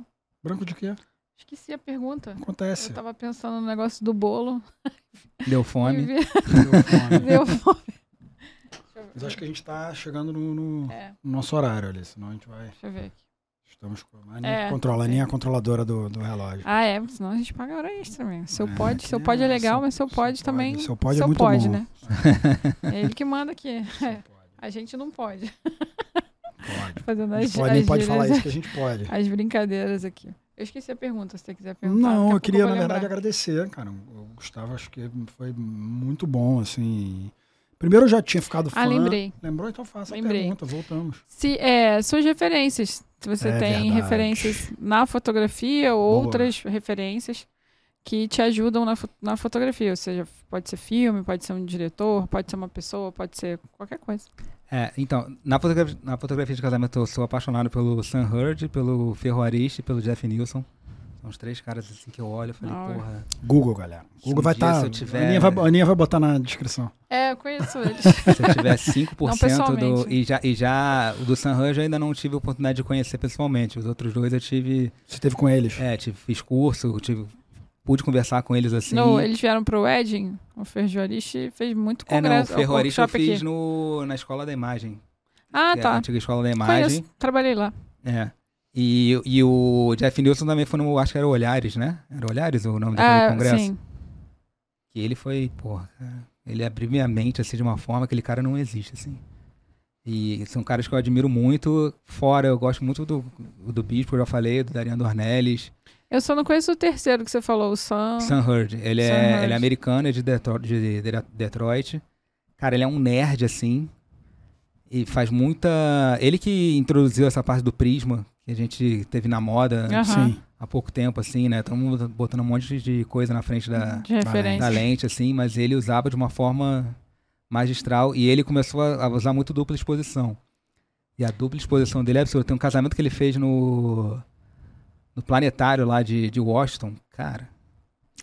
Branco de quê? Esqueci a pergunta. Acontece. Eu tava pensando no negócio do bolo. Deu e fome. vi- Deu fome. Deu fome. Mas acho que a gente tá chegando no, no- É. no nosso horário ali, senão a gente vai. Deixa eu ver aqui. Estamos com a Aninha É, controla, a sim. Aninha é a controladora do, do relógio. Ah, é, senão a gente paga hora extra mesmo. Seu É, pode, seu é, pode é legal, seu- mas seu seu pode pode. também. Seu pode é muito pode, bom. né? É ele que manda aqui. A gente não pode. Pode. Fazendo A as, gente pode, nem as pode gírias, falar isso que a gente pode. as brincadeiras aqui. Eu esqueci a pergunta, se você quiser perguntar. Não, daqui a eu pouco queria, vou na verdade, lembrar. agradecer, cara. O Gustavo, acho que foi muito bom, assim. Primeiro eu já tinha ficado fã. Ah, lembrei. Lembrou? Então faça Lembrei. a pergunta, voltamos. Se, é, suas referências. Se você É tem verdade. referências na fotografia ou Boa. outras referências que te ajudam na, fo- na fotografia. Ou seja, pode ser filme, pode ser um diretor, pode ser uma pessoa, pode ser qualquer coisa. É, então, na fotografia, na fotografia de casamento eu sou apaixonado pelo Sam Hurd, pelo Ferroariste e pelo Jeff Nilson. São os três caras assim que eu olho e falei, Ah, porra. Google, galera. Se Google um vai dia, estar. se eu tiver- A, Aninha vai, a Aninha vai botar na descrição. É, eu conheço eles. Se eu tiver 5% do. pessoalmente. E já, e já o do Sam Hurd eu ainda não tive a oportunidade de conhecer pessoalmente. Os outros dois eu tive. Você teve com eles. É, tive, fiz curso, eu tive, pude conversar com eles assim. No, eles vieram pro Wedding, o Ferjoariste fez muito É, não, o congresso, ó, Ferroarista eu workshop fiz aqui. no, na Escola da Imagem. Ah, que é a tá. antiga Escola da Imagem. Conheço, trabalhei lá. É. E, e o Jeff Nilson também foi no, acho que era Olhares, né? Era Olhares é o nome daquele Ah, congresso? sim. Que ele foi, porra, cara, ele abriu minha mente assim de uma forma que aquele cara não existe, assim. E são caras que eu admiro muito. Fora, eu gosto muito do, do Bispo, eu já falei, do Dariano Dornelles. Eu só não conheço o terceiro que você falou, o Sam. Sam Hurd. Ele, Sam é, Hurd. ele é americano, é de, Detro- de de- Detroit. Cara, ele é um nerd, assim. E faz muita. Ele que introduziu essa parte do Prisma, que a gente teve na moda Aham. Sim. há pouco tempo, assim, né? Todo mundo botando um monte de coisa na frente da, de referência. da lente, assim, mas ele usava de uma forma magistral e ele começou a, a usar muito dupla exposição. E a dupla exposição dele é absurda. Tem um casamento que ele fez no, no planetário lá de, de Washington. Cara,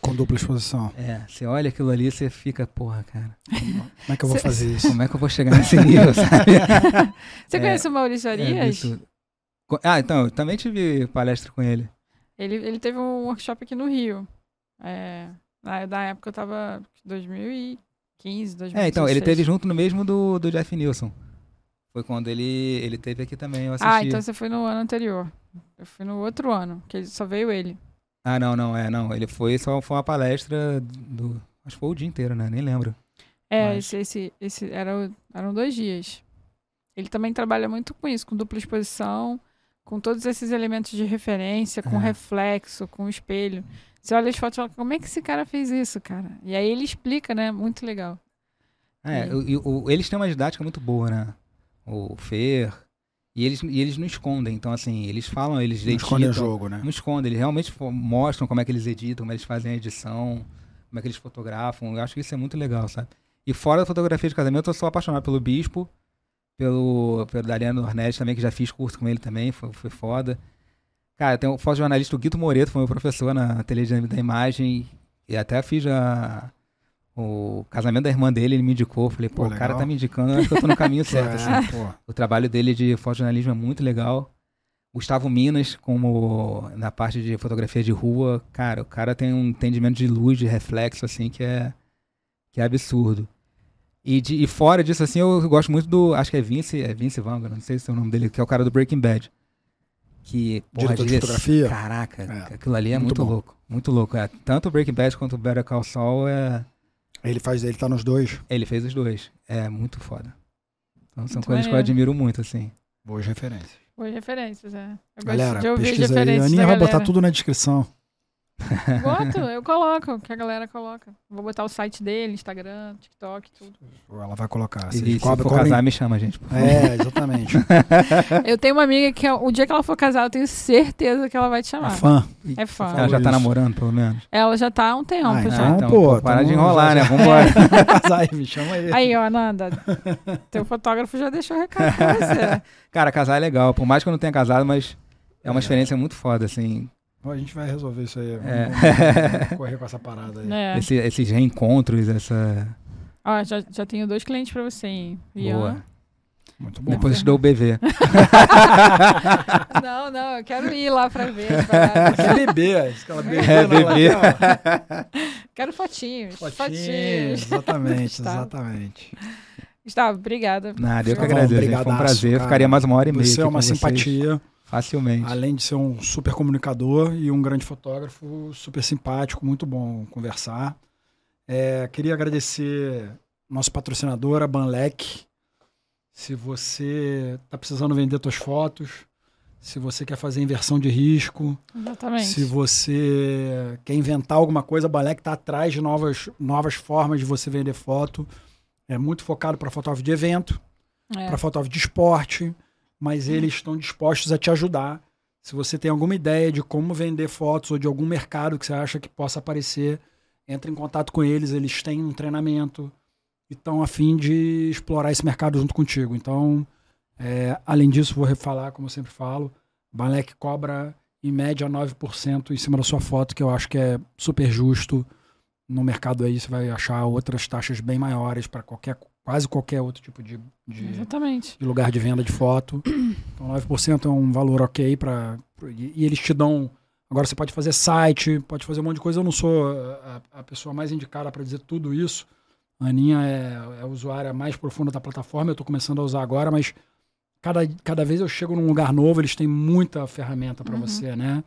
Com dupla exposição. é, você olha aquilo ali e você fica, porra, cara, Como é que eu vou Cê- fazer isso? como é que eu vou chegar nesse nível, sabe? Você É, conhece o Maurício É Arias? absurdo. Co- ah, então, eu também tive palestra com ele. ele, ele teve um workshop aqui no Rio. É, na, na época eu tava 2015, 2016. É, então, ele teve junto no mesmo do, do Jeff Nilson. Foi quando ele, ele teve aqui também, eu assisti. Ah, então você foi no ano anterior. Eu fui no outro ano, que ele, só veio ele. Ah, não, não, é, não. Ele foi só foi uma palestra do. Acho que foi o dia inteiro, né? Nem lembro. É, Mas- esse, esse, esse era, o- eram dois dias. Ele também trabalha muito com isso, com dupla exposição, com todos esses elementos de referência, com É. reflexo, com espelho. Você olha as fotos e fala, como é que esse cara fez isso, cara? E aí ele explica, né? Muito legal. É, Sim. o- e o- eles têm uma didática muito boa, né? O Fer. E eles, e eles não escondem. Então, assim, eles falam, eles Não editam. esconder o jogo, né? Não escondem, eles realmente fo- mostram como é que eles editam, como eles fazem a edição, como é que eles fotografam. Eu acho que isso é muito legal, sabe? E fora da fotografia de casamento, eu sou apaixonado pelo Bispo, pelo, pelo Dariano Ornetti também, que já fiz curso com ele também, foi, foi foda. Cara, tem um fotojornalista, o Guito Moreto, foi meu professor na televisão da imagem, e até fiz a, o casamento da irmã dele, ele me indicou. eu Falei, pô, Pô, o cara legal. tá me indicando, eu acho que eu tô no caminho certo. assim. É, pô. O trabalho dele de fotojornalismo é muito legal. Gustavo Minas, como na parte de fotografia de rua, cara, o cara tem um entendimento de luz, de reflexo, assim, que é, que é absurdo. E, de- e fora disso, assim, eu gosto muito do. Acho que é Vince, é Vince Vanga, não sei se é o nome dele, que é o cara do Breaking Bad. Que, porra, Diretor de direção- fotografia. Caraca, É, aquilo ali é muito muito, bom. louco. Muito louco. É, tanto o Breaking Bad quanto o Better Call Saul, é, Ele faz, ele tá nos dois. ele fez os dois. É muito foda. Então são Muito coisas que eu maneiro. admiro muito, assim. Boas referências. Boas referências, é. Eu Galera, gosto de ouvir as pesquisa aí. A referências. Aninha da vai botar galera. tudo na descrição. Boto, eu coloco, que a galera coloca. Vou botar o site dele, Instagram, TikTok, tudo. Ela vai colocar. E Vocês se cobrem- for cobrem- casar, né? me chama, gente. por favor. É, exatamente. Eu tenho uma amiga que o dia que ela for casar, eu tenho certeza que ela vai te A chamar. fã. É fã. Ela já Isso. tá namorando, pelo menos. Ela já tá há um tempo Ah, já. É. então, pô, para então de enrolar, já- né? Vambora. Casar aí, me chama aí. Aí, ó, Nanda, teu fotógrafo já deixou recado pra você. Cara, casar é legal. Por mais que eu não tenha casado, mas é uma experiência muito foda, assim. Bom, A gente vai resolver isso aí. Vamos, É. vamos correr com essa parada aí. É. Esse- esses reencontros, essa. Ó, já, já tenho dois clientes pra você, hein? Ian Boa. Muito bom. Depois estudou o BV. Não, não, eu quero ir lá pra ver. as paradas. É bebê, aquela bebê. É, na bebê. lateral. Quero fotinhos. Fotinhos. Tá. Fotinho, Exatamente, Gustavo. exatamente. Gustavo, obrigada. Nada, eu que Tá bom, agradeço. gente. Foi um brigadaço, prazer. cara. Ficaria mais uma hora e meia. Você é aqui uma com vocês, simpatia, Facilmente. além de ser um super comunicador e um grande fotógrafo, super simpático, muito bom conversar. É, queria agradecer nosso patrocinador, a Banlec. Se você está precisando vender suas fotos, se você quer fazer inversão de risco, Exatamente. Se você quer inventar alguma coisa, a Balec está atrás de novas, novas formas de você vender foto. É muito focado para fotógrafo de evento, É. Uhum. para fotógrafo de esporte, mas eles estão dispostos a te ajudar. Se você tem alguma ideia de como vender fotos ou de algum mercado que você acha que possa aparecer, entre em contato com eles. Eles têm um treinamento e estão a fim de explorar esse mercado junto contigo. Então, é, além disso, vou refalar, como eu sempre falo, Balec cobra em média 9% em cima da sua foto, que eu acho que é super justo. No mercado aí você vai achar outras taxas bem maiores para qualquer, quase qualquer outro tipo de, Uhum. de, Exatamente. de lugar de venda de foto. Então 9% é um valor ok para e, e eles te dão agora você pode fazer site, pode fazer um monte de coisa. Eu não sou a, a pessoa mais indicada para dizer tudo isso. A Aninha é, é a usuária mais profunda da plataforma, eu estou começando a usar agora, mas cada, cada vez eu chego num lugar novo, eles têm muita ferramenta para Uhum. você, né?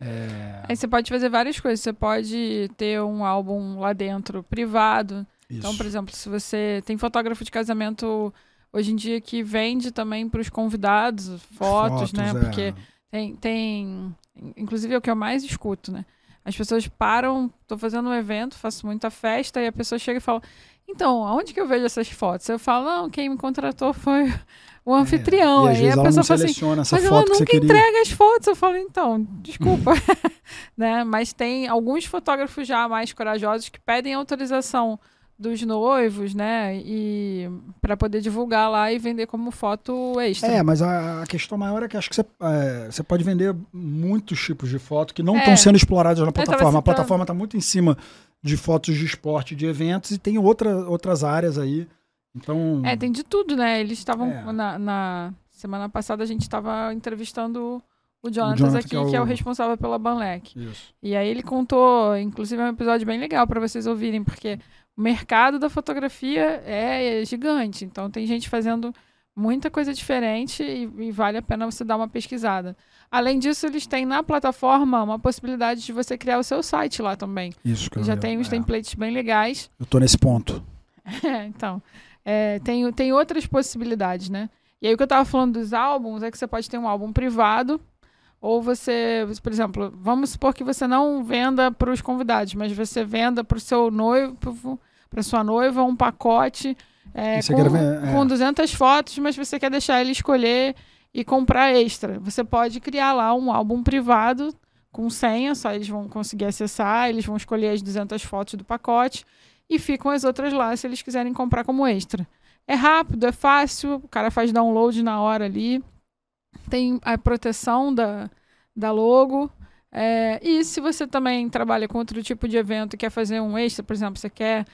É, Aí você pode fazer várias coisas. Você pode ter um álbum lá dentro privado. Então, isso. por exemplo, se você tem fotógrafo de casamento hoje em dia que vende também para os convidados fotos, né? é. Porque tem, tem. Inclusive é o que eu mais escuto, né? As pessoas param, tô fazendo um evento, faço muita festa, e a pessoa chega e fala: Então, aonde que eu vejo essas fotos? Eu falo, não, quem me contratou foi o anfitrião. É, e às Aí vezes a ela pessoa não fala assim, seleciona essa mas ela foto que você nunca queria. entrega as fotos. Eu falo, então, desculpa. né? Mas tem alguns fotógrafos já mais corajosos que pedem autorização dos noivos, né? E para poder divulgar lá e vender como foto extra. É, mas a, a questão maior é que acho que você, é, você pode vender muitos tipos de foto que não É. estão sendo explorados na plataforma. A citando. plataforma está muito em cima de fotos de esporte, de eventos e tem outra, outras áreas aí. Então, É, tem de tudo, né? Eles estavam É. na, na semana passada a gente estava entrevistando o Jonatas Jonathan, aqui, que é o- que é o responsável pela Banlec. isso. E aí ele contou, inclusive é um episódio bem legal para vocês ouvirem, porque o mercado da fotografia é gigante, então tem gente fazendo muita coisa diferente e, e vale a pena você dar uma pesquisada. Além disso, eles têm na plataforma uma possibilidade de você criar o seu site lá também. Isso que eu Já ia- tem uns é. templates bem legais. Eu tô nesse ponto. É, então, é, tem, tem outras possibilidades, né? E aí o que eu tava falando dos álbuns é que você pode ter um álbum privado, ou você, por exemplo, vamos supor que você não venda para os convidados, mas você venda para o seu noivo, para sua noiva, um pacote é, E você com, quer ver- é. com 200 fotos, mas você quer deixar ele escolher e comprar extra. Você pode criar lá um álbum privado com senha, só eles vão conseguir acessar, eles vão escolher as 200 fotos do pacote e ficam as outras lá se eles quiserem comprar como extra. É rápido, é fácil, o cara faz download na hora ali, tem a proteção da, da logo. é, e se você também trabalha com outro tipo de evento e quer fazer um extra, por exemplo, você quer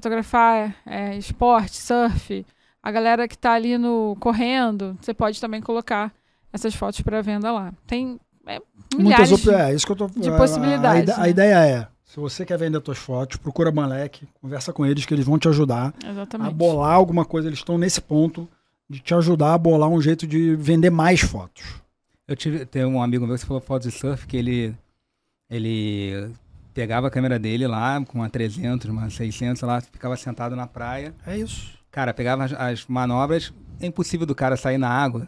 fotografar é, esporte, surf, a galera que está ali no correndo, você pode também colocar essas fotos para venda lá. Tem é, milhares Muitas op... É, isso que eu tô de a- a- possibilidades, A, ide- a né? ideia é: se você quer vender suas fotos, procura Banlec, conversa com eles que eles vão te ajudar é, a Exatamente. bolar alguma coisa. Eles estão nesse ponto de te ajudar a bolar um jeito de vender mais fotos. Eu tive, tem um amigo meu que falou foto de surf, que ele, ele pegava a câmera dele lá, com uma 300, uma 600, lá, ficava sentado na praia. É isso. Cara, pegava as, as manobras, é impossível do cara sair na água.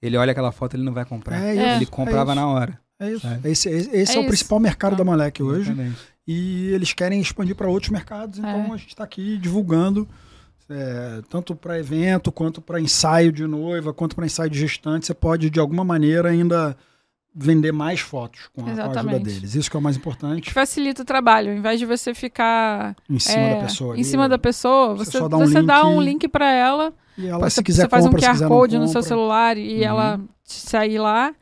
Ele olha aquela foto, ele não vai comprar. É É. isso. Ele comprava é isso. na hora. É isso. Sabe? Esse, esse- esse É é, o isso. principal mercado Ah. da Malek hoje. Exatamente. E eles querem expandir para outros mercados. Então É. a gente está aqui divulgando, é, tanto para evento, quanto para ensaio de noiva, quanto para ensaio de gestante. Você pode, de alguma maneira, ainda vender mais fotos com a, com a ajuda Exatamente. deles. Isso que é o mais importante. Facilita o trabalho, ao invés de você ficar Em cima é, da pessoa. Em ali. né? cima da pessoa, Você você, só você dá um link dá um e- link para ela, E ela, você, se quiser, você faz um compra, se QR quiser, não Code no seu compra. celular e Uhum. ela te sair lá.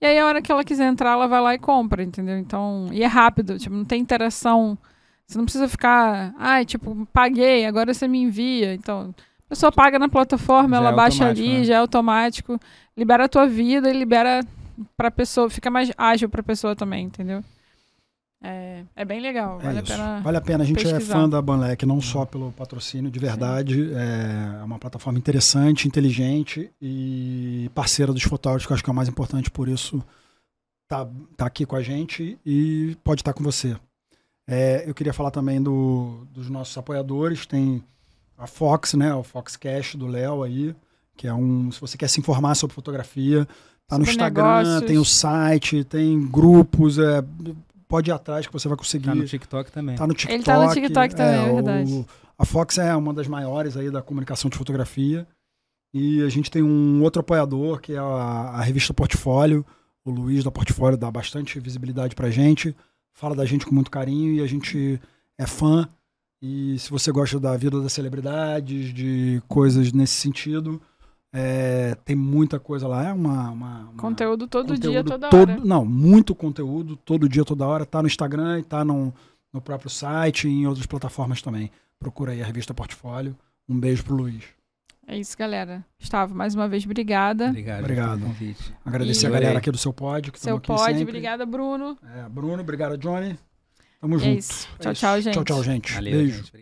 E aí a hora que ela quiser entrar, ela vai lá e compra, entendeu? Então, e é rápido, tipo, não tem interação. Você não precisa ficar, ai, tipo, paguei, agora você me envia. Então, pessoa paga na plataforma, Já ela é baixa ali, automático, né? já é automático. Libera a tua vida e libera pra pessoa, fica mais ágil pra pessoa também, entendeu? É, é bem legal, É vale a isso. pena. Vale a pena. A gente pesquisar. é fã da Banlec, não só pelo patrocínio, de verdade. É uma plataforma interessante, inteligente e parceira dos fotógrafos, que eu acho que é o mais importante, por isso tá, tá aqui com a gente e pode estar com você. É, eu queria falar também do- dos nossos apoiadores. Tem a Fox, né? O Fox Cash do Léo aí, que é um. Se você quer se informar sobre fotografia, tá no Sobre Instagram, negócios. tem o site, tem grupos, é, pode ir atrás que você vai conseguir. Tá no TikTok também. Tá no TikTok. Ele tá no TikTok também, é o- verdade. a Fox é uma das maiores aí da comunicação de fotografia. E a gente tem um outro apoiador, que é a, a revista Portfólio. O Luiz da Portfólio dá bastante visibilidade pra gente, fala da gente com muito carinho e a gente é fã. E se você gosta da vida das celebridades, de coisas nesse sentido, é, tem muita coisa lá. É uma- uma- uma Conteúdo todo dia, conteúdo toda todo- hora. Não, muito conteúdo, todo dia, toda hora. Tá no Instagram e tá no, no próprio site e em outras plataformas também. Procura aí a revista Portfólio. Um beijo pro Luiz. É isso, galera. Gustavo, mais uma vez, obrigada. Obrigado. Obrigado. pelo convite. Agradecer E- a galera Adorei. aqui do seu pod, que Seu estão aqui pod, sempre. obrigada, Bruno. É, Bruno, obrigado, Johnny. Tamo É junto. isso. É Tchau, isso. tchau, gente. Tchau, tchau, gente. Valeu, beijo. gente.